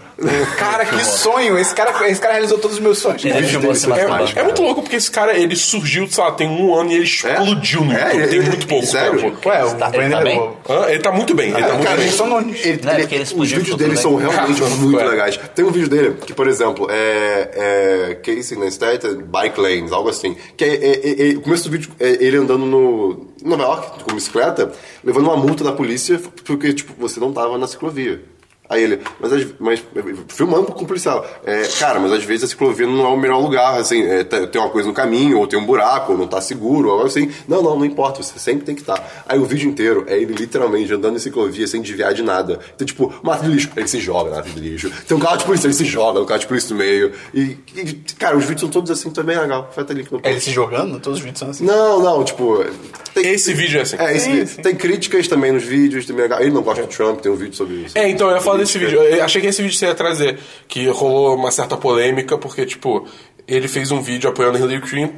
Speaker 1: Cara, que sonho! Esse cara, esse cara realizou todos os meus sonhos.
Speaker 4: Ele filmou se
Speaker 2: dele,
Speaker 4: masturbando.
Speaker 2: demais,
Speaker 3: É muito louco porque esse cara, ele surgiu, sei lá, tem um ano e ele explodiu no
Speaker 2: É,
Speaker 3: YouTube. tem
Speaker 2: ele-
Speaker 3: muito pouco
Speaker 2: sério? Ah,
Speaker 3: tempo.
Speaker 1: Ué, o
Speaker 4: Tá- ele
Speaker 1: Brandon
Speaker 4: tá
Speaker 1: é
Speaker 4: bem?
Speaker 1: bom.
Speaker 3: Hã? Ele tá muito bem, ele tá muito
Speaker 2: cara,
Speaker 3: bem.
Speaker 1: Eles são nomes.
Speaker 2: Ele,
Speaker 4: Não, é
Speaker 2: ele-
Speaker 4: porque ele
Speaker 2: os
Speaker 4: explodiu
Speaker 2: vídeos
Speaker 4: tudo,
Speaker 2: dele
Speaker 4: né?
Speaker 2: são realmente muito
Speaker 3: é.
Speaker 2: legais. Tem um vídeo dele que, por exemplo, é, é Casey Neistat, Bike Lanes, algo assim. Que é, é- é- é- o começo do vídeo é ele andando no em Nova York com bicicleta, levando uma multa da polícia porque, tipo, você não tava na ciclovia. Aí ele, mas, às- mas filmando com o policial. É, cara, mas às vezes a ciclovia não é o melhor lugar, assim, é, tá- tem uma coisa no caminho, ou tem um buraco, ou não tá seguro, ou algo assim. Não, não, não importa, você sempre tem que estar. Aí o vídeo inteiro é ele literalmente andando em ciclovia sem desviar de nada. Então, tipo, mata de lixo, ele se joga na mata de lixo. Tem um carro de polícia, ele se joga, um carro de polícia no meio. E, e, cara, os vídeos são todos assim, também é legal. Vai ter link no
Speaker 1: É
Speaker 2: post.
Speaker 1: Ele se jogando? Todos os vídeos são assim.
Speaker 2: Não, não, tipo. tem-
Speaker 3: Esse vídeo é assim.
Speaker 2: É, esse vídeo. Tem críticas também nos vídeos, também é legal. Ele não gosta do Trump, tem um vídeo sobre isso.
Speaker 3: É, então, eu ia falar desse vídeo. Eu achei que esse vídeo você ia trazer, que rolou uma certa polêmica, porque, tipo, ele fez um vídeo apoiando Hillary Clinton,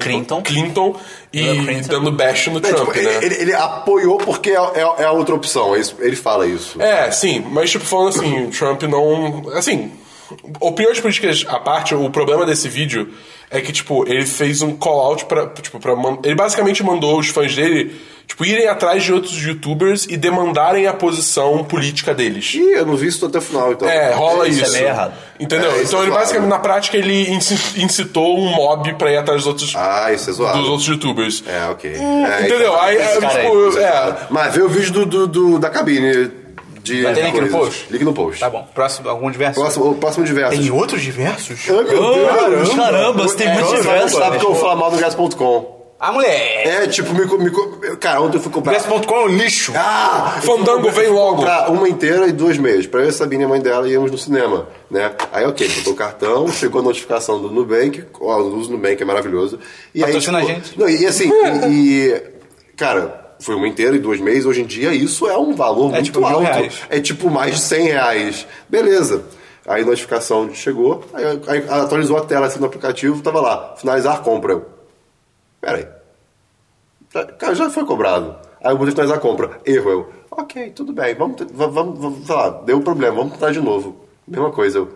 Speaker 4: Clinton.
Speaker 3: Clinton e
Speaker 4: Hillary Clinton.
Speaker 3: dando bash no
Speaker 2: É,
Speaker 3: Trump,
Speaker 2: tipo,
Speaker 3: né?
Speaker 2: ele, ele- ele apoiou porque é, é- é a outra opção. é isso- ele fala isso.
Speaker 3: É, sim, mas tipo, falando assim, o Trump não. Assim, opiniões políticas à parte, o problema desse vídeo é que, tipo, ele fez um call-out pra. Tipo, pra man- Ele basicamente mandou os fãs dele, tipo, irem atrás de outros youtubers e demandarem a posição política deles.
Speaker 2: Ih, eu não vi isso até o final, então.
Speaker 3: É, rola
Speaker 4: Isso
Speaker 3: isso.
Speaker 4: é meio errado.
Speaker 3: Entendeu?
Speaker 2: É, isso
Speaker 3: então
Speaker 2: é
Speaker 3: ele
Speaker 2: zoado.
Speaker 3: basicamente, na prática, ele inci- incitou um mob pra ir atrás dos outros,
Speaker 2: Ah, isso é zoado.
Speaker 3: dos outros youtubers.
Speaker 2: É, ok. É,
Speaker 3: Entendeu?
Speaker 2: então-
Speaker 3: Aí, é,
Speaker 4: Esse cara aí,
Speaker 3: tipo,
Speaker 2: Isso é
Speaker 3: é,
Speaker 2: zoado. Mas vê o vídeo do, do- do- da cabine de
Speaker 1: Vai ter link no
Speaker 2: coisas.
Speaker 1: post?
Speaker 2: Link no post.
Speaker 1: Tá bom. Próximo, algum diverso?
Speaker 2: Próximo, o próximo diverso.
Speaker 1: Tem outros diversos?
Speaker 2: Ai, meu Deus.
Speaker 4: Caramba, carambas, tem muito
Speaker 2: Você
Speaker 4: diverso.
Speaker 2: Sabe que eu vou falar mal do gas.com.
Speaker 1: Ah, moleque!
Speaker 2: É, tipo, me, co- me co- Cara, ontem eu fui comprar.
Speaker 1: Diverso.com é um lixo.
Speaker 2: Ah!
Speaker 3: Fandango vem logo.
Speaker 2: comprar uma inteira e duas meias. Pra eu e a Sabine e a mãe dela íamos no cinema, né? Aí, ok, botou o cartão, chegou a notificação do Nubank, ó, o uso do Nubank é maravilhoso. E aí,
Speaker 1: Patrocina
Speaker 2: tipo,
Speaker 1: a gente.
Speaker 2: Não, e assim, e, e, cara, foi uma inteira e duas meias, hoje em dia isso é um valor muito
Speaker 1: tipo mil
Speaker 2: alto.
Speaker 1: reais.
Speaker 2: É tipo mais de 100 reais. Beleza. Aí a notificação chegou, aí, aí atualizou a tela assim, no aplicativo, tava lá, finalizar compra. Eu, Peraí. Já- Cara, já foi cobrado. Aí eu vou finalizar a compra. Erro eu. Ok, tudo bem. Vamos, te- va- vamos, vamos sei lá, deu um problema, vamos tentar de novo. Mesma coisa. Eu.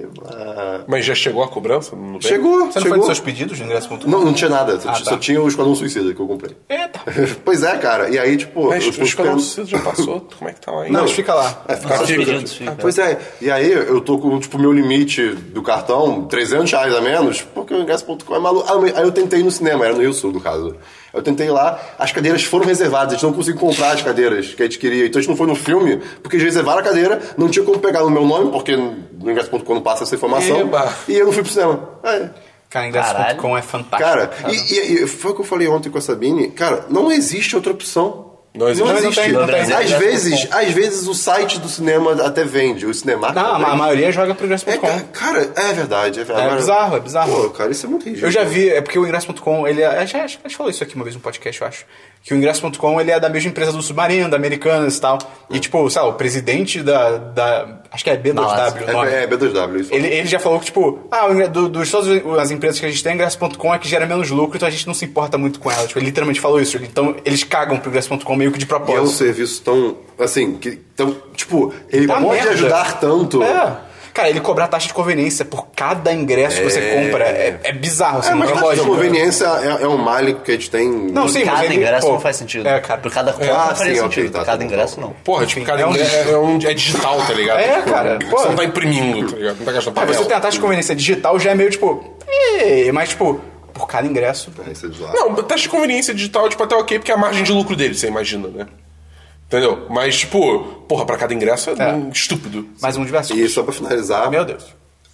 Speaker 2: Eva.
Speaker 3: Mas já chegou a cobrança? Não tem?
Speaker 2: Chegou,
Speaker 1: Você não foi
Speaker 2: chegou.
Speaker 1: dos seus pedidos no ingresso.com?
Speaker 2: Não, não tinha nada. Só,
Speaker 1: Ah,
Speaker 2: ti-
Speaker 1: tá.
Speaker 2: só tinha o Esquadrão Suicida que eu comprei.
Speaker 1: Eita!
Speaker 2: pois é, cara. E aí, tipo.
Speaker 3: Mas
Speaker 2: eu
Speaker 3: o
Speaker 2: fico
Speaker 3: escalão
Speaker 2: esperando-
Speaker 3: suicida já passou? Como é que tá lá ainda?
Speaker 1: Não, mas fica lá.
Speaker 2: É,
Speaker 4: Nossos
Speaker 3: Fica.
Speaker 4: pedidos, fica.
Speaker 2: Pois é, e aí eu tô com, tipo, meu limite do cartão, 300 reais a menos, porque o ingresso.com é maluco. Ah, mas- Aí eu tentei ir no cinema, era no Rio Sul, no caso. Eu tentei lá, as cadeiras foram reservadas, a gente não conseguiu comprar as cadeiras que a gente queria. Então a gente não foi no filme, porque eles reservaram a cadeira, não tinha como pegar no meu nome, porque no ingresso.com não passa essa informação.
Speaker 3: Eba.
Speaker 2: E eu não fui pro cinema. É.
Speaker 1: Cara, ingresso.com é fantástico.
Speaker 2: Cara, e, e- e foi o que eu falei ontem com a Sabine, cara, não existe outra opção.
Speaker 3: Não existe.
Speaker 2: Não
Speaker 1: Não
Speaker 2: existe.
Speaker 1: tem, não tem.
Speaker 2: Às
Speaker 4: Não tem.
Speaker 2: vezes, às vezes o site do cinema até vende, o cinema.
Speaker 1: não, a maioria joga pro ingresso.com.
Speaker 2: É, ca- cara, é verdade, é verdade.
Speaker 1: É bizarro, é bizarro.
Speaker 2: Pô, cara, isso é muito ridículo.
Speaker 1: Eu já vi, é porque o ingresso.com, ele é, já, acho que a gente falou isso aqui uma vez no podcast, eu acho. Que o ingresso.com, ele é da mesma empresa do Submarino, da Americanas e tal. E tipo, sabe, o presidente da, da acho que é B2W
Speaker 4: Malásia.
Speaker 1: o nome.
Speaker 2: É, é B2W, isso.
Speaker 1: Ele, ele já falou que, tipo, ah, o ingre- do, dos todas as empresas que a gente tem, ingresso.com é que gera menos lucro, então a gente não se importa muito com ela. Tipo, ele literalmente falou isso. Então eles cagam pro ingresso.com meio que de
Speaker 2: E é um
Speaker 1: propósito.
Speaker 2: serviço tão, assim, que tão, tipo, ele
Speaker 1: Tá
Speaker 2: pode
Speaker 1: merda.
Speaker 2: ajudar tanto.
Speaker 1: É. Cara, ele cobrar taxa de conveniência por cada ingresso que você compra é, é bizarro, assim,
Speaker 2: É, mas
Speaker 1: não é
Speaker 2: a
Speaker 1: lógico.
Speaker 2: conveniência é, é um male que a gente tem.
Speaker 1: Não, sim, mas
Speaker 4: Cada
Speaker 1: ele,
Speaker 4: ingresso
Speaker 1: pô,
Speaker 4: não faz sentido.
Speaker 1: É, cara.
Speaker 4: Por cada compra
Speaker 2: Ah,
Speaker 4: não faria
Speaker 2: sim, ok,
Speaker 4: sentido.
Speaker 2: tá,
Speaker 4: por
Speaker 2: tá,
Speaker 4: cada
Speaker 2: tá,
Speaker 4: ingresso,
Speaker 2: tá.
Speaker 4: não.
Speaker 3: Porra, tipo, cara,
Speaker 1: é
Speaker 3: é,
Speaker 1: um-
Speaker 3: é um- é digital, tá ligado?
Speaker 1: É,
Speaker 3: Tipo,
Speaker 1: cara,
Speaker 3: Você
Speaker 1: pô.
Speaker 3: não tá imprimindo, tá ligado? Não tá gastando
Speaker 1: Ah,
Speaker 2: é
Speaker 3: papel.
Speaker 1: você tem a taxa de conveniência digital já é meio tipo. "Ê", Mas, tipo, por cada ingresso.
Speaker 2: É, isso é bizarro.
Speaker 3: Não, taxa de conveniência digital, tipo, até ok, porque é a margem de lucro dele, você imagina, né? Entendeu? Mas, tipo, porra, pra cada ingresso é,
Speaker 1: É.
Speaker 3: um estúpido.
Speaker 1: Mais um diverso.
Speaker 2: E só pra finalizar,
Speaker 1: Meu Deus.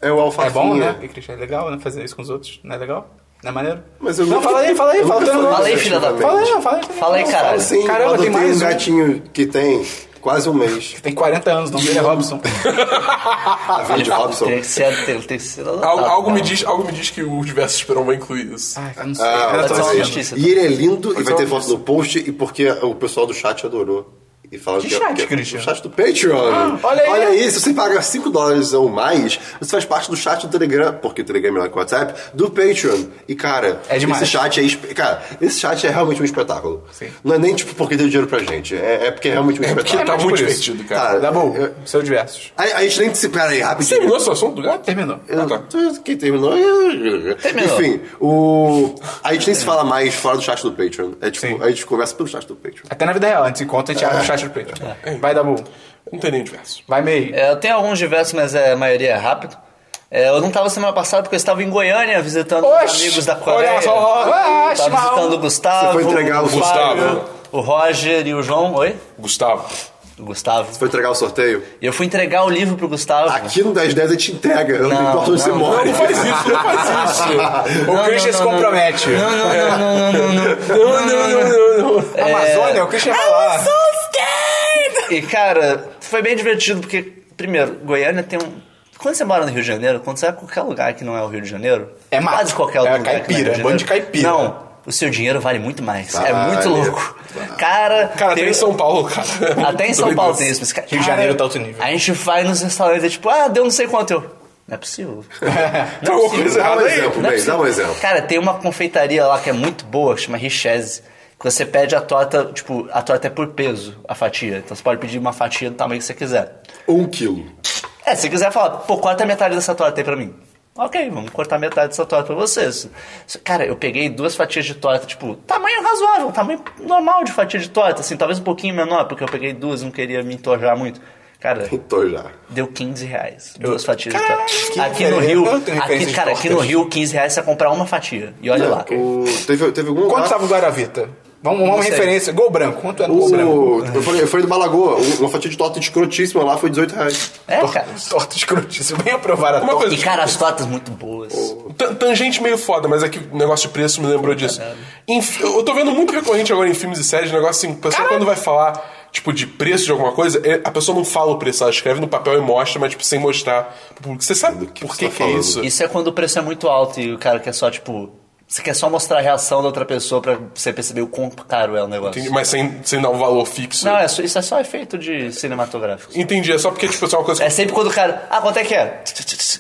Speaker 2: é o
Speaker 1: É
Speaker 2: alfafinha.
Speaker 1: bom, né? E, Christian, é legal, né? Fazer isso com os outros. Não é legal? Não é maneiro?
Speaker 2: Mas eu
Speaker 1: não,
Speaker 2: nunca-
Speaker 1: fala aí, fala aí,
Speaker 2: eu
Speaker 1: fala
Speaker 2: nunca
Speaker 1: teu
Speaker 2: falei
Speaker 1: negócio.
Speaker 4: Fala aí, filha da
Speaker 1: Fala aí,
Speaker 2: puta.
Speaker 1: não, fala aí.
Speaker 4: Fala aí, caralho.
Speaker 1: Fala
Speaker 2: Sim,
Speaker 1: Caramba, tem mais
Speaker 2: um
Speaker 1: um.
Speaker 2: gatinho que tem quase um mês.
Speaker 1: Tem 40 anos, não dele é Robson. Ah,
Speaker 2: A vida de Robson.
Speaker 4: Tem que ser, tem, tem que ser
Speaker 3: Algo,
Speaker 1: Tá,
Speaker 4: adotado,
Speaker 3: algo me
Speaker 4: cara.
Speaker 3: diz, algo me diz que o diverso esperão vai incluir isso.
Speaker 1: Ai, eu não sei.
Speaker 2: Ah,
Speaker 1: eu
Speaker 4: Pode
Speaker 1: tô
Speaker 4: ser uma
Speaker 1: tá vendo.
Speaker 4: justiça.
Speaker 2: E ele é lindo e vai ter
Speaker 3: uma
Speaker 2: foto no post e porque o pessoal do chat adorou. E fala
Speaker 1: Que
Speaker 2: é-
Speaker 1: chat,
Speaker 2: que é
Speaker 1: Christian? Ah,
Speaker 2: O chat do Patreon.
Speaker 1: olha aí.
Speaker 2: se você paga 5 dólares ou mais, você faz parte do chat do Telegram, porque o Telegram é melhor que o WhatsApp, do Patreon. E, cara,
Speaker 1: É demais.
Speaker 2: esse chat é. espe- Cara, esse chat é realmente um espetáculo.
Speaker 1: Sim.
Speaker 2: Não é nem tipo porque deu dinheiro pra gente. É, é porque é realmente um
Speaker 3: Porque
Speaker 2: espetáculo.
Speaker 3: tá
Speaker 1: mais
Speaker 3: muito
Speaker 1: por isso.
Speaker 3: divertido, cara.
Speaker 2: Cara,
Speaker 1: Tá bom, é
Speaker 2: eu-
Speaker 1: seu diversos.
Speaker 2: a, a gente nem se. Pera aí,
Speaker 3: Você
Speaker 2: rapidinho.
Speaker 3: terminou esse assunto do gato?
Speaker 1: Terminou.
Speaker 2: Eu-
Speaker 3: Ah, tá.
Speaker 2: Quem terminou? eu-
Speaker 4: Terminou.
Speaker 2: Enfim, o... a gente nem se fala mais fora do chat do Patreon. É tipo,
Speaker 1: Sim.
Speaker 2: a gente conversa pelo chat do Patreon.
Speaker 1: Até na vida real, antes encontra, a gente abre o chat do peito. Vai, Dabu.
Speaker 3: Não tem nem diverso.
Speaker 1: Vai, meio.
Speaker 4: É, eu tenho alguns diversos, mas é, a maioria é rápido. É, eu não estava semana passada porque eu estava em Goiânia visitando os
Speaker 1: Oxe,
Speaker 4: amigos da
Speaker 1: olha
Speaker 4: Coreia.
Speaker 1: só, ah,
Speaker 4: Tava
Speaker 1: Shimao.
Speaker 4: visitando o Gustavo.
Speaker 2: Você foi entregar o
Speaker 4: Fábio,
Speaker 3: Gustavo.
Speaker 4: O Roger e o João. Oi?
Speaker 3: Gustavo.
Speaker 4: O Gustavo.
Speaker 2: Foi entregar o sorteio?
Speaker 4: E eu fui entregar o livro pro Gustavo.
Speaker 2: Aqui no 1010 a gente entrega. Eu não
Speaker 4: Não,
Speaker 2: importa onde
Speaker 4: não,
Speaker 2: você
Speaker 4: não.
Speaker 2: mora.
Speaker 3: Não faz isso, não faz isso.
Speaker 1: O Christian se compromete.
Speaker 4: Não, não, não, não, não,
Speaker 3: Não,
Speaker 4: É. não, não.
Speaker 3: não, não, não, não.
Speaker 1: Amazônia, o Christian
Speaker 4: um
Speaker 1: vai lá.
Speaker 4: E, cara, foi bem divertido porque, primeiro, Goiânia tem um. Quando você mora no Rio de Janeiro, quando você vai a qualquer lugar que não é o Rio de Janeiro,
Speaker 1: É mato.
Speaker 4: quase qualquer
Speaker 1: É
Speaker 4: outro lugar. que não
Speaker 1: caipira,
Speaker 4: é
Speaker 1: é bando de caipira.
Speaker 4: Não, o seu dinheiro vale muito mais. É
Speaker 2: Vale.
Speaker 4: muito louco. Cara, um
Speaker 3: Cara, até em São Paulo, cara.
Speaker 4: Até em São Paulo tem isso, mas cara,
Speaker 1: Rio de Janeiro tá outro nível.
Speaker 4: A gente vai nos restaurantes e tipo, ah, deu não sei quanto. Eu, não é possível.
Speaker 3: Tem alguma coisa
Speaker 2: Dá um
Speaker 3: errada aí.
Speaker 2: exemplo,
Speaker 4: Não é
Speaker 2: bem, dá um
Speaker 4: possível.
Speaker 2: exemplo.
Speaker 4: Cara, tem uma confeitaria lá que é muito boa, que chama Richese. Que você pede a torta, tipo, a torta é por peso, a fatia. Então você pode pedir uma fatia do tamanho que você quiser.
Speaker 2: Um quilo.
Speaker 4: É, se quiser falar, pô, corta metade dessa torta aí pra mim. Ok, vamos cortar metade dessa torta pra vocês. Cara, eu peguei duas fatias de torta, tipo, tamanho razoável, tamanho normal de fatia de torta, assim, talvez um pouquinho menor, porque eu peguei duas, não queria me entorjar muito. Cara,
Speaker 2: Tô já.
Speaker 4: deu 15 reais. Duas fatias de
Speaker 1: que
Speaker 4: torta. Aqui
Speaker 1: referência.
Speaker 4: no Rio,
Speaker 1: Eu tenho referência
Speaker 4: aqui,
Speaker 1: de
Speaker 4: cara, aqui no
Speaker 1: tortas.
Speaker 4: Rio, 15 reais você comprar uma fatia. E olha lá.
Speaker 2: O- teve, teve algum
Speaker 1: Quanto
Speaker 2: lá...
Speaker 1: tava o Guaravita? Vamos Vamos, vamos uma
Speaker 4: sei.
Speaker 1: referência. Gol branco. Quanto era o gol branco?
Speaker 2: O, eu, falei, eu falei do Balagoa, uma fatia de torta escrotíssima lá foi 18 reais.
Speaker 4: É, cara.
Speaker 1: Torta escrotíssima. um Bem aprovar a
Speaker 3: Uma
Speaker 1: torta.
Speaker 3: coisa,
Speaker 4: E, cara, as tortas muito boas.
Speaker 3: Tan- Tangente meio foda, mas é que o negócio de preço me lembrou disso. Em fi- eu tô vendo muito recorrente agora em filmes e séries, negócio assim, a pessoa quando vai falar, tipo, de preço de alguma coisa, é- a pessoa não fala o preço, ela escreve no papel e mostra, mas, tipo, sem mostrar pro público. Você sabe
Speaker 2: que
Speaker 3: por
Speaker 2: você
Speaker 3: que,
Speaker 2: tá
Speaker 3: que é
Speaker 2: falando?
Speaker 3: isso?
Speaker 4: Isso é quando o preço é muito alto e o cara quer só, tipo. Você quer só mostrar a reação da outra pessoa pra você perceber o quão caro é o negócio.
Speaker 3: Entendi, Mas sem, sem dar um valor fixo.
Speaker 4: Não, é só- isso é só efeito de cinematográfico.
Speaker 3: Entendi, é só porque, tipo, isso é uma coisa
Speaker 4: É sempre quando o cara. Ah, quanto é que é?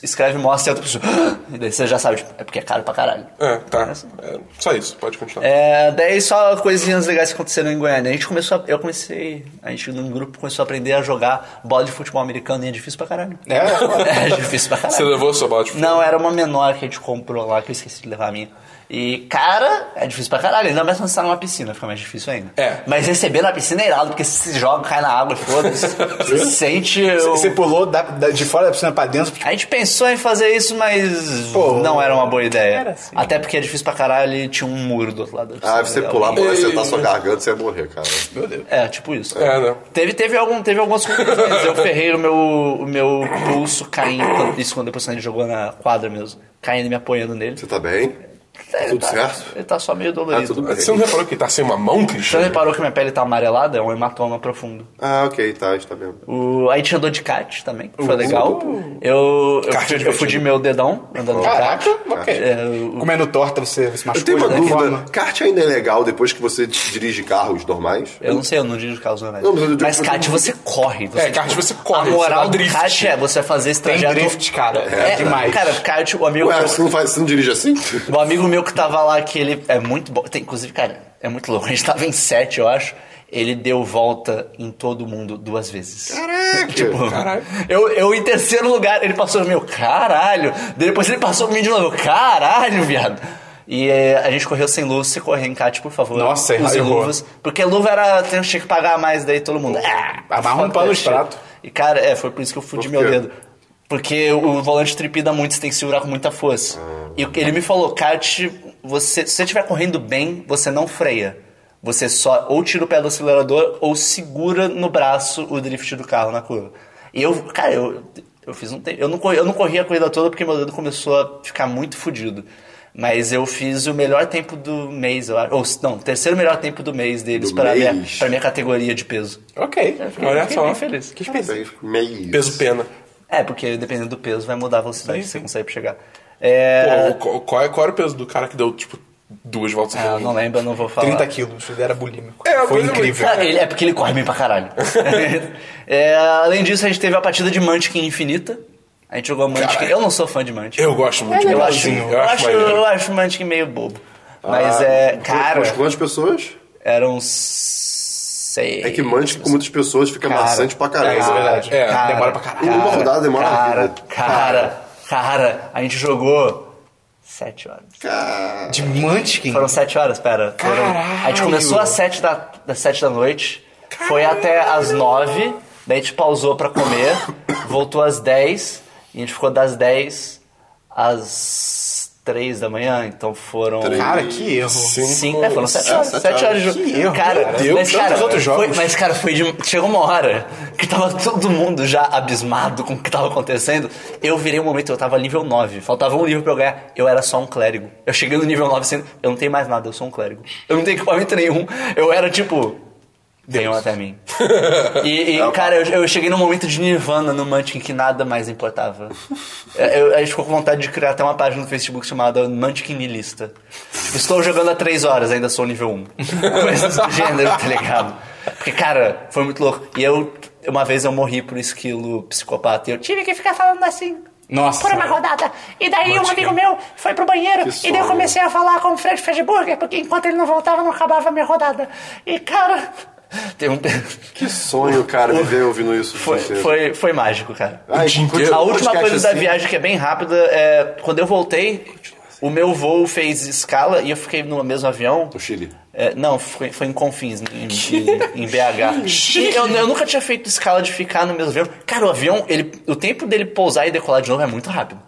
Speaker 4: Escreve, mostra e a outra pessoa. "Ah", E daí você já sabe, tipo, é porque é caro pra caralho.
Speaker 3: que... É, tá. É, só isso, pode continuar.
Speaker 4: É, daí só coisinhas legais que aconteceram em Goiânia. A gente começou a, Eu comecei. A gente num grupo começou a aprender a jogar bola de futebol americano e é difícil pra caralho.
Speaker 1: É,
Speaker 4: É difícil pra
Speaker 3: Você
Speaker 4: caralho.
Speaker 3: levou a sua bola tipo, de futebol?
Speaker 4: Não, era uma menor que a gente comprou lá, que eu esqueci de levar a minha. E, cara, é difícil pra caralho. Ainda mais quando você tá numa piscina, fica mais difícil ainda.
Speaker 3: É.
Speaker 4: Mas receber na piscina é irado, porque se joga, cai na água e foda-se. Você sente. o-
Speaker 1: Você pulou da- da- de fora da piscina pra dentro.
Speaker 4: a gente pensou em fazer isso, mas
Speaker 1: Pô,
Speaker 4: não era uma boa ideia. Até porque é difícil pra caralho e tinha um muro do outro lado.
Speaker 2: Ah, você pular,
Speaker 4: Alguém-
Speaker 2: morrer, sentar sua garganta, você ia morrer, cara.
Speaker 4: É, tipo isso.
Speaker 3: É, né?
Speaker 4: Teve, teve, algum, teve algumas confusões. Eu ferrei o meu, o meu pulso caindo. quando- Isso quando depois que a gente jogou na quadra mesmo. Caindo e me apoiando nele.
Speaker 2: Você tá bem?
Speaker 4: É,
Speaker 2: tudo
Speaker 4: tá-
Speaker 2: certo?
Speaker 4: Ele tá só meio dolorido.
Speaker 2: Ah, tudo bem.
Speaker 3: Você não reparou que tá sem uma mão,
Speaker 4: Você
Speaker 3: Cristiano?
Speaker 4: reparou que minha pele tá amarelada? É um hematoma profundo.
Speaker 2: Ah, ok, tá, está bem.
Speaker 4: O, aí a gente andou de kart também, que foi legal. Eu, eu,
Speaker 3: Kart
Speaker 4: fudi, eu
Speaker 3: divertido.
Speaker 4: fudi meu dedão andando de kart.
Speaker 1: Caraca, ok.
Speaker 4: É, o-
Speaker 1: Comendo torta, você se
Speaker 2: Eu
Speaker 1: machucou.
Speaker 2: tenho uma
Speaker 1: de alguma forma.
Speaker 2: dúvida. Kart ainda é legal depois que você dirige carros normais?
Speaker 4: Eu não sei, eu não dirijo carros normais.
Speaker 2: Não, mas eu
Speaker 4: mas
Speaker 2: digo- eu
Speaker 4: kart
Speaker 2: digo-
Speaker 4: você corre. Você,
Speaker 3: É, kart você corre,
Speaker 4: A
Speaker 3: você
Speaker 4: moral
Speaker 3: dá
Speaker 4: do
Speaker 3: drift.
Speaker 4: kart é você fazer esse
Speaker 1: Tem
Speaker 4: trajeto...
Speaker 1: drift, cara. É,
Speaker 4: É,
Speaker 1: demais.
Speaker 4: Cara, kart, o amigo,
Speaker 2: Ué,
Speaker 4: meu,
Speaker 2: você não, faz, você não dirige assim?
Speaker 4: o amigo meu que tava lá, que ele é muito bom... Tem, inclusive, cara, é muito louco. A gente tava em sete, eu acho. Ele deu volta em todo mundo duas vezes.
Speaker 2: Caraca!
Speaker 3: Caralho.
Speaker 4: Eu, eu em terceiro lugar, ele passou meu caralho. Depois ele passou por mim de novo, eu, caralho, viado. E eh, a gente correu sem luvas, se correr em kate, por favor.
Speaker 1: Nossa,
Speaker 4: use
Speaker 1: errou.
Speaker 4: luvas. Porque luva era. tem- Tinha que pagar mais daí todo mundo. Ah,
Speaker 1: Amarra um pano de prato.
Speaker 4: E cara, é, foi por isso que eu fudi
Speaker 2: Por
Speaker 4: meu
Speaker 2: quê?
Speaker 4: dedo. Porque o volante tripida muito, você tem que segurar com muita força.
Speaker 2: Ah.
Speaker 4: E ele me falou, kart, você, se você estiver correndo bem, você não freia. Você só ou tira o pé do acelerador ou segura no braço o drift do carro na curva. E eu, cara, eu, eu fiz um tempo. Eu não, corri, eu não corri a corrida toda porque meu dedo começou a ficar muito fudido. Mas eu fiz o melhor tempo do mês, eu acho. Ou, não, o terceiro melhor tempo do mês deles
Speaker 2: Do
Speaker 4: para minha,
Speaker 2: mês.
Speaker 4: pra minha categoria de peso.
Speaker 1: Ok.
Speaker 3: Olha
Speaker 4: Fiquei
Speaker 3: só.
Speaker 4: bem feliz.
Speaker 1: Que específico.
Speaker 2: Meio.
Speaker 3: Peso pena.
Speaker 4: É, porque dependendo do peso vai mudar a velocidade que você consegue pra chegar.
Speaker 3: Pô,
Speaker 4: É.
Speaker 3: qual, qual é- qual era o peso do cara que deu, tipo, duas voltas em
Speaker 4: ah, eu
Speaker 3: todo
Speaker 4: não
Speaker 3: mundo?
Speaker 4: lembro, eu não vou falar.
Speaker 1: 30 quilos, ele era bulímico.
Speaker 3: É,
Speaker 1: Foi
Speaker 3: coisa
Speaker 1: incrível.
Speaker 4: Ah, ele- é porque ele corre bem pra caralho. É, além disso, a gente teve a partida de Munchkin Infinita. A gente jogou Munchkin.
Speaker 3: Caralho.
Speaker 4: Eu não sou fã de Munchkin.
Speaker 3: Eu gosto muito.
Speaker 4: eu,
Speaker 3: de
Speaker 4: acho,
Speaker 3: Munchkin,
Speaker 4: eu, acho,
Speaker 3: maneiro.
Speaker 4: eu acho Munchkin meio bobo.
Speaker 2: Ah,
Speaker 4: Mas é. Cara,
Speaker 2: Mas quantas pessoas?
Speaker 4: eram. Sei.
Speaker 2: É que mante com muitas pessoas fica
Speaker 4: Cara.
Speaker 2: maçante pra
Speaker 1: É, isso é
Speaker 2: caralho.
Speaker 1: verdade.
Speaker 3: É,
Speaker 1: Cara, demora pra caralho.
Speaker 2: Uma rodada demora uma
Speaker 4: Cara,
Speaker 2: vida.
Speaker 4: cara, cara, a gente jogou. Sete horas.
Speaker 2: Cara.
Speaker 1: De Munchkin.
Speaker 4: Foram sete horas, pera. Foram-
Speaker 1: Caralho!
Speaker 4: A gente começou às sete da, das sete da noite, foi até às nove, daí a gente pausou pra comer, voltou às dez, e a gente ficou das dez às três da manhã, então foram...
Speaker 2: Três.
Speaker 1: Cara, que erro. tipo,
Speaker 4: Cinco, é, foram sete horas.
Speaker 2: sete
Speaker 4: Sete horas de jogo.
Speaker 1: Que erro,
Speaker 4: cara,
Speaker 1: cara. Deu
Speaker 4: mas, cara,
Speaker 1: tantos outros
Speaker 4: foi-
Speaker 1: jogos.
Speaker 4: mas, cara, foi de. Chegou uma hora que tava todo mundo já abismado com o que tava acontecendo. Eu virei um momento, eu tava nível 9. Faltava um nível pra eu ganhar. Eu era só um clérigo. Eu cheguei no nível 9 sendo. Eu não tenho mais nada, eu sou um clérigo. Eu não tenho equipamento nenhum. Eu era tipo. Venham até mim. E,
Speaker 2: É
Speaker 4: e, cara, eu, eu cheguei num momento de nirvana no Munchkin que nada mais importava. É, Eu, eu- a gente ficou com vontade de criar até uma página no Facebook chamada Munchkin Nilista. Estou jogando há três horas, ainda sou nível 1. Coisas do gênero, tá ligado? Porque, cara, foi muito louco. E eu, uma vez eu morri por esquilo psicopata e eu tive que ficar falando assim.
Speaker 1: Nossa.
Speaker 5: Por uma rodada. E daí um
Speaker 1: Munchkin.
Speaker 5: amigo meu foi pro banheiro
Speaker 2: Que
Speaker 5: e daí eu
Speaker 2: sonho.
Speaker 5: comecei a falar com o Fred Fedburger, porque enquanto ele não voltava, não acabava a minha rodada. E cara,
Speaker 4: Tem um.
Speaker 2: Que sonho, cara, viver ouvindo isso. o
Speaker 4: Foi,
Speaker 2: dia inteiro.
Speaker 4: foi, foi mágico, cara.
Speaker 2: Ai, continua
Speaker 4: a
Speaker 2: o
Speaker 4: última
Speaker 2: podcast
Speaker 4: coisa da
Speaker 2: assim.
Speaker 4: viagem que é bem rápida é quando eu voltei, o meu voo fez escala e eu fiquei no mesmo avião.
Speaker 2: O Chile.
Speaker 4: É, não, foi, foi em Confins, né? em, em- em BH. E eu, eu nunca tinha feito escala de ficar no mesmo avião. Cara, o avião, ele, o tempo dele pousar e decolar de novo é muito rápido.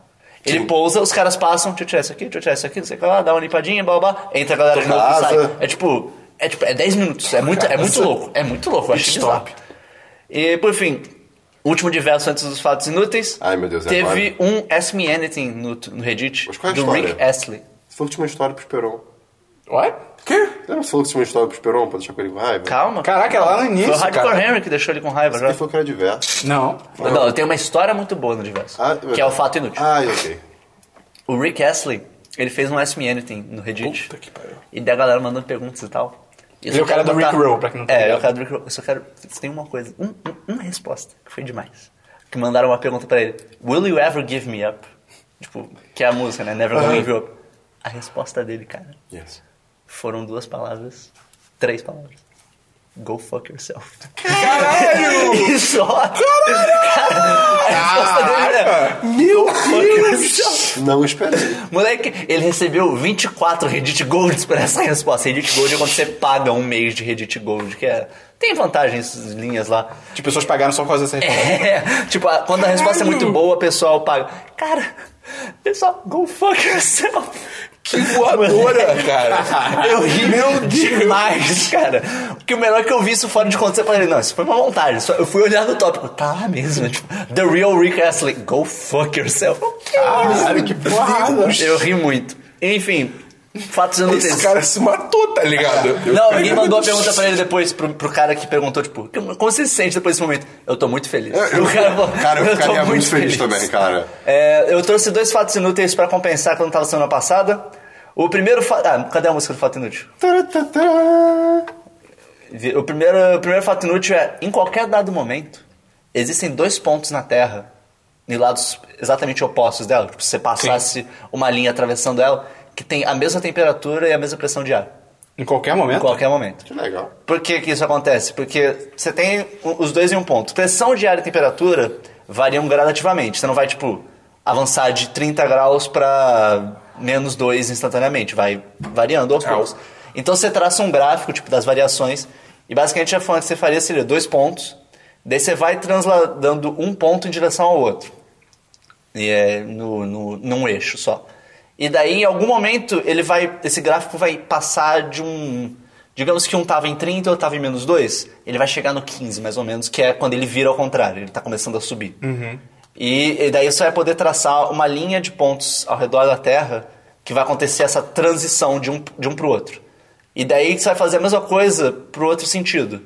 Speaker 4: Ele pousa, os caras passam, deixa eu tirar isso aqui, deixa eu tirar isso aqui, não sei o que lá, dá uma limpadinha, blá blá, blá, entra a galera de novo e
Speaker 2: Casa.
Speaker 4: sai. É tipo, É tipo, é 10 minutos. É muito, é muito louco. É muito louco, eu acho bizarro. E, por fim, último diverso antes dos fatos inúteis.
Speaker 2: Ai, meu Deus, é
Speaker 4: Teve um Ask Me Anything no, no Reddit
Speaker 2: Mas qual é a
Speaker 4: do
Speaker 2: história?
Speaker 4: Rick Astley.
Speaker 2: Você falou que tinha uma história pro Esperon.
Speaker 1: Ué?
Speaker 3: Quê?
Speaker 2: Lembra que você falou que tinha uma história pro Esperon pra deixar com ele com raiva?
Speaker 4: Calma.
Speaker 1: Caraca, era lá no
Speaker 4: Foi o
Speaker 1: início,
Speaker 4: Hardcore
Speaker 1: cara.
Speaker 4: Henry que deixou ele com raiva já.
Speaker 2: Ele falou que era diverso.
Speaker 1: Não.
Speaker 4: Não, eu tenho uma história muito boa no diverso.
Speaker 2: Ah,
Speaker 4: que é o fato inútil.
Speaker 2: Ah, ok.
Speaker 4: O Rick Astley, ele fez um Ask Me Anything no Reddit.
Speaker 3: Puta que pariu.
Speaker 4: E da galera mandando perguntas e tal. E eu
Speaker 1: Ele
Speaker 4: só
Speaker 1: é o cara
Speaker 4: quero
Speaker 1: do Rick Roll, pra quem não tá
Speaker 4: É,
Speaker 1: ligado.
Speaker 4: ele é o cara do Rick Roll. Eu só quero... Tem uma coisa, um- um- uma resposta, que foi demais. Que mandaram uma pergunta pra ele. Will you ever give me up? Tipo, que é a música, né? Never gonna give you up. A resposta dele, cara,
Speaker 2: Yes.
Speaker 4: foram duas palavras. Três palavras. Go fuck yourself.
Speaker 3: Caralho!
Speaker 4: E só... Cara, a resposta dele era... Meu Deus!
Speaker 2: Não esperei.
Speaker 4: Moleque, ele recebeu 24 Reddit Golds por essa resposta. Reddit Gold é quando você paga um mês de Reddit Gold, que é. Tem vantagens essas linhas lá.
Speaker 1: As Tipo, pessoas pagaram só por causa dessa resposta.
Speaker 4: É, tipo, a- quando a resposta é
Speaker 3: Caralho!
Speaker 4: muito boa, o pessoal paga. Cara, pessoal, go fuck yourself.
Speaker 3: Que voadora, cara!
Speaker 4: Eu ri Meu demais, cara. Porque o melhor que eu vi isso fora de contexto, eu falei, não, isso foi uma montagem. Só- Eu fui olhar no tópico, tá lá mesmo. Tipo, The Real Rick Astley, go fuck yourself.
Speaker 1: Caralho, que
Speaker 3: Ah,
Speaker 1: porrada.
Speaker 4: Eu ri muito. Enfim, fatos
Speaker 3: Esse
Speaker 4: inúteis.
Speaker 3: cara se matou, tá ligado?
Speaker 4: Não, alguém mandou a pergunta pra ele depois, pro, pro cara que perguntou, tipo, como você se sente depois desse momento? Eu tô muito feliz.
Speaker 2: Eu-
Speaker 4: O cara, falou,
Speaker 2: Cara, eu
Speaker 4: tô
Speaker 2: ficaria muito feliz também, cara.
Speaker 4: É, eu trouxe dois fatos inúteis pra compensar quando tava semana passada. O primeiro fato. Ah, cadê a música do fato inútil? Vi- O primeiro, o primeiro fato inútil é: em qualquer dado momento, existem dois pontos na Terra, em lados exatamente opostos dela. Tipo, se você passasse uma linha atravessando ela, que tem a mesma temperatura e a mesma pressão de ar.
Speaker 1: Em qualquer
Speaker 4: Em
Speaker 1: momento.
Speaker 4: qualquer momento.
Speaker 2: Que legal.
Speaker 4: Por que, que isso acontece? Porque você tem o- os dois em um ponto. Pressão de ar e temperatura variam gradativamente. Você não vai, tipo, avançar de 30 graus para menos 2 instantaneamente. Vai variando aos poucos. Então você traça um gráfico, tipo, das variações. E basicamente é a forma que você faria seria dois pontos. Daí você vai transladando um ponto em direção ao outro. E é no, no, num eixo só. E daí, em algum momento, ele vai. Esse gráfico vai passar de um. Digamos que um tava em 30 e outro tava em menos 2. Ele vai chegar no 15, mais ou menos, que é quando ele vira ao contrário, ele tá começando a subir. E, e daí você vai poder traçar uma linha de pontos ao redor da Terra que vai acontecer essa transição de um, de um pro outro. E daí você vai fazer a mesma coisa pro outro sentido.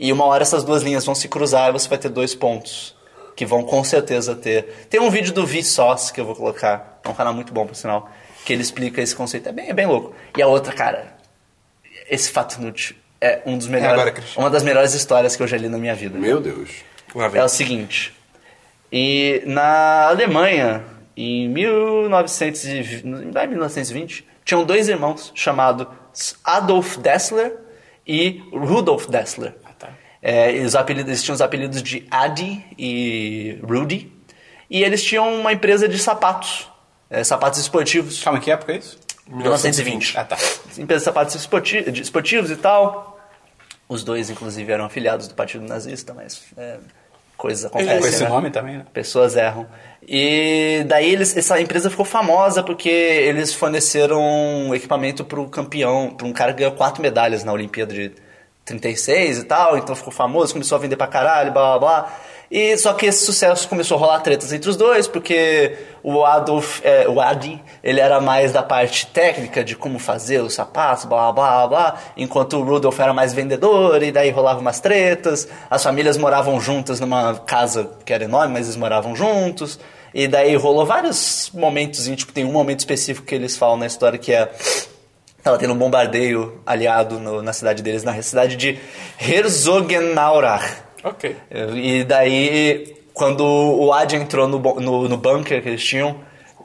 Speaker 4: E uma hora essas duas linhas vão se cruzar e você vai ter dois pontos que vão com certeza ter. Tem um vídeo do Vsauce que eu vou colocar, é um canal muito bom, por sinal, que ele explica esse conceito. É bem, é bem louco. E a outra, cara, esse fato inútil é um dos melhores,
Speaker 3: agora, Christian.
Speaker 4: uma das melhores histórias que eu já li na minha vida.
Speaker 2: Meu Deus.
Speaker 3: Lá
Speaker 4: É
Speaker 3: vem.
Speaker 4: o seguinte, e na Alemanha, em 1920, lá em 1920, tinham dois irmãos chamados Adolf Dessler e Rudolf Dessler.
Speaker 3: Ah, tá.
Speaker 4: É, e os apelidos, eles tinham os apelidos de Adi e Rudy. E eles tinham uma empresa de sapatos, é, sapatos esportivos.
Speaker 1: Calma, que época é isso?
Speaker 4: 1920.
Speaker 1: Ah, tá.
Speaker 4: Empresa de sapatos espoti- de- esportivos e tal. Os dois, inclusive, eram afiliados do Partido Nazista, mas é, coisas
Speaker 1: Ele
Speaker 4: acontecem.
Speaker 1: com esse
Speaker 4: né?
Speaker 1: nome também, né?
Speaker 4: Pessoas erram. E daí eles, essa empresa ficou famosa porque eles forneceram um equipamento para o campeão, para um cara que ganhou quatro medalhas na Olimpíada de 36 e tal, então ficou famoso, começou a vender pra caralho, blá blá blá. E só que esse sucesso começou a rolar tretas entre os dois, porque o Adolf, é, o Adi, ele era mais da parte técnica de como fazer os sapatos, blá blá blá, blá, enquanto o Rudolf era mais vendedor, e daí rolava umas tretas, as famílias moravam juntas numa casa que era enorme, mas eles moravam juntos, e daí rolou vários momentos, e, tipo, tem um momento específico que eles falam na história que é Tava tendo um bombardeio aliado no- na cidade deles, na cidade de Herzogenaurach.
Speaker 1: Ok.
Speaker 4: E daí, quando o Ad entrou no, bo- no, no bunker que eles tinham,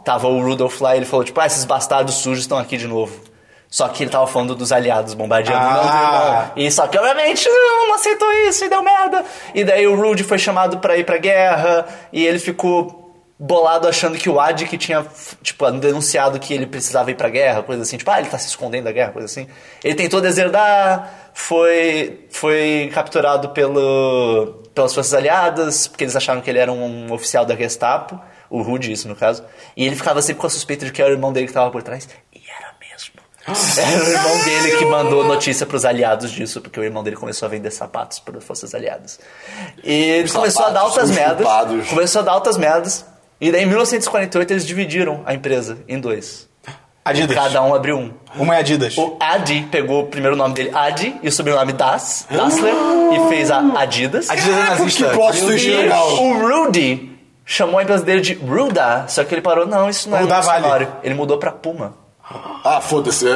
Speaker 4: tava o Rudolf lá e ele falou, tipo, ah, esses bastardos sujos estão aqui de novo. Só que ele tava falando dos aliados bombardeando
Speaker 1: Ah.
Speaker 4: meus irmãos. E só que, obviamente, não, não aceitou isso e deu merda. E daí o Rude foi chamado pra ir pra guerra e ele ficou bolado achando que o Ad que tinha, tipo, denunciado que ele precisava ir pra guerra, coisa assim. Tipo, ah, ele tá se escondendo da guerra, coisa assim. Ele tentou deserdar, foi, foi capturado pelo, pelas forças aliadas, porque eles acharam que ele era um oficial da Gestapo, o Rude, isso no caso. E ele ficava sempre com a suspeita de que era o irmão dele que tava por trás. E era mesmo. Era É o irmão dele que mandou notícia pros aliados disso, porque o irmão dele começou a vender sapatos para forças aliadas. E ele começou a dar
Speaker 2: sapatos
Speaker 4: altas
Speaker 2: são
Speaker 4: merdas.
Speaker 2: chupados.
Speaker 4: Começou a dar altas merdas. E daí em 1948 eles dividiram a empresa em dois.
Speaker 1: Adidas.
Speaker 4: Cada um abriu um.
Speaker 1: Uma é Adidas.
Speaker 4: O Adi pegou o primeiro nome dele, Adi, e o sobrenome Das, Dassler, e fez a Adidas.
Speaker 1: Adidas é nazista.
Speaker 2: que plot
Speaker 1: Meu
Speaker 2: twist
Speaker 1: Deus.
Speaker 4: E
Speaker 2: legal.
Speaker 4: o Rudy chamou a empresa dele de Ruda, só que ele parou, não, isso não é
Speaker 1: Ruda
Speaker 4: um
Speaker 1: vale.
Speaker 4: dicionário. Ele mudou pra Puma.
Speaker 2: Ah, foda-se. é.
Speaker 4: E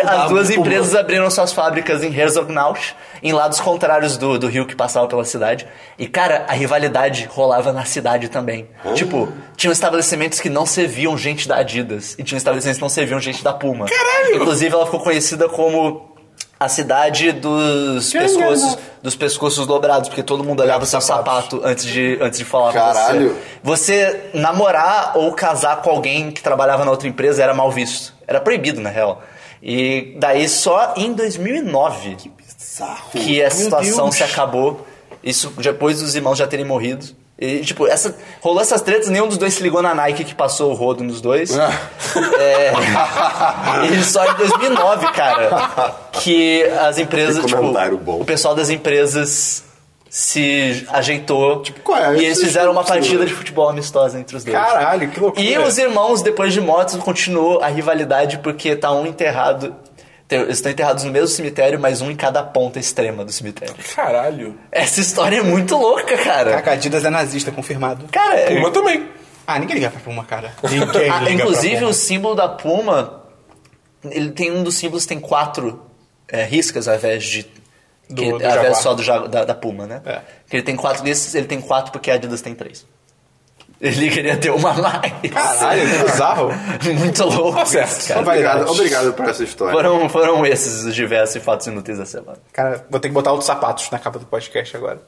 Speaker 2: Mudava
Speaker 4: as duas
Speaker 2: de Puma.
Speaker 4: empresas abriram suas fábricas em Herzogenaurach, em lados contrários do, do rio que passava pela cidade. E, cara, a rivalidade rolava na cidade também. Tipo, tinham estabelecimentos que não serviam gente da Adidas e tinham estabelecimentos que não serviam gente da Puma. Caralho! Inclusive, ela ficou conhecida como a cidade dos pescoços, dos pescoços dobrados, porque todo mundo olhava seu sapato antes de, antes de falar
Speaker 2: Caralho.
Speaker 4: com você. Você namorar ou casar com alguém que trabalhava na outra empresa era mal visto. Era proibido, na real. E daí só em 2009 que,
Speaker 2: Bizarro.
Speaker 4: a situação se acabou. Isso depois dos irmãos já terem morrido. E, tipo, essa, rolou essas tretas, nenhum dos dois se ligou na Nike que passou o rodo nos dois.
Speaker 2: Ah.
Speaker 4: É. e só em 2009, cara, que as empresas.
Speaker 2: Que
Speaker 4: tipo,
Speaker 2: comentário bom.
Speaker 4: O pessoal das empresas se ajeitou.
Speaker 2: qual é?
Speaker 4: E eles
Speaker 2: Isso
Speaker 4: fizeram uma
Speaker 2: é possível.
Speaker 4: partida de futebol amistosa entre os dois.
Speaker 1: Caralho, que loucura.
Speaker 4: E os irmãos, depois de mortos, continuou a rivalidade porque tá um enterrado. tem- Eles estão enterrados no mesmo cemitério, mas um em cada ponta extrema do cemitério.
Speaker 3: Caralho.
Speaker 4: Essa história é muito louca, cara.
Speaker 1: Caraca, Adidas é nazista, confirmado.
Speaker 4: Cara, é
Speaker 3: Puma também.
Speaker 1: Ah, ninguém liga pra Puma, cara. Ninguém
Speaker 4: ah,
Speaker 1: É, liga
Speaker 4: inclusive
Speaker 1: pra
Speaker 4: o
Speaker 1: Puma.
Speaker 4: símbolo da Puma, ele tem um dos símbolos tem quatro é, riscas ao invés de.
Speaker 1: Do-
Speaker 4: que-
Speaker 1: do
Speaker 4: ao
Speaker 1: jaguar.
Speaker 4: invés só do, jagu- da, da Puma, né?
Speaker 1: É.
Speaker 4: Que ele tem quatro desses, ele tem quatro porque a Adidas tem três. Ele queria ter uma a mais.
Speaker 1: Caralho, que bizarro.
Speaker 4: Muito louco.
Speaker 3: Tá certo.
Speaker 4: isso, cara.
Speaker 2: Obrigado, obrigado por essa história.
Speaker 4: Foram, foram esses os diversos fatos inúteis da semana.
Speaker 1: Cara, vou ter que botar outros sapatos na capa do podcast agora.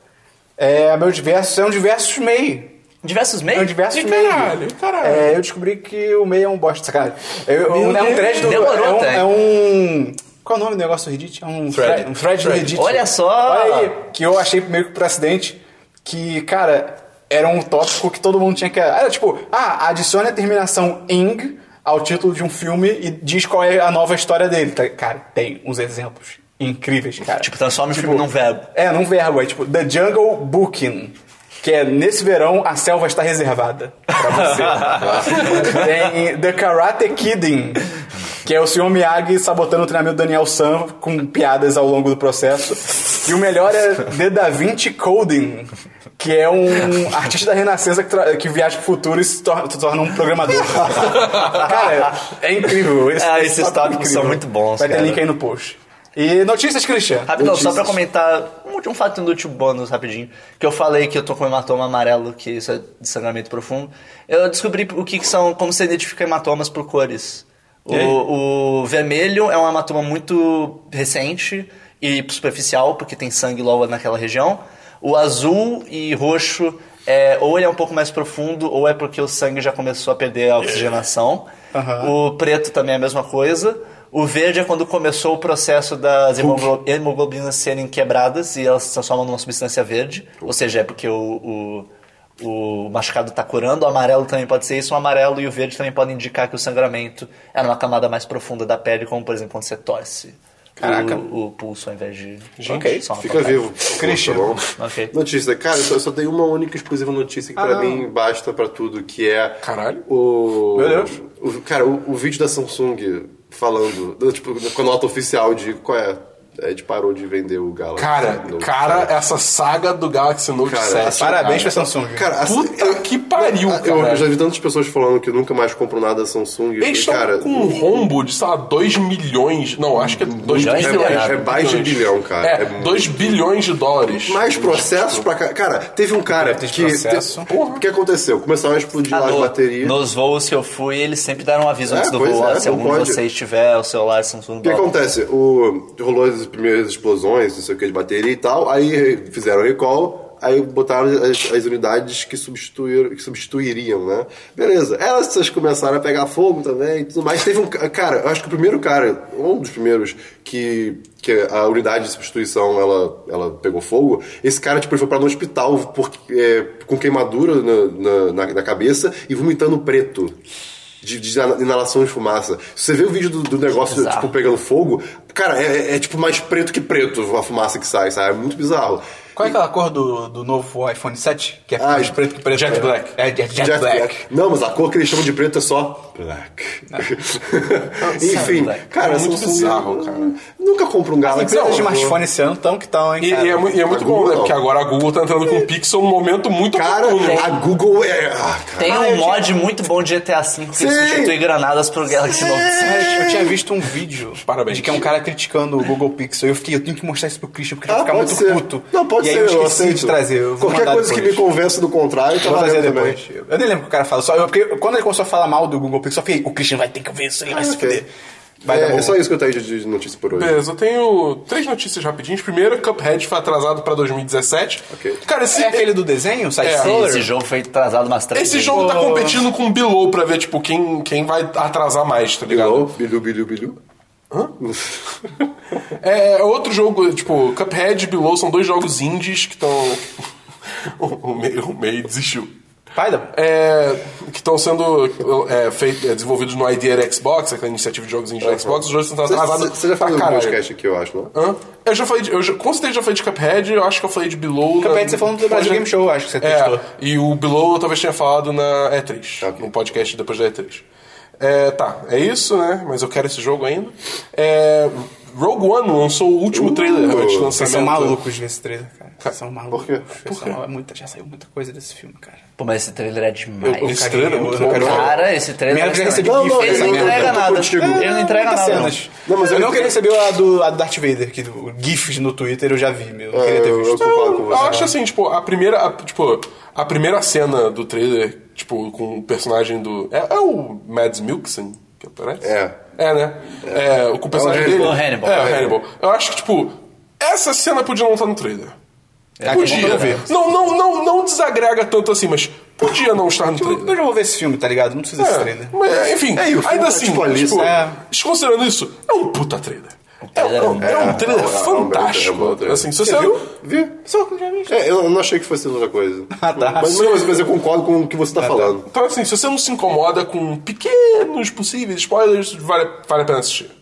Speaker 1: É, meu diverso é um diversos meio.
Speaker 4: Diversos
Speaker 1: É um
Speaker 4: meios?
Speaker 1: diversos
Speaker 3: Ih,
Speaker 1: meio.
Speaker 3: caralho, caralho.
Speaker 1: É, eu descobri que o meio é um bosta, sacanagem. É, é um, é um thread do...
Speaker 4: Demorou
Speaker 1: é, um,
Speaker 4: até.
Speaker 1: é um... Qual é o nome do negócio do Reddit? É um
Speaker 3: Thread.
Speaker 1: thread, um thread do
Speaker 3: Thread.
Speaker 1: Reddit.
Speaker 4: Olha só!
Speaker 1: Olha aí, que eu achei meio que por acidente, que, cara, era um tópico que todo mundo tinha que... Era tipo, ah, adicione a terminação ing ao título de um filme e diz qual é a nova história dele. Tá- Cara, tem uns exemplos incríveis, cara.
Speaker 4: Tipo, transforma o filme num verbo.
Speaker 1: É, num verbo. É tipo The Jungle Booking. Que é nesse verão a selva está reservada pra você. Tem The Karate Kidding, que é o Sr. Miyagi sabotando o treinamento do Daniel Sam com piadas ao longo do processo. E o melhor é The Da Vinci Coding, que é um artista da renascença que, tra- que viaja pro futuro e se tor- se torna um programador. Cara, é incrível. Esse,
Speaker 4: Ah,
Speaker 1: esse
Speaker 4: esses
Speaker 1: tópico é
Speaker 4: tópicos são
Speaker 1: incrível.
Speaker 4: muito bons,
Speaker 1: Vai ter
Speaker 4: cara.
Speaker 1: link aí no post. E notícias, Christian.
Speaker 4: Rapidão, só pra
Speaker 2: Notícias.
Speaker 4: comentar um, um fato inútil bônus rapidinho. Que eu falei que eu tô com hematoma amarelo, que isso é de sangramento profundo. Eu descobri o que, que são, como você identifica hematomas por cores. O, o vermelho é um hematoma muito recente e superficial, porque tem sangue logo naquela região. O azul e roxo, é, ou ele é um pouco mais profundo, ou é porque o sangue já começou a perder a oxigenação. O preto também é a mesma coisa. O verde é quando começou o processo das hemoglo- hemoglobinas serem quebradas e elas se transformam numa substância verde. Ou seja, é porque o, o, o machucado está curando. O amarelo também pode ser isso. O amarelo e o verde também podem indicar que o sangramento é numa camada mais profunda da pele, como, por exemplo, quando você torce
Speaker 1: Caraca.
Speaker 4: O, o pulso ao invés de...
Speaker 1: ok.
Speaker 4: só uma
Speaker 2: Fica
Speaker 4: pancada.
Speaker 2: vivo.
Speaker 1: Christian.
Speaker 2: Tá bom?
Speaker 4: Ok.
Speaker 2: Notícia, cara, eu só, eu só tenho uma única exclusiva notícia que pra mim basta pra tudo, que é.
Speaker 3: Caralho.
Speaker 2: O.
Speaker 1: Meu Deus.
Speaker 2: o- cara, o, o vídeo da Samsung falando. do- Tipo, com a nota oficial de qual é. A gente parou de vender o Galaxy.
Speaker 3: Cara,
Speaker 2: Note,
Speaker 3: cara, essa saga do Galaxy Note
Speaker 2: Cara,
Speaker 3: 7.
Speaker 1: Parabéns pra
Speaker 3: cara.
Speaker 1: Samsung.
Speaker 2: Cara, assim,
Speaker 3: é Puta
Speaker 2: eu-
Speaker 3: que pariu,
Speaker 2: eu,
Speaker 3: cara.
Speaker 2: eu já vi tantas pessoas falando que nunca mais compram nada da Samsung.
Speaker 3: Eles
Speaker 2: E,
Speaker 3: estão
Speaker 2: cara,
Speaker 3: com um rombo de, sei lá, 2 milhões. Não, acho que é 2
Speaker 4: Milhões
Speaker 3: bilhões.
Speaker 4: não é
Speaker 2: nada. É mais de
Speaker 3: Bilhões.
Speaker 2: bilhão, cara.
Speaker 3: É,
Speaker 2: É muito.
Speaker 3: 2 bilhões de dólares.
Speaker 2: Mais processos pra cá. Cara, teve um cara
Speaker 1: Teve
Speaker 2: que.
Speaker 1: processo.
Speaker 2: te- O que aconteceu? Começaram a explodir
Speaker 4: Ah,
Speaker 2: lá as
Speaker 4: no-
Speaker 2: baterias.
Speaker 4: Nos voos que eu fui, eles sempre deram um aviso
Speaker 2: É,
Speaker 4: antes do
Speaker 2: pois
Speaker 4: voo.
Speaker 2: é,
Speaker 4: ó,
Speaker 2: não
Speaker 4: se algum de
Speaker 2: pode.
Speaker 4: vocês tiver o celular Samsung...
Speaker 2: O que acontece? O, rolou as primeiras explosões, não sei o que, de bateria e tal, aí fizeram recall, aí botaram as, as unidades que, substituir, que substituiriam, né? Beleza. Elas começaram a pegar fogo também e tudo mais. Teve um ca- cara, eu acho que o primeiro cara, um dos primeiros que, que a unidade de substituição ela, ela pegou fogo, esse cara tipo, ele foi para no hospital por- é, com queimadura na, na, na- na cabeça e vomitando preto. de, de inalação de fumaça. Se você vê o vídeo do, do negócio,
Speaker 4: Bizarro.
Speaker 2: tipo, pegando fogo, cara, é, é, tipo mais preto que preto a fumaça que sai, sabe? É muito bizarro.
Speaker 1: Qual é aquela cor do, do novo iPhone 7? Que é
Speaker 2: Ah,
Speaker 1: mais preto que preto.
Speaker 3: Jet Black.
Speaker 1: É, Jet, Jet
Speaker 2: Jet
Speaker 1: Black.
Speaker 2: Não, mas a cor que eles chamam de preto é só black. Enfim,
Speaker 4: Black.
Speaker 2: cara,
Speaker 3: É muito
Speaker 2: Samsung-
Speaker 3: bizarro, cara.
Speaker 2: Nunca compro um Galaxy.
Speaker 1: Empresas de
Speaker 2: não, não.
Speaker 1: smartphone esse ano tão que tão, hein,
Speaker 3: E,
Speaker 1: cara?
Speaker 3: e é, mu- e é muito
Speaker 2: a
Speaker 3: bom,
Speaker 2: Google
Speaker 3: né?
Speaker 2: não.
Speaker 3: Porque agora a Google tá entrando com o Pixel num momento muito
Speaker 2: Cara,
Speaker 1: um
Speaker 3: oportuno.
Speaker 2: a Google é. Ah, cara.
Speaker 4: Tem um mod muito bom de GTA V que
Speaker 2: Sim.
Speaker 4: substitui granadas pro Galaxy Note.
Speaker 1: Mas eu tinha visto um vídeo
Speaker 3: Parabéns.
Speaker 1: de que é um cara criticando o Google Pixel. Eu fiquei, eu tenho que mostrar isso pro Christian porque ele vai
Speaker 2: Ah,
Speaker 1: ficar
Speaker 2: pode
Speaker 1: muito
Speaker 2: ser.
Speaker 1: puto.
Speaker 2: Não, pode
Speaker 1: e
Speaker 2: ser,
Speaker 1: aí eu esqueci
Speaker 2: aceito.
Speaker 1: de trazer. Eu vou
Speaker 2: Qualquer
Speaker 1: mandar
Speaker 2: coisa
Speaker 1: depois.
Speaker 2: que me convença do contrário, tá
Speaker 1: Vou trazer
Speaker 2: valendo
Speaker 1: depois.
Speaker 2: também.
Speaker 1: Eu nem lembro o que o cara fala. Só, eu- porque quando ele começou a falar mal do Google Pixel, eu fiquei, o Christian vai ter que ver isso, ele vai se
Speaker 2: Ah, ok.
Speaker 1: fuder. Vai
Speaker 2: é,
Speaker 1: dar Tá bom.
Speaker 2: é só isso que eu tenho de de notícia por hoje.
Speaker 3: Beleza, eu tenho três notícias rapidinhas. Primeiro, Cuphead foi atrasado pra 2017.
Speaker 2: Ok.
Speaker 3: Cara, esse,
Speaker 1: É aquele do desenho, Side
Speaker 3: É.
Speaker 1: Scroller?
Speaker 4: Esse jogo foi atrasado umas três
Speaker 3: esse
Speaker 4: vezes.
Speaker 3: jogo tá competindo com o Below pra ver, tipo, quem, quem vai atrasar mais, tá ligado?
Speaker 2: Bilou, bilu, bilu, bilu.
Speaker 3: É, é outro jogo, tipo, Cuphead e Below são dois jogos indies que estão. o meio, o meio desistiu.
Speaker 1: Vai dar bom.
Speaker 3: É, que estão sendo é, feito- é, desenvolvidos no Idea Xbox, aquela iniciativa de jogos indies da Xbox, os jogos estão atrasados.
Speaker 2: Você já
Speaker 3: pra
Speaker 2: falou do
Speaker 3: caralho.
Speaker 2: podcast aqui, eu acho, não?
Speaker 3: Hã? Eu já falei de, eu já, com certeza já falei de Cuphead, eu acho que eu falei de Below.
Speaker 1: Cuphead
Speaker 3: na-
Speaker 1: você falou no Brasil Game Show, acho que você
Speaker 3: É,
Speaker 1: testou.
Speaker 3: e o Below eu talvez tenha falado na E3,
Speaker 2: Ok.
Speaker 3: no podcast depois da E3. É, tá, é isso, né? Mas eu quero esse jogo ainda. É, Rogue One lançou o último
Speaker 2: Uh,
Speaker 3: trailer antes do lançamento.
Speaker 1: Vocês são malucos nesse trailer, cara. Vocês são malucos.
Speaker 2: por quê?
Speaker 1: Vocês são mal- muita, já saiu muita coisa desse filme, cara.
Speaker 4: Pô, mas esse trailer é demais.
Speaker 3: Eu- eu- Esse trailer é muito bom,
Speaker 4: Cara, esse trailer
Speaker 1: Primeiro
Speaker 4: é
Speaker 1: que eu recebi gif
Speaker 4: excelente.
Speaker 2: Não, não,
Speaker 1: dessa
Speaker 4: Ele não
Speaker 2: eu-
Speaker 1: merda.
Speaker 2: eu-
Speaker 4: entrega
Speaker 2: eu tô
Speaker 4: nada.
Speaker 2: contigo.
Speaker 4: Ele não entrega
Speaker 1: Muitas
Speaker 4: nada. não.
Speaker 1: cenas.
Speaker 2: Não, mas
Speaker 1: eu,
Speaker 2: ele
Speaker 1: não
Speaker 2: tem-
Speaker 1: queria receber a do, a do Darth Vader, que o GIFs no Twitter eu já vi, meu. Eu queria ter
Speaker 2: É, eu, eu
Speaker 1: visto.
Speaker 2: concordo com
Speaker 3: Eu
Speaker 2: você. né?
Speaker 3: acho assim, tipo, a primeira. a- tipo, a primeira cena do trailer, tipo, com o personagem do. É, é o Mads Mikkelsen que aparece?
Speaker 2: É.
Speaker 3: É, né? É, o com o personagem
Speaker 2: Hannibal.
Speaker 3: dele.
Speaker 4: O Hannibal.
Speaker 3: É, o Hannibal. Eu acho que, tipo, essa cena podia não estar no trailer.
Speaker 1: É,
Speaker 3: podia.
Speaker 2: né?
Speaker 1: vamos ver.
Speaker 3: Não, não, não, não desagrega tanto assim, mas podia não estar no
Speaker 2: Tipo,
Speaker 1: Eu,
Speaker 3: trailer.
Speaker 1: eu já vou ver esse filme, tá ligado? Não precisa desse trailer.
Speaker 3: É, mas, enfim,
Speaker 2: É, e o filme
Speaker 3: ainda
Speaker 2: tá,
Speaker 3: assim,
Speaker 2: tipo, ali,
Speaker 3: tipo,
Speaker 1: é.
Speaker 3: desconsiderando isso, é um puta trailer. É,
Speaker 4: trailer é
Speaker 3: um- é um
Speaker 2: muito
Speaker 3: trailer
Speaker 2: bom. É, é um bom
Speaker 3: fantástico.
Speaker 2: trailer.
Speaker 3: assim, se você,
Speaker 1: viu?
Speaker 2: Vi?
Speaker 1: Só que eu já vi.
Speaker 2: É, eu não achei que fosse outra coisa.
Speaker 1: Ah, tá. Ah,
Speaker 2: Mas, não, mas- mas eu concordo com o que você tá falando.
Speaker 3: Então, assim, se você não se incomoda com pequenos possíveis spoilers, vale, vale a pena assistir.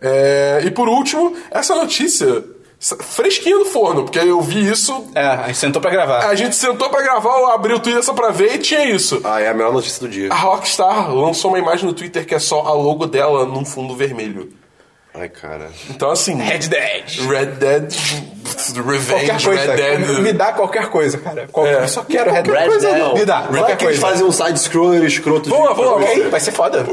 Speaker 3: É, e por último, essa notícia sa- fresquinha do forno, porque eu vi isso.
Speaker 1: É, a gente sentou pra gravar.
Speaker 3: A gente sentou pra gravar, eu abri o Twitter só pra ver e tinha isso.
Speaker 2: Ah, é a melhor notícia do dia.
Speaker 3: A Rockstar lançou uma imagem no Twitter que é só a logo dela num fundo vermelho.
Speaker 2: Ai, cara.
Speaker 3: Então, assim.
Speaker 1: Red Dead.
Speaker 3: Red Dead
Speaker 1: Qualquer
Speaker 3: Revenge,
Speaker 1: coisa.
Speaker 3: Red Dead.
Speaker 1: Me dá qualquer coisa, cara. Qual-
Speaker 3: É.
Speaker 1: Eu só quero Red
Speaker 4: Red
Speaker 1: Dead.
Speaker 4: Dead.
Speaker 1: Me dá,
Speaker 2: Vai
Speaker 1: qualquer
Speaker 2: que eles
Speaker 1: coisa.
Speaker 2: fazem um side-scroller escroto
Speaker 3: Vamos lá,
Speaker 2: de...
Speaker 3: vamos lá.
Speaker 1: é. Ok, vai ser foda.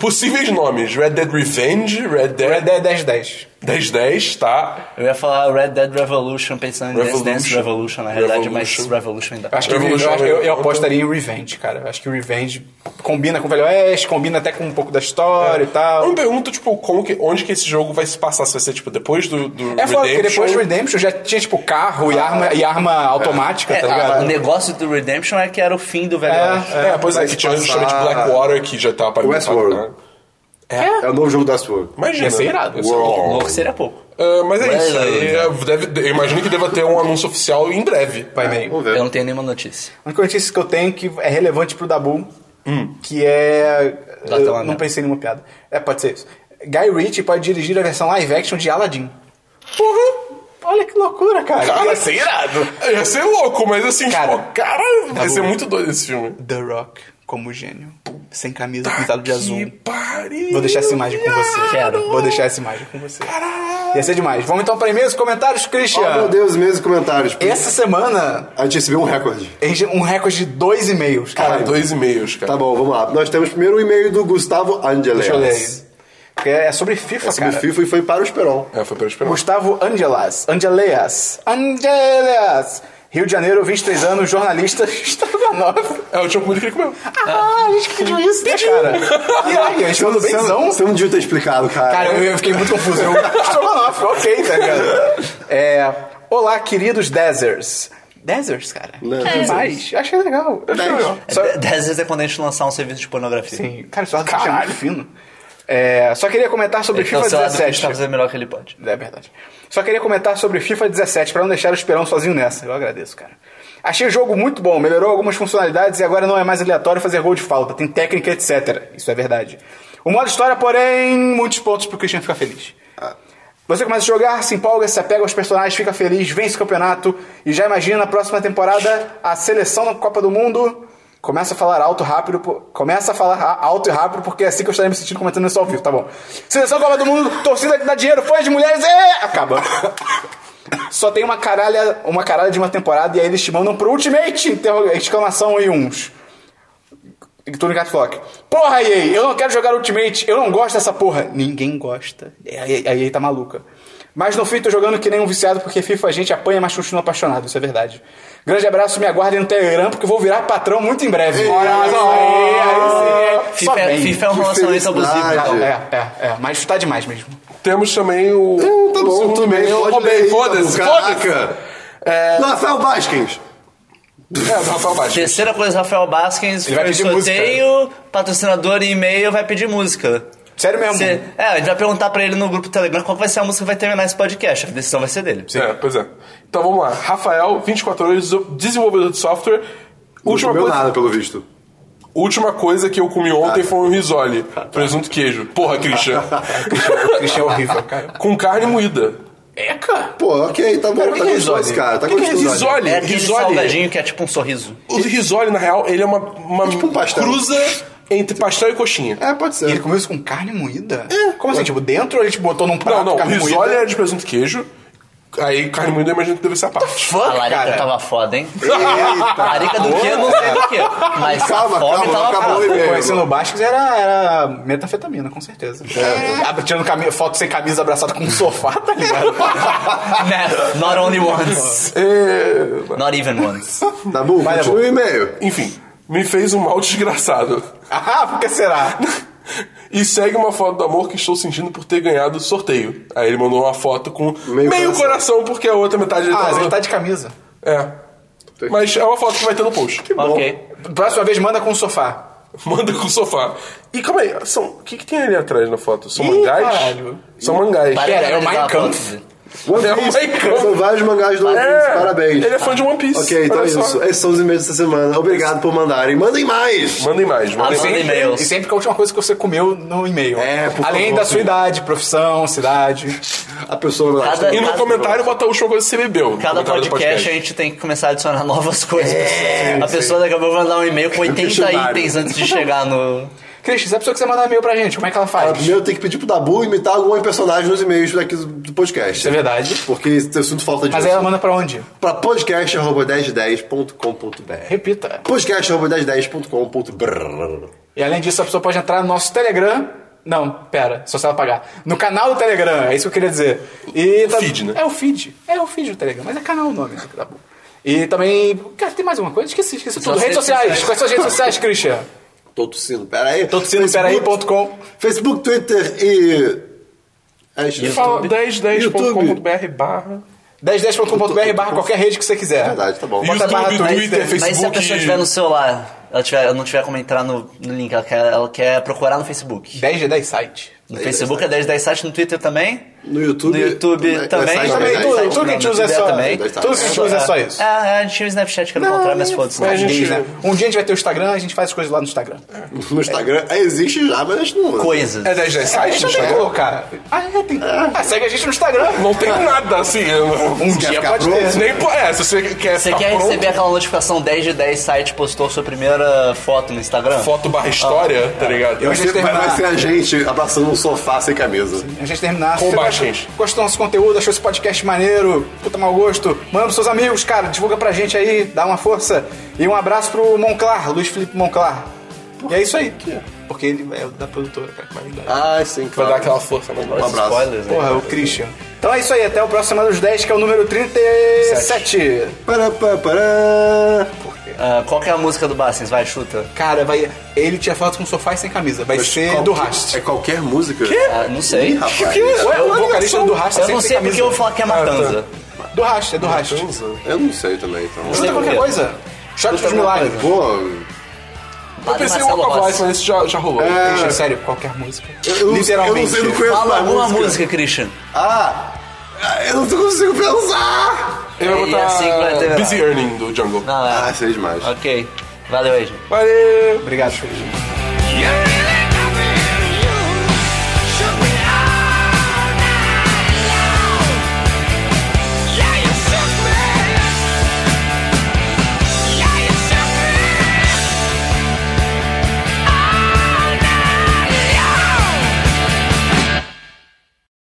Speaker 3: Possíveis nomes: Red Dead Revenge, Red Dead.
Speaker 1: Red Dead 10 10.
Speaker 3: 1010, tá?
Speaker 4: Eu ia falar Red Dead Revolution pensando em Dance Dance
Speaker 3: Revolution.
Speaker 4: Revolution, na realidade, mas
Speaker 3: Revolution.
Speaker 4: Revolution ainda. tá.
Speaker 1: Eu acho que eu,
Speaker 3: Revolution,
Speaker 1: eu acho- eu- eu
Speaker 3: Revolution.
Speaker 1: apostaria em Revenge, cara. Eu acho que Revenge combina com o Velho Oeste, combina até com um pouco da história e
Speaker 3: Eu
Speaker 1: tal.
Speaker 3: me pergunto, tipo, como que, onde que esse jogo vai se passar? Se vai ser, tipo, depois do, do
Speaker 1: É foda, porque
Speaker 3: Redemption?
Speaker 1: depois do Redemption já tinha, tipo, carro e arma, e arma automática,
Speaker 4: É,
Speaker 1: tá
Speaker 4: o
Speaker 1: ligado?
Speaker 4: negócio do Redemption é que era o fim do Velho Oeste.
Speaker 3: É, pois é,
Speaker 2: vai
Speaker 3: que
Speaker 2: se
Speaker 3: tinha
Speaker 2: passar-
Speaker 3: justamente Blackwater que já tava aparecendo.
Speaker 2: Westworld.
Speaker 3: né?
Speaker 2: É o novo jogo da Westworld.
Speaker 3: Imagina.
Speaker 1: Ia ser irado.
Speaker 3: Ia ser
Speaker 2: Uau.
Speaker 3: irado.
Speaker 4: Louco seria pouco.
Speaker 3: Ah, mas é isso.
Speaker 4: Westworld.
Speaker 3: aí, é, deve- eu imagino que deva ter um anúncio oficial em breve.
Speaker 1: Vai meio.
Speaker 2: Vamos
Speaker 4: Eu
Speaker 2: ver.
Speaker 4: não tenho nenhuma notícia.
Speaker 1: A única notícia que eu tenho que é relevante pro Dabu, que é. eu
Speaker 4: Dá até lá
Speaker 1: não
Speaker 4: mesmo.
Speaker 1: pensei em nenhuma piada. É, pode ser isso. Guy Ritchie pode dirigir a versão live action de Aladdin. Porra! Olha que loucura, cara.
Speaker 3: Cara,
Speaker 1: Ia ser irado.
Speaker 3: Ia ser louco, mas assim,
Speaker 1: Cara, tá
Speaker 3: tipo, cara, vai
Speaker 1: bom.
Speaker 3: ser muito doido esse filme.
Speaker 1: The Rock como gênio. Sem
Speaker 2: Tá
Speaker 1: camisa, pintado de azul.
Speaker 3: Que pariu.
Speaker 1: Vou deixar essa imagem com você.
Speaker 4: Quero.
Speaker 1: Vou deixar essa imagem com você.
Speaker 3: Caralho.
Speaker 1: Ia ser demais. Vamos então para e-mails e comentários, Christian.
Speaker 2: Oh, meu Deus, mesmos comentários.
Speaker 1: Essa semana,
Speaker 2: A gente recebeu um recorde.
Speaker 1: a gente- um recorde de dois e-mails.
Speaker 3: Cara,
Speaker 1: Caralho.
Speaker 3: dois e-mails, cara.
Speaker 2: Tá bom, vamos lá. Nós temos primeiro o e-mail do Gustavo Angeles.
Speaker 1: Deixa eu ler aí. Porque é sobre FIFA,
Speaker 2: É sobre
Speaker 1: cara.
Speaker 2: FIFA e foi para o Esperon.
Speaker 1: Tá
Speaker 3: É, foi pra esperar.
Speaker 1: Gustavo Angelas. Angeleas. Angeleas. Rio de Janeiro, 23 anos, jornalista, estava nova.
Speaker 3: É o tipo muito que ele comeu.
Speaker 1: Ah, a gente pediu isso, né, cara? E aí, a gente falou
Speaker 2: Você é não,
Speaker 1: bemzão.
Speaker 2: você não devia ter explicado, cara.
Speaker 1: Cara, eu, eu fiquei muito confuso. Eu, Strogonoff, ok, tá ligado? É, olá, queridos Deserts. Deserts, cara?
Speaker 2: Não.
Speaker 1: Que demais. Eu achei legal. Eu achei legal. Só-
Speaker 4: É, Dez vezes é quando a gente lançar um serviço de pornografia.
Speaker 1: sim, cara, só é muito fino. É, só queria comentar sobre
Speaker 4: Ele
Speaker 1: FIFA
Speaker 4: cancelado que a gente
Speaker 1: 17.
Speaker 4: tá fazendo o melhor que ele pode.
Speaker 1: É verdade. Só queria comentar sobre FIFA 17 pra não deixar o Esperão sozinho nessa. Eu agradeço, cara. Achei o jogo muito bom, melhorou algumas funcionalidades e agora não é mais aleatório fazer gol de falta, tem técnica, etc. Isso é verdade. O modo história, porém, muitos pontos pro Christian ficar feliz. Você começa a jogar, se empolga, se apega aos personagens, fica feliz, vence o campeonato e já imagina na próxima temporada a seleção na Copa do Mundo. Começa a falar alto rápido, po- começa a falar ra- alto e rápido, porque é assim que eu estarei me sentindo comentando isso ao vivo, tá bom? Seleção Copa do Mundo, torcida que dá dinheiro, fãs de mulheres, é! acaba. Só tem uma caralha, uma caralha de uma temporada e aí eles te mandam pro Ultimate! interroga- Exclamação e uns. E tudo em caps lock. Porra, EA, eu não quero jogar Ultimate, eu não gosto dessa porra. Ninguém gosta. A EA, a EA tá maluca. Mas no fim, tô jogando que nem um viciado, porque FIFA a gente apanha, mas continua apaixonado, isso é verdade. Grande abraço, me aguardem no Telegram, porque eu vou virar patrão muito em breve. Olha só, aí, aí sim, é só
Speaker 4: FIFA, é-
Speaker 1: bem.
Speaker 4: FIFA é um
Speaker 2: Que
Speaker 4: relacionamento abusivo.
Speaker 2: felicidade.
Speaker 4: então.
Speaker 1: É, é, é, mas tá demais mesmo.
Speaker 3: Temos também o.
Speaker 2: Hum, tá
Speaker 3: o
Speaker 2: bom,
Speaker 3: segundo
Speaker 2: tudo bem,
Speaker 3: e-mail.
Speaker 2: pode
Speaker 3: Roubei,
Speaker 2: ler aí,
Speaker 3: Foda-se,
Speaker 2: tá bom,
Speaker 3: foda-se.
Speaker 2: caraca. Rafael Vasquez.
Speaker 3: É, do Rafael Baixo.
Speaker 4: Terceira coisa, Rafael Baskins,
Speaker 1: Ele vai
Speaker 4: foi
Speaker 1: pedir
Speaker 4: sorteio, patrocinador e e-mail vai pedir música.
Speaker 1: Sério mesmo?
Speaker 4: Cê- é, a gente vai perguntar pra ele no grupo do Telegram qual vai ser a música que vai terminar esse podcast. A decisão vai ser dele.
Speaker 3: É, pois é. Então vamos lá. Rafael, 24 anos, desenvolvedor de software.
Speaker 2: Não
Speaker 3: Última
Speaker 2: comeu
Speaker 3: coisa,
Speaker 2: nada, pelo visto.
Speaker 3: última coisa que eu comi ontem foi um risole. Presunto e queijo. Porra, Christian.
Speaker 1: Christian é horrível, cara.
Speaker 3: Com carne moída.
Speaker 4: É,
Speaker 1: Eca!
Speaker 2: Pô, ok, tá bom.
Speaker 1: Cara, o que
Speaker 2: tá
Speaker 1: que é
Speaker 2: gostoso,
Speaker 1: risole?
Speaker 2: cara. Tá
Speaker 3: O que que é
Speaker 2: gostoso.
Speaker 3: risole?
Speaker 4: É aquele
Speaker 3: Risole.
Speaker 4: salgadinho que é tipo um sorriso.
Speaker 3: O risole, na real, ele é uma, uma
Speaker 2: tipo um pastel.
Speaker 3: cruza entre pastel e coxinha.
Speaker 2: É, pode
Speaker 1: E ele
Speaker 2: ser.
Speaker 1: comeu isso com carne moída? Como assim? Tipo, dentro ou ele te botou num prato
Speaker 3: Não, não. O
Speaker 1: carne
Speaker 3: risole
Speaker 1: moída?
Speaker 3: é de presunto e queijo. Aí carne moída eu imagino que deve ser a parte.
Speaker 4: a larica
Speaker 1: cara.
Speaker 4: tava foda, hein?
Speaker 2: Eita.
Speaker 4: A larica do que? Eu não sei do que. Mas
Speaker 2: Calma,
Speaker 4: a fome
Speaker 2: calma,
Speaker 4: tava
Speaker 2: não
Speaker 1: Ah,
Speaker 2: acabou o
Speaker 4: foda.
Speaker 2: e-mail.
Speaker 1: Conhecendo o Basques era, era metafetamina, com certeza. É. Tirando cami- foto sem camisa abraçada com um sofá, tá ligado?
Speaker 4: Né? Not only once.
Speaker 3: É,
Speaker 4: Not even once.
Speaker 2: Tá bom,
Speaker 1: Vai,
Speaker 2: continua o e-mail.
Speaker 3: Enfim, me fez um mal desgraçado.
Speaker 1: ah, por que será?
Speaker 3: E segue uma foto do amor que estou sentindo por ter ganhado o sorteio. Aí ele mandou uma foto com meio,
Speaker 2: Meio
Speaker 3: coração. porque a outra metade ele
Speaker 1: Ah,
Speaker 3: tava-
Speaker 1: mas ele tá de camisa.
Speaker 3: É. Mas é uma foto que vai ter no post.
Speaker 4: ok.
Speaker 1: Próxima vez manda com um sofá.
Speaker 3: Manda com o sofá. E calma aí, são... o que, que tem ali atrás na foto? São
Speaker 1: Ih,
Speaker 3: mangás?
Speaker 1: caralho.
Speaker 3: São mangás.
Speaker 4: Para
Speaker 1: Pera,
Speaker 4: de
Speaker 1: é o Mein
Speaker 4: analisar a
Speaker 1: Kampf.
Speaker 4: foto.
Speaker 2: One
Speaker 3: É o
Speaker 2: Piece.
Speaker 3: Mike Kahn.
Speaker 2: São vários mangás do One
Speaker 3: É.
Speaker 2: Piece, parabéns.
Speaker 3: Ele é fã de One Piece.
Speaker 2: Ok, então
Speaker 3: olha
Speaker 2: é
Speaker 3: só.
Speaker 2: isso. Esses são os e-mails dessa semana. Obrigado por mandarem. Mandem mais!
Speaker 3: Mandem mais, mandem
Speaker 4: Ah,
Speaker 3: mais.
Speaker 4: sim. e-mails.
Speaker 1: E sempre com a última coisa que você comeu no e-mail.
Speaker 2: É, por
Speaker 1: Além
Speaker 2: favor,
Speaker 1: da sua
Speaker 2: sim.
Speaker 1: idade, profissão, cidade.
Speaker 2: A pessoa lá.
Speaker 4: Cada-
Speaker 3: E no comentário bota a última coisa que você bebeu. no
Speaker 4: Cada
Speaker 3: comentário do
Speaker 4: podcast, a gente tem que começar a adicionar novas coisas. a pessoa daqui a pouco vai mandar um e-mail com 80
Speaker 2: questionário.
Speaker 4: itens antes de chegar no.
Speaker 1: Christian, se a pessoa quiser mandar e-mail pra gente, como é que ela faz?
Speaker 2: Primeiro tem que pedir pro Dabu imitar algum personagem nos e-mails daqui do- do podcast.
Speaker 1: Isso é verdade.
Speaker 2: Porque eu sinto falta
Speaker 1: Mas é
Speaker 2: disso.
Speaker 1: aí ela manda pra onde?
Speaker 2: Pra podcast.1010.com.br
Speaker 1: Repita.
Speaker 2: podcast.1010.com.br
Speaker 1: E além disso, a pessoa pode entrar no nosso Telegram. Não, pera, só se ela pagar. No canal do Telegram, é isso que eu queria dizer. E tam-
Speaker 3: feed, né?
Speaker 1: É o feed. É o feed do Telegram, mas é canal o nome. né? Tá bom. E também. Cara, tem mais uma coisa? Esqueci, esqueci tudo.
Speaker 4: Suas
Speaker 1: Redes
Speaker 4: redes
Speaker 1: sociais.
Speaker 4: sociais.
Speaker 1: Quais são as redes sociais, Christian?
Speaker 2: Tô tossindo, peraí. Tô
Speaker 1: Tossindoperaí.com.
Speaker 2: Facebook, Twitter e... É isso.
Speaker 3: Fala
Speaker 2: YouTube.
Speaker 3: 1010.com.br barra...
Speaker 1: 1010.com.br barra qualquer rede que você quiser.
Speaker 2: Verdade, tá bom.
Speaker 1: Bota
Speaker 3: YouTube,
Speaker 1: barra
Speaker 3: Twitter,
Speaker 1: Twitter.
Speaker 3: Facebook.
Speaker 4: Mas se a pessoa tiver no celular, ela, tiver, ela não tiver como entrar no, no link, ela quer, ela quer procurar no Facebook.
Speaker 1: 10 de 10 site.
Speaker 4: No Facebook é 10 10 site, no Twitter também.
Speaker 2: No YouTube-
Speaker 4: No YouTube
Speaker 2: no-
Speaker 4: também.
Speaker 2: site
Speaker 1: Também,
Speaker 2: Também,
Speaker 1: tudo,
Speaker 4: Site
Speaker 1: tudo que a
Speaker 4: não,
Speaker 1: gente
Speaker 4: no
Speaker 1: usa é
Speaker 4: Twitter
Speaker 1: só.
Speaker 4: também.
Speaker 1: Tudo que a gente usa é só isso.
Speaker 4: É, é, a gente tinha o Snapchat que eu não encontrar, mas foda-se.
Speaker 3: mas É, a gente-
Speaker 1: Diz, né? Um dia a gente vai ter o Instagram, a gente faz as coisas lá no Instagram.
Speaker 2: No Instagram é, existe já, mas a gente não...
Speaker 4: Coisas.
Speaker 1: Tá
Speaker 3: É 1010
Speaker 1: A
Speaker 3: site?
Speaker 1: gente chegou, cara. Ah, é, tem. Ah, segue a gente no Instagram.
Speaker 3: Não tem nada assim.
Speaker 1: Um
Speaker 3: Um
Speaker 1: dia
Speaker 2: ficar
Speaker 1: pode
Speaker 2: pronto?
Speaker 1: ter.
Speaker 3: Nem po- é, se você quer
Speaker 4: Você
Speaker 3: ficar
Speaker 4: quer
Speaker 3: pronto,
Speaker 4: receber aquela notificação 10 de 10 site postou sua primeira foto no Instagram?
Speaker 3: foto barra história, tá ligado?
Speaker 1: Eu
Speaker 2: Vai ser,
Speaker 1: terminar.
Speaker 2: vai ser a gente abraçando um sofá sem camisa.
Speaker 1: A gente terminar.
Speaker 3: Com
Speaker 1: Se você
Speaker 3: baixas.
Speaker 1: gostou- Gostou do nosso conteúdo, achou esse podcast maneiro, puta mau gosto, manda pros seus amigos, cara, divulga pra gente aí, dá uma força. E um abraço pro Monclar, Luiz Felipe Monclar. E é isso aí. Porque ele é da produtora, cara, que vai ajudar.
Speaker 2: Ah, sim,
Speaker 3: Vai
Speaker 2: claro.
Speaker 3: dar aquela força. Mas...
Speaker 2: Um abraço.
Speaker 4: Spoilers, né?
Speaker 1: Porra, o Christian. Então é isso aí, até o próximo Semana dos 10, que é o número 37.
Speaker 2: Pará, pará, pará.
Speaker 4: Ah, qual que é a música do Bassins? Vai, chuta.
Speaker 1: Cara, vai. Ele tinha foto com um sofá e sem camisa. Vai ser
Speaker 2: Qual-
Speaker 1: do Rast.
Speaker 2: É qualquer música?
Speaker 4: Ah, não sei.
Speaker 2: Ih, rapaz.
Speaker 1: Ué, o vocalista do Rast é
Speaker 4: Eu
Speaker 1: sempre
Speaker 4: não
Speaker 1: sem
Speaker 4: sei porque
Speaker 1: camisa.
Speaker 4: eu vou falar que é Matanza.
Speaker 1: Do Rast, é do Rast.
Speaker 2: Eu não sei também, então.
Speaker 1: Chuta qualquer coisa. Shot dos
Speaker 4: Chuta
Speaker 1: milagres.
Speaker 2: Pô...
Speaker 3: Eu
Speaker 4: Padre
Speaker 3: pensei em
Speaker 4: Marcelo
Speaker 3: Waka Voice,
Speaker 4: Rossi.
Speaker 3: mas isso já, já rolou.
Speaker 1: Christian, sério, qualquer música.
Speaker 2: É. Eu não,
Speaker 1: Literalmente.
Speaker 2: Eu não sei, não conheço
Speaker 4: Fala
Speaker 2: uma
Speaker 4: alguma
Speaker 2: música.
Speaker 4: música, Christian.
Speaker 2: Ah, eu não consigo pensar.
Speaker 3: Eu vou
Speaker 4: E assim vai
Speaker 3: botar
Speaker 4: terminar.
Speaker 3: Busy Earning do Jungle.
Speaker 4: Não, é.
Speaker 2: Ah, isso é demais.
Speaker 4: Ok. Valeu aí, gente.
Speaker 3: Valeu!
Speaker 1: Obrigado, Felipe.
Speaker 3: Yeah!